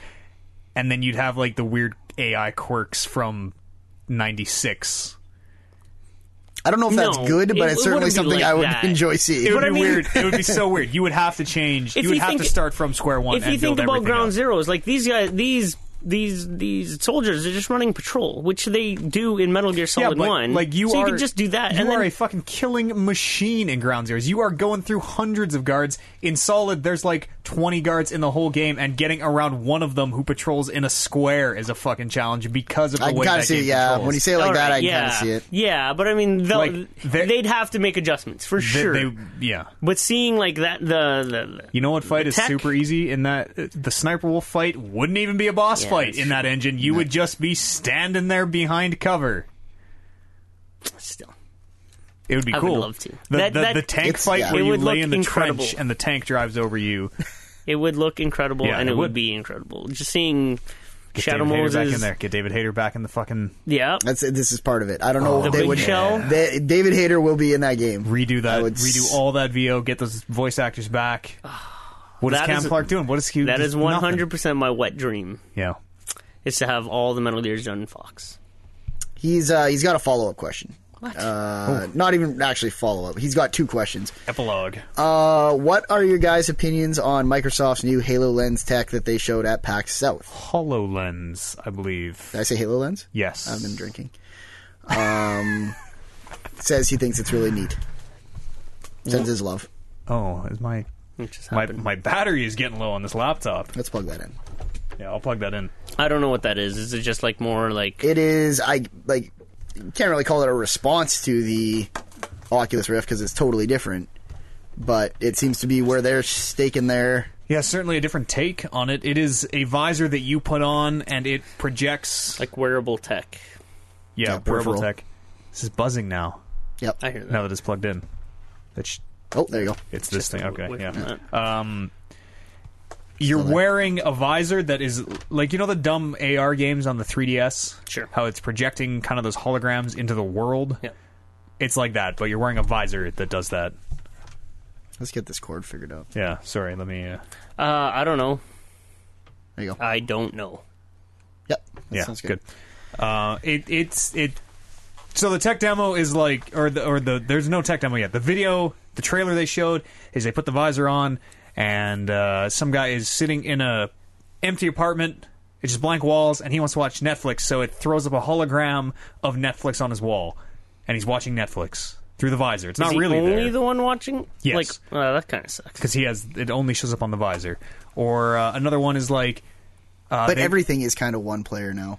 Speaker 2: and then you'd have like the weird AI quirks from '96.
Speaker 3: I don't know if that's
Speaker 5: No,
Speaker 3: good, but
Speaker 5: it- it
Speaker 3: it's certainly
Speaker 5: wouldn't be
Speaker 3: something
Speaker 5: like
Speaker 3: I would
Speaker 5: that.
Speaker 3: enjoy seeing.
Speaker 2: It would
Speaker 5: But
Speaker 2: be
Speaker 5: I mean-
Speaker 2: weird. It would be so weird. You would have to change.
Speaker 5: If
Speaker 2: you would
Speaker 5: you
Speaker 2: have
Speaker 5: think-
Speaker 2: to start from square one.
Speaker 5: if
Speaker 2: and
Speaker 5: you think
Speaker 2: build
Speaker 5: about
Speaker 2: everything
Speaker 5: ground
Speaker 2: up.
Speaker 5: zeros like these guys these these these soldiers are just running patrol which they do in metal gear solid
Speaker 2: yeah, but,
Speaker 5: 1
Speaker 2: Like you
Speaker 5: so
Speaker 2: are,
Speaker 5: you can just do that
Speaker 2: You
Speaker 5: and
Speaker 2: are
Speaker 5: then
Speaker 2: a fucking killing machine in Ground Zeroes. You are going through hundreds of guards. In Solid, there's like 20 guards in the whole game, and getting around one of them who patrols in a square is a fucking challenge because of the
Speaker 3: I
Speaker 2: way
Speaker 3: kind
Speaker 2: that
Speaker 3: of see it.
Speaker 2: game
Speaker 3: Yeah,
Speaker 2: controls.
Speaker 3: when you say it like
Speaker 5: All
Speaker 3: that,
Speaker 5: right,
Speaker 3: I can
Speaker 5: yeah.
Speaker 3: kind of see it.
Speaker 5: yeah but i mean they'll-
Speaker 2: Like, they're-
Speaker 5: they'd have to make adjustments for
Speaker 2: They-
Speaker 5: sure
Speaker 2: they- yeah.
Speaker 5: but seeing like that the, the,
Speaker 2: You know what fight is
Speaker 5: tech-
Speaker 2: super easy in that uh, the sniper wolf fight wouldn't even be a boss
Speaker 5: Yeah,
Speaker 2: fight
Speaker 5: that's
Speaker 2: in that engine. You would just be standing there behind cover.
Speaker 5: still
Speaker 2: It would be
Speaker 5: I would
Speaker 2: cool.
Speaker 5: love to.
Speaker 2: The,
Speaker 5: That-
Speaker 2: the,
Speaker 5: that-
Speaker 2: the tank
Speaker 3: It's-
Speaker 2: fight
Speaker 3: yeah.
Speaker 2: where
Speaker 5: It
Speaker 2: you
Speaker 5: would
Speaker 2: lay
Speaker 5: look
Speaker 2: in the
Speaker 5: incredible.
Speaker 2: trench and the tank drives over you.
Speaker 5: it would look incredible
Speaker 2: Yeah,
Speaker 5: and
Speaker 2: it
Speaker 5: it, would.
Speaker 2: would.
Speaker 5: be incredible just seeing shadow
Speaker 2: David Hayter
Speaker 5: moses
Speaker 2: back in there. Get David Hayter back in the fucking
Speaker 5: yeah
Speaker 3: That's it. This is part of it. I don't know.
Speaker 5: Oh, The
Speaker 3: if they
Speaker 5: big
Speaker 3: would.
Speaker 5: shell?
Speaker 3: They, David Hayter will be in that game.
Speaker 2: redo
Speaker 3: I
Speaker 2: that,
Speaker 3: would s-
Speaker 2: redo all that VO, get those voice actors back. What is
Speaker 5: That
Speaker 2: Cam
Speaker 5: is-
Speaker 2: Clark doing? What is he?
Speaker 5: that
Speaker 2: just
Speaker 5: is
Speaker 2: nothing.
Speaker 5: 100% my wet dream
Speaker 2: Yeah,
Speaker 5: is to have all the metal gears done in fox
Speaker 3: He's uh, he's got a follow up question.
Speaker 5: what
Speaker 3: Uh, not even actually follow up. He's got two questions.
Speaker 2: epilogue.
Speaker 3: Uh, what are your guys' opinions on Microsoft's new Halo Lens tech that they showed at PAX South?
Speaker 2: Hololens, I believe.
Speaker 3: Did I say Halo Lens?
Speaker 2: Yes,
Speaker 3: I've been drinking. Um, says he thinks it's really neat. Sends his love.
Speaker 2: Oh, is my
Speaker 5: It just
Speaker 2: my
Speaker 5: happened.
Speaker 2: my battery is getting low on this laptop.
Speaker 3: Let's plug that in.
Speaker 2: Yeah, I'll plug that in.
Speaker 5: I don't know what that is. Is it just like more like
Speaker 3: It is I like can't really call it a response to the Oculus Rift because it's totally different. But it seems to be where they're staking their
Speaker 2: Yeah, certainly a different take on it. It is a visor that you put on, and it projects.
Speaker 5: like wearable tech?
Speaker 2: yeah,
Speaker 3: Yeah,
Speaker 2: wearable
Speaker 3: peripheral.
Speaker 2: tech. This is buzzing now.
Speaker 3: Yep.
Speaker 5: I hear that.
Speaker 2: Now that it's plugged in, that sh-
Speaker 3: Oh, there you go.
Speaker 2: It's this thing. Okay,
Speaker 5: away from
Speaker 2: yeah. Um, you're
Speaker 3: there.
Speaker 2: wearing a visor that is like you know the dumb AR games on the 3DS.
Speaker 5: Sure.
Speaker 2: How it's projecting kind of those holograms into the world.
Speaker 5: Yeah.
Speaker 2: It's like that, but you're wearing a visor that does that.
Speaker 3: Let's get this cord figured out.
Speaker 2: Yeah. Sorry. Let me. Uh,
Speaker 5: Uh, I don't know.
Speaker 3: There you go.
Speaker 5: I don't know.
Speaker 3: Yep. That
Speaker 2: yeah.
Speaker 3: sounds
Speaker 2: good. Uh, it it's it. So the tech demo is like, or the or the there's no tech demo yet. The video, the trailer they showed is they put the visor on, and uh, some guy is sitting in a empty apartment. It's just blank walls, and he wants to watch Netflix. So it throws up a hologram of Netflix on his wall, and he's watching Netflix through the visor. It's
Speaker 5: Is
Speaker 2: not
Speaker 5: he
Speaker 2: really
Speaker 5: only
Speaker 2: there
Speaker 5: the one watching?
Speaker 2: Yes.
Speaker 5: Like uh, that kind of sucks.
Speaker 2: because he has it only shows up on the visor. Or uh, another one is like, uh,
Speaker 3: But
Speaker 2: they-
Speaker 3: everything is kind of one player now.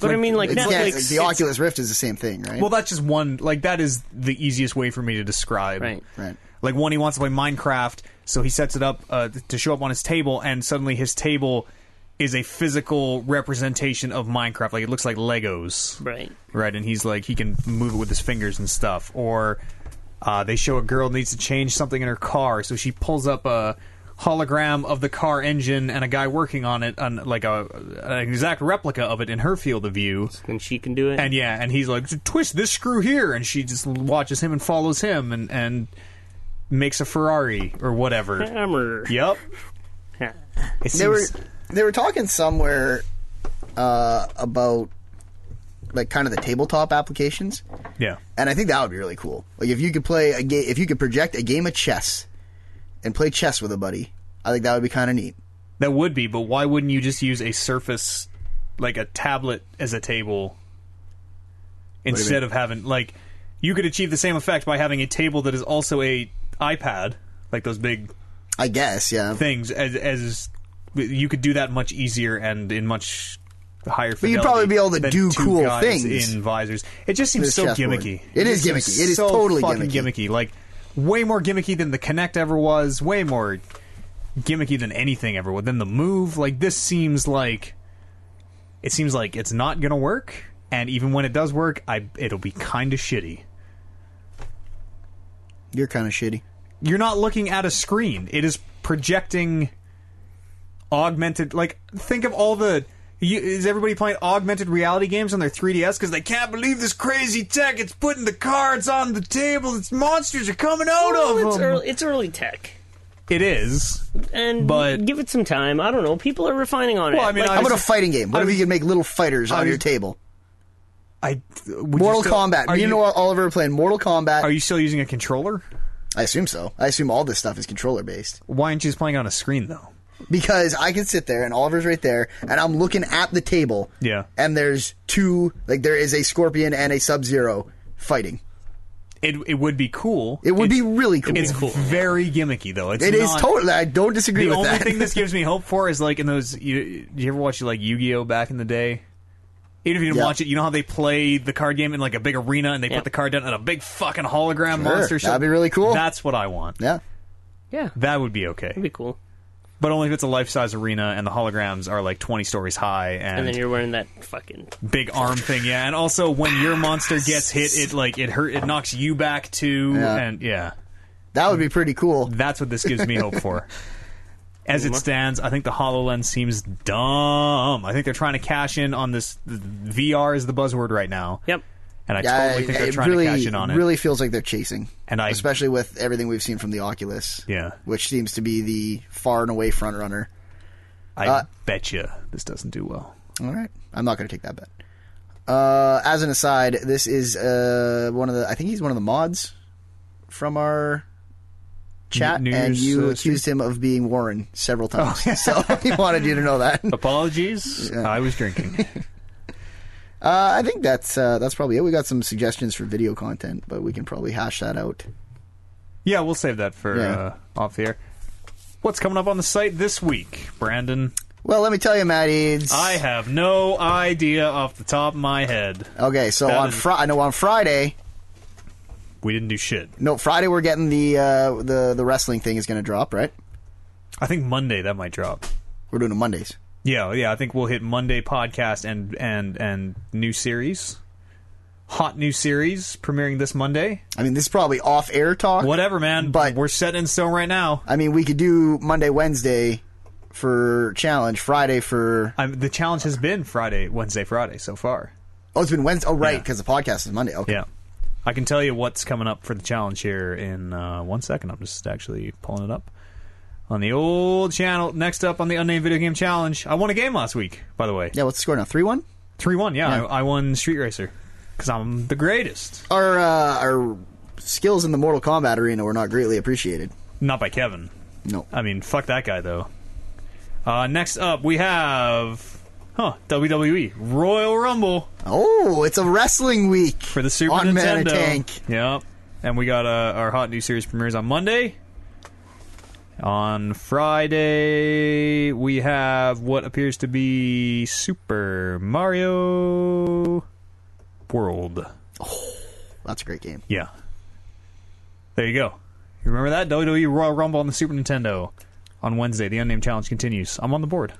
Speaker 5: But I mean, like
Speaker 3: It's- yeah,
Speaker 5: Netflix.
Speaker 3: the Oculus Rift is the same thing, right?
Speaker 2: well, that's just one. Like that is the easiest way for me to describe.
Speaker 5: Right.
Speaker 3: right.
Speaker 2: Like one, he wants to play Minecraft, so he sets it up uh, to show up on his table, and suddenly his table is a physical representation of Minecraft. Like it looks like Legos,
Speaker 5: Right.
Speaker 2: right? And he's like he can move it with his fingers and stuff. Or uh, they show a girl needs to change something in her car, so she pulls up a hologram of the car engine and a guy working on it, on like a an exact replica of it in her field of view.
Speaker 5: And she can do it.
Speaker 2: And yeah, and he's like, twist this screw here, and she just watches him and follows him, and and makes a Ferrari or whatever.
Speaker 5: hammer.
Speaker 2: yep.
Speaker 5: Yeah.
Speaker 2: It
Speaker 3: They were
Speaker 2: seems,
Speaker 3: they were talking somewhere uh, about like kind of the tabletop applications,
Speaker 2: yeah.
Speaker 3: and I think that would be really cool. Like if you could play a game, if you could project a game of chess and play chess with a buddy, I think that would be kind of neat.
Speaker 2: That would be, but why wouldn't you just use a surface, like a tablet, as a table instead of having like you could achieve the same effect by having a table that is also a iPad, like those big
Speaker 3: I guess, yeah.
Speaker 2: things as as you could do that much easier and in much higher
Speaker 3: But
Speaker 2: fidelity.
Speaker 3: you'd probably be able to
Speaker 2: than
Speaker 3: do
Speaker 2: two
Speaker 3: cool
Speaker 2: guys
Speaker 3: things.
Speaker 2: in visors. It just seems
Speaker 3: With a
Speaker 2: so
Speaker 3: chessboard.
Speaker 2: gimmicky.
Speaker 3: It is
Speaker 2: just seems
Speaker 3: gimmicky. It is
Speaker 2: so
Speaker 3: totally
Speaker 2: fucking
Speaker 3: gimmicky.
Speaker 2: Like way more gimmicky than the Connect ever was. Way more gimmicky than anything ever was. Than the Move. Like this seems like it seems like it's not gonna work. And even when it does work, I it'll be kind of shitty.
Speaker 3: You're kind of shitty.
Speaker 2: you're not looking at a screen. It is projecting augmented. Like think of all the. You, is everybody playing augmented reality games on their 3DS because they can't believe this crazy tech? It's putting the cards on the table. It's monsters are coming out
Speaker 5: Well,
Speaker 2: of
Speaker 5: it's,
Speaker 2: them.
Speaker 5: early, it's early tech,
Speaker 2: It is.
Speaker 5: and
Speaker 2: But-
Speaker 5: give it some time. I don't know. People are refining on
Speaker 2: Well,
Speaker 5: it.
Speaker 2: I mean,
Speaker 5: Like,
Speaker 2: I
Speaker 3: How
Speaker 2: was-
Speaker 3: about a fighting game? What
Speaker 2: I
Speaker 3: if
Speaker 2: was-
Speaker 3: you could make little fighters
Speaker 2: I
Speaker 3: on
Speaker 2: was-
Speaker 3: your table?
Speaker 2: I would you
Speaker 3: Mortal
Speaker 2: still-
Speaker 3: Kombat.
Speaker 2: Are
Speaker 3: Me
Speaker 2: you,
Speaker 3: and Oliver are playing Mortal Kombat.
Speaker 2: are you still using a controller?
Speaker 3: I assume so. I assume all this stuff is controller based.
Speaker 2: Why aren't you just playing on a screen though?
Speaker 3: because I can sit there and Oliver's right there, and I'm looking at the table.
Speaker 2: Yeah.
Speaker 3: And there's two, like there is a scorpion and a sub zero fighting.
Speaker 2: It it would be cool.
Speaker 3: It would
Speaker 2: It's-
Speaker 3: be really cool.
Speaker 2: It's very gimmicky though. It's
Speaker 3: It is
Speaker 2: not-
Speaker 3: totally. I don't disagree
Speaker 2: the
Speaker 3: with
Speaker 2: only
Speaker 3: that.
Speaker 2: thing this gives me hope for is like in those. You, you ever watch like Yu Gi Oh back in the day? Even if you didn't
Speaker 3: Yeah.
Speaker 2: watch it, you know how they play the card game in like a big arena and they put the card down on a big fucking hologram monster. show?
Speaker 3: That'd be really cool.
Speaker 2: That's what I want.
Speaker 3: yeah.
Speaker 5: yeah, that'd
Speaker 2: That would be okay,
Speaker 5: be cool.
Speaker 2: but only if it's a life size arena and the holograms are like twenty stories high
Speaker 5: And
Speaker 2: and,
Speaker 5: then you're wearing that fucking
Speaker 2: big arm thing. Yeah, and also when your monster gets hit, it like it hurt, it knocks you back too,
Speaker 3: Yeah.
Speaker 2: and yeah.
Speaker 3: That would be pretty cool.
Speaker 2: That's what this gives me hope for. As it stands, I think the Hololens seems dumb. I think they're trying to cash in on this. VR is the buzzword right now,
Speaker 5: yep.
Speaker 2: and I
Speaker 3: Yeah,
Speaker 2: totally think
Speaker 3: it-
Speaker 2: they're
Speaker 3: it
Speaker 2: trying
Speaker 3: really,
Speaker 2: to cash in on it.
Speaker 3: really feels like they're chasing,
Speaker 2: And I-
Speaker 3: especially with everything we've seen from the Oculus,
Speaker 2: Yeah.
Speaker 3: which seems to be the far and away front runner.
Speaker 2: I
Speaker 3: uh,
Speaker 2: bet you this doesn't do well.
Speaker 3: All right, I'm not going to take that bet. Uh, as an aside, this is uh, one of the. I think he's one of the mods from our chat,
Speaker 2: New- New
Speaker 3: and
Speaker 2: Year's,
Speaker 3: you
Speaker 2: uh,
Speaker 3: accused him of being Warren several times. so he wanted you to know that. Uh,
Speaker 2: Apologies, I was drinking.
Speaker 3: I think that's uh, that's probably it. We got some suggestions for video content, but we can probably hash that out.
Speaker 2: yeah, we'll save that for
Speaker 3: Yeah.
Speaker 2: uh, off the air. What's coming up on the site this week, Brandon?
Speaker 3: Well, let me tell you, Matt Eads.
Speaker 2: I have no idea off the top of my head.
Speaker 3: okay, so
Speaker 2: That
Speaker 3: on
Speaker 2: is-
Speaker 3: Friday, I know on Friday.
Speaker 2: We didn't do shit.
Speaker 3: No, Friday we're getting the uh, the the wrestling thing is going to drop, right?
Speaker 2: I think Monday that might drop.
Speaker 3: We're doing it Mondays.
Speaker 2: Yeah, yeah. I think we'll hit Monday podcast and and and new series, hot new series premiering this Monday.
Speaker 3: I mean, this is probably off air talk.
Speaker 2: Whatever, man.
Speaker 3: But-
Speaker 2: we're set in stone right now.
Speaker 3: I mean, we could do Monday, Wednesday for challenge, Friday for.
Speaker 2: i the challenge has been Friday, Wednesday, Friday so far.
Speaker 3: Oh, it's been Wednesday. Oh, right,
Speaker 2: Yeah.
Speaker 3: because the podcast is Monday. Okay.
Speaker 2: Yeah, I can tell you what's coming up for the challenge here in uh, one second. I'm just actually pulling it up on the old channel. Next up on the unnamed video game challenge, I won a game last week. By the way,
Speaker 3: Yeah, what's the score now? 3 1?
Speaker 2: three one. Yeah, I, I won Street Racer because I'm the greatest.
Speaker 3: Our, uh, our skills in the Mortal Kombat arena were not greatly appreciated.
Speaker 2: Not by Kevin.
Speaker 3: No.
Speaker 2: I mean, fuck that guy though. Uh, next up, we have huh WWE Royal Rumble
Speaker 3: Oh, it's a wrestling week.
Speaker 2: for the Super
Speaker 3: On
Speaker 2: Nintendo.
Speaker 3: Man Tank.
Speaker 2: Yep, and we got uh, our hot new series premieres on Monday. On Friday, we have what appears to be Super Mario World.
Speaker 3: That's a great game.
Speaker 2: Yeah, there you go. You remember that WWE Royal Rumble on the Super Nintendo on Wednesday. The unnamed challenge continues. I'm on the board.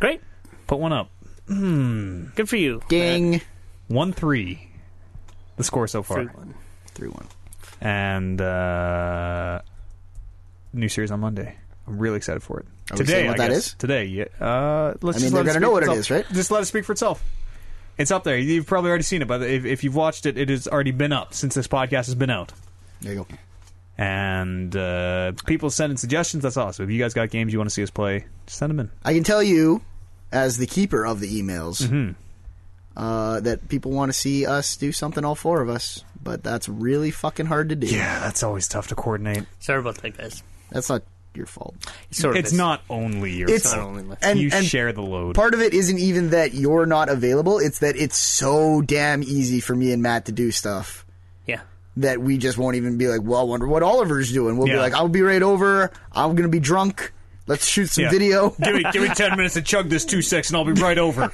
Speaker 5: Great.
Speaker 2: Put one up.
Speaker 5: Good for you.
Speaker 3: Ding.
Speaker 2: One three, the score so far,
Speaker 3: 3 1.
Speaker 2: and uh, new series on Monday. I'm really excited for it.
Speaker 3: Are we
Speaker 2: today,
Speaker 3: saying what
Speaker 2: I
Speaker 3: that
Speaker 2: guess.
Speaker 3: is?
Speaker 2: Today, yeah. Uh, let's
Speaker 3: I mean,
Speaker 2: just let
Speaker 3: they're gonna
Speaker 2: it speak
Speaker 3: know
Speaker 2: for
Speaker 3: what it
Speaker 2: itself.
Speaker 3: is, right?
Speaker 2: Just let it speak for itself. It's up there. You've probably already seen it, but if, if you've watched it, it has already been up since this podcast has been out.
Speaker 3: There you go.
Speaker 2: And uh, people sending suggestions. That's awesome. If you guys got games you want to see us play, just send them in.
Speaker 3: I can tell you, as the keeper of the emails,
Speaker 2: Mm-hmm.
Speaker 3: uh, that people want to see us do something, all four of us, but that's really fucking hard to do.
Speaker 2: Yeah, that's always tough to coordinate.
Speaker 5: Sorry about that, guys.
Speaker 3: That's not your fault.
Speaker 5: Sort of
Speaker 2: It's
Speaker 5: is.
Speaker 2: not only your
Speaker 3: It's-
Speaker 2: fault.
Speaker 5: only left.
Speaker 3: and-
Speaker 2: you
Speaker 3: and
Speaker 2: share the load.
Speaker 3: part of it isn't even that you're not available it's that it's so damn easy for me and matt to do stuff
Speaker 5: Yeah.
Speaker 3: that we just won't even be like well I wonder what oliver's doing we'll be
Speaker 2: Yeah.
Speaker 3: like i'll be right over i'm gonna be drunk Let's shoot some
Speaker 2: Yeah.
Speaker 3: video.
Speaker 2: give me give me ten minutes to chug this two six, and I'll be right over.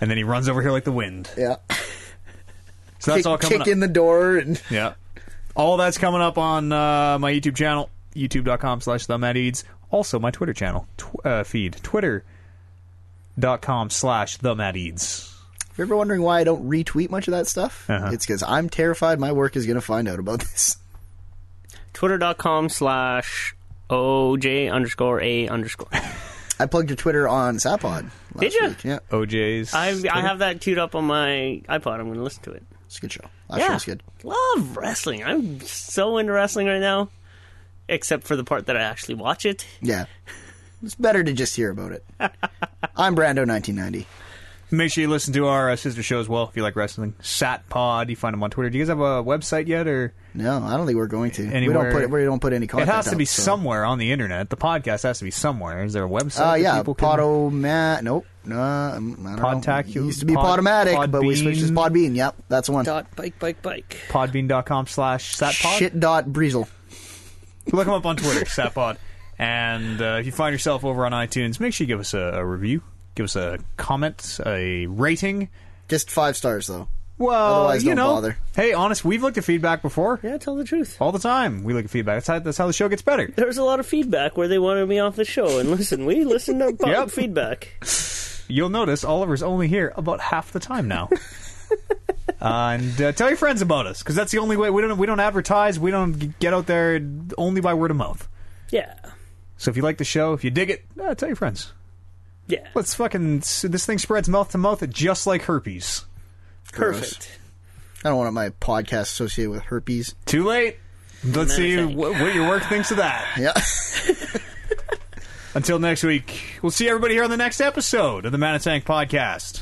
Speaker 2: and then he runs over here like the wind.
Speaker 3: yeah,
Speaker 2: So that's
Speaker 3: kick,
Speaker 2: all coming up.
Speaker 3: kick in the door and
Speaker 2: Yeah. All that's coming up on uh, my YouTube channel, youtube.com slash themedEats. Also, my Twitter channel, tw- uh, feed, twitter.com slash themedEats.
Speaker 3: If you're ever wondering why I don't retweet much of that stuff,
Speaker 2: Uh-huh.
Speaker 3: it's because I'm terrified my work is going to find out about this.
Speaker 5: Twitter.com slash OJ underscore A underscore.
Speaker 3: I plugged your Twitter on Sapod. Last
Speaker 5: Did ya?
Speaker 3: Week. Yeah,
Speaker 2: OJ's.
Speaker 5: I, I have that queued up on my iPod. I'm going to listen to it.
Speaker 3: it's a good show. Last
Speaker 5: yeah.
Speaker 3: show was good.
Speaker 5: Love wrestling. I'm so into wrestling right now, except for the part that I actually watch it.
Speaker 3: Yeah, it's better to just hear about it. I'm Brando 1990.
Speaker 2: Make sure you listen to our uh, sister show as well if you like wrestling. Sat Pod. You find them on Twitter. Do you guys have a website yet? or
Speaker 3: No, I don't think we're going to. We
Speaker 2: Anywhere-
Speaker 3: don't put we don't put any
Speaker 2: It
Speaker 3: content.
Speaker 2: has to
Speaker 3: up,
Speaker 2: be
Speaker 3: so.
Speaker 2: somewhere on the internet. The podcast has to be somewhere. Is there a website?
Speaker 3: Uh,
Speaker 2: that
Speaker 3: yeah,
Speaker 2: people can-
Speaker 3: Podomat. Nope. No, um, I don't know. It
Speaker 2: Podtacu-
Speaker 3: used to be
Speaker 2: Pod-
Speaker 3: Podomatic, but we
Speaker 2: Podbean.
Speaker 3: switched to Podbean. Yep, that's the one.
Speaker 5: Dot bike bike bike.
Speaker 2: Podbean.com slash satpod.
Speaker 3: Shit dot breezel.
Speaker 2: Look him up on Twitter, Satpod. And uh, if you find yourself over on iTunes, make sure you give us a, a review, give us a comment, a rating.
Speaker 3: Just five stars though.
Speaker 2: Well,
Speaker 3: Otherwise,
Speaker 2: you
Speaker 3: don't
Speaker 2: know,
Speaker 3: bother.
Speaker 2: hey, honest, we've looked at feedback before
Speaker 5: Yeah, tell the truth.
Speaker 2: all the time. We look at feedback. That's how, that's how the show gets better.
Speaker 5: There was a lot of feedback where they wanted me off the show, and listen, we listened to pop
Speaker 2: Yep.
Speaker 5: feedback.
Speaker 2: You'll notice Oliver's only here about half the time now. Uh, and uh, tell your friends about us because that's the only way we don't we don't advertise. We don't g- get out there only by word of mouth.
Speaker 5: Yeah,
Speaker 2: So if you like the show, if you dig it, uh, tell your friends.
Speaker 5: yeah,
Speaker 2: Let's fucking this thing spreads mouth to mouth just like herpes.
Speaker 5: perfect.
Speaker 3: I don't want my podcast associated with herpes.
Speaker 2: Too late. Let's see
Speaker 5: Amazing.
Speaker 2: wh- what your work thinks of that.
Speaker 3: Yeah.
Speaker 2: Until next week, we'll see everybody here on the next episode of the Manitank Podcast.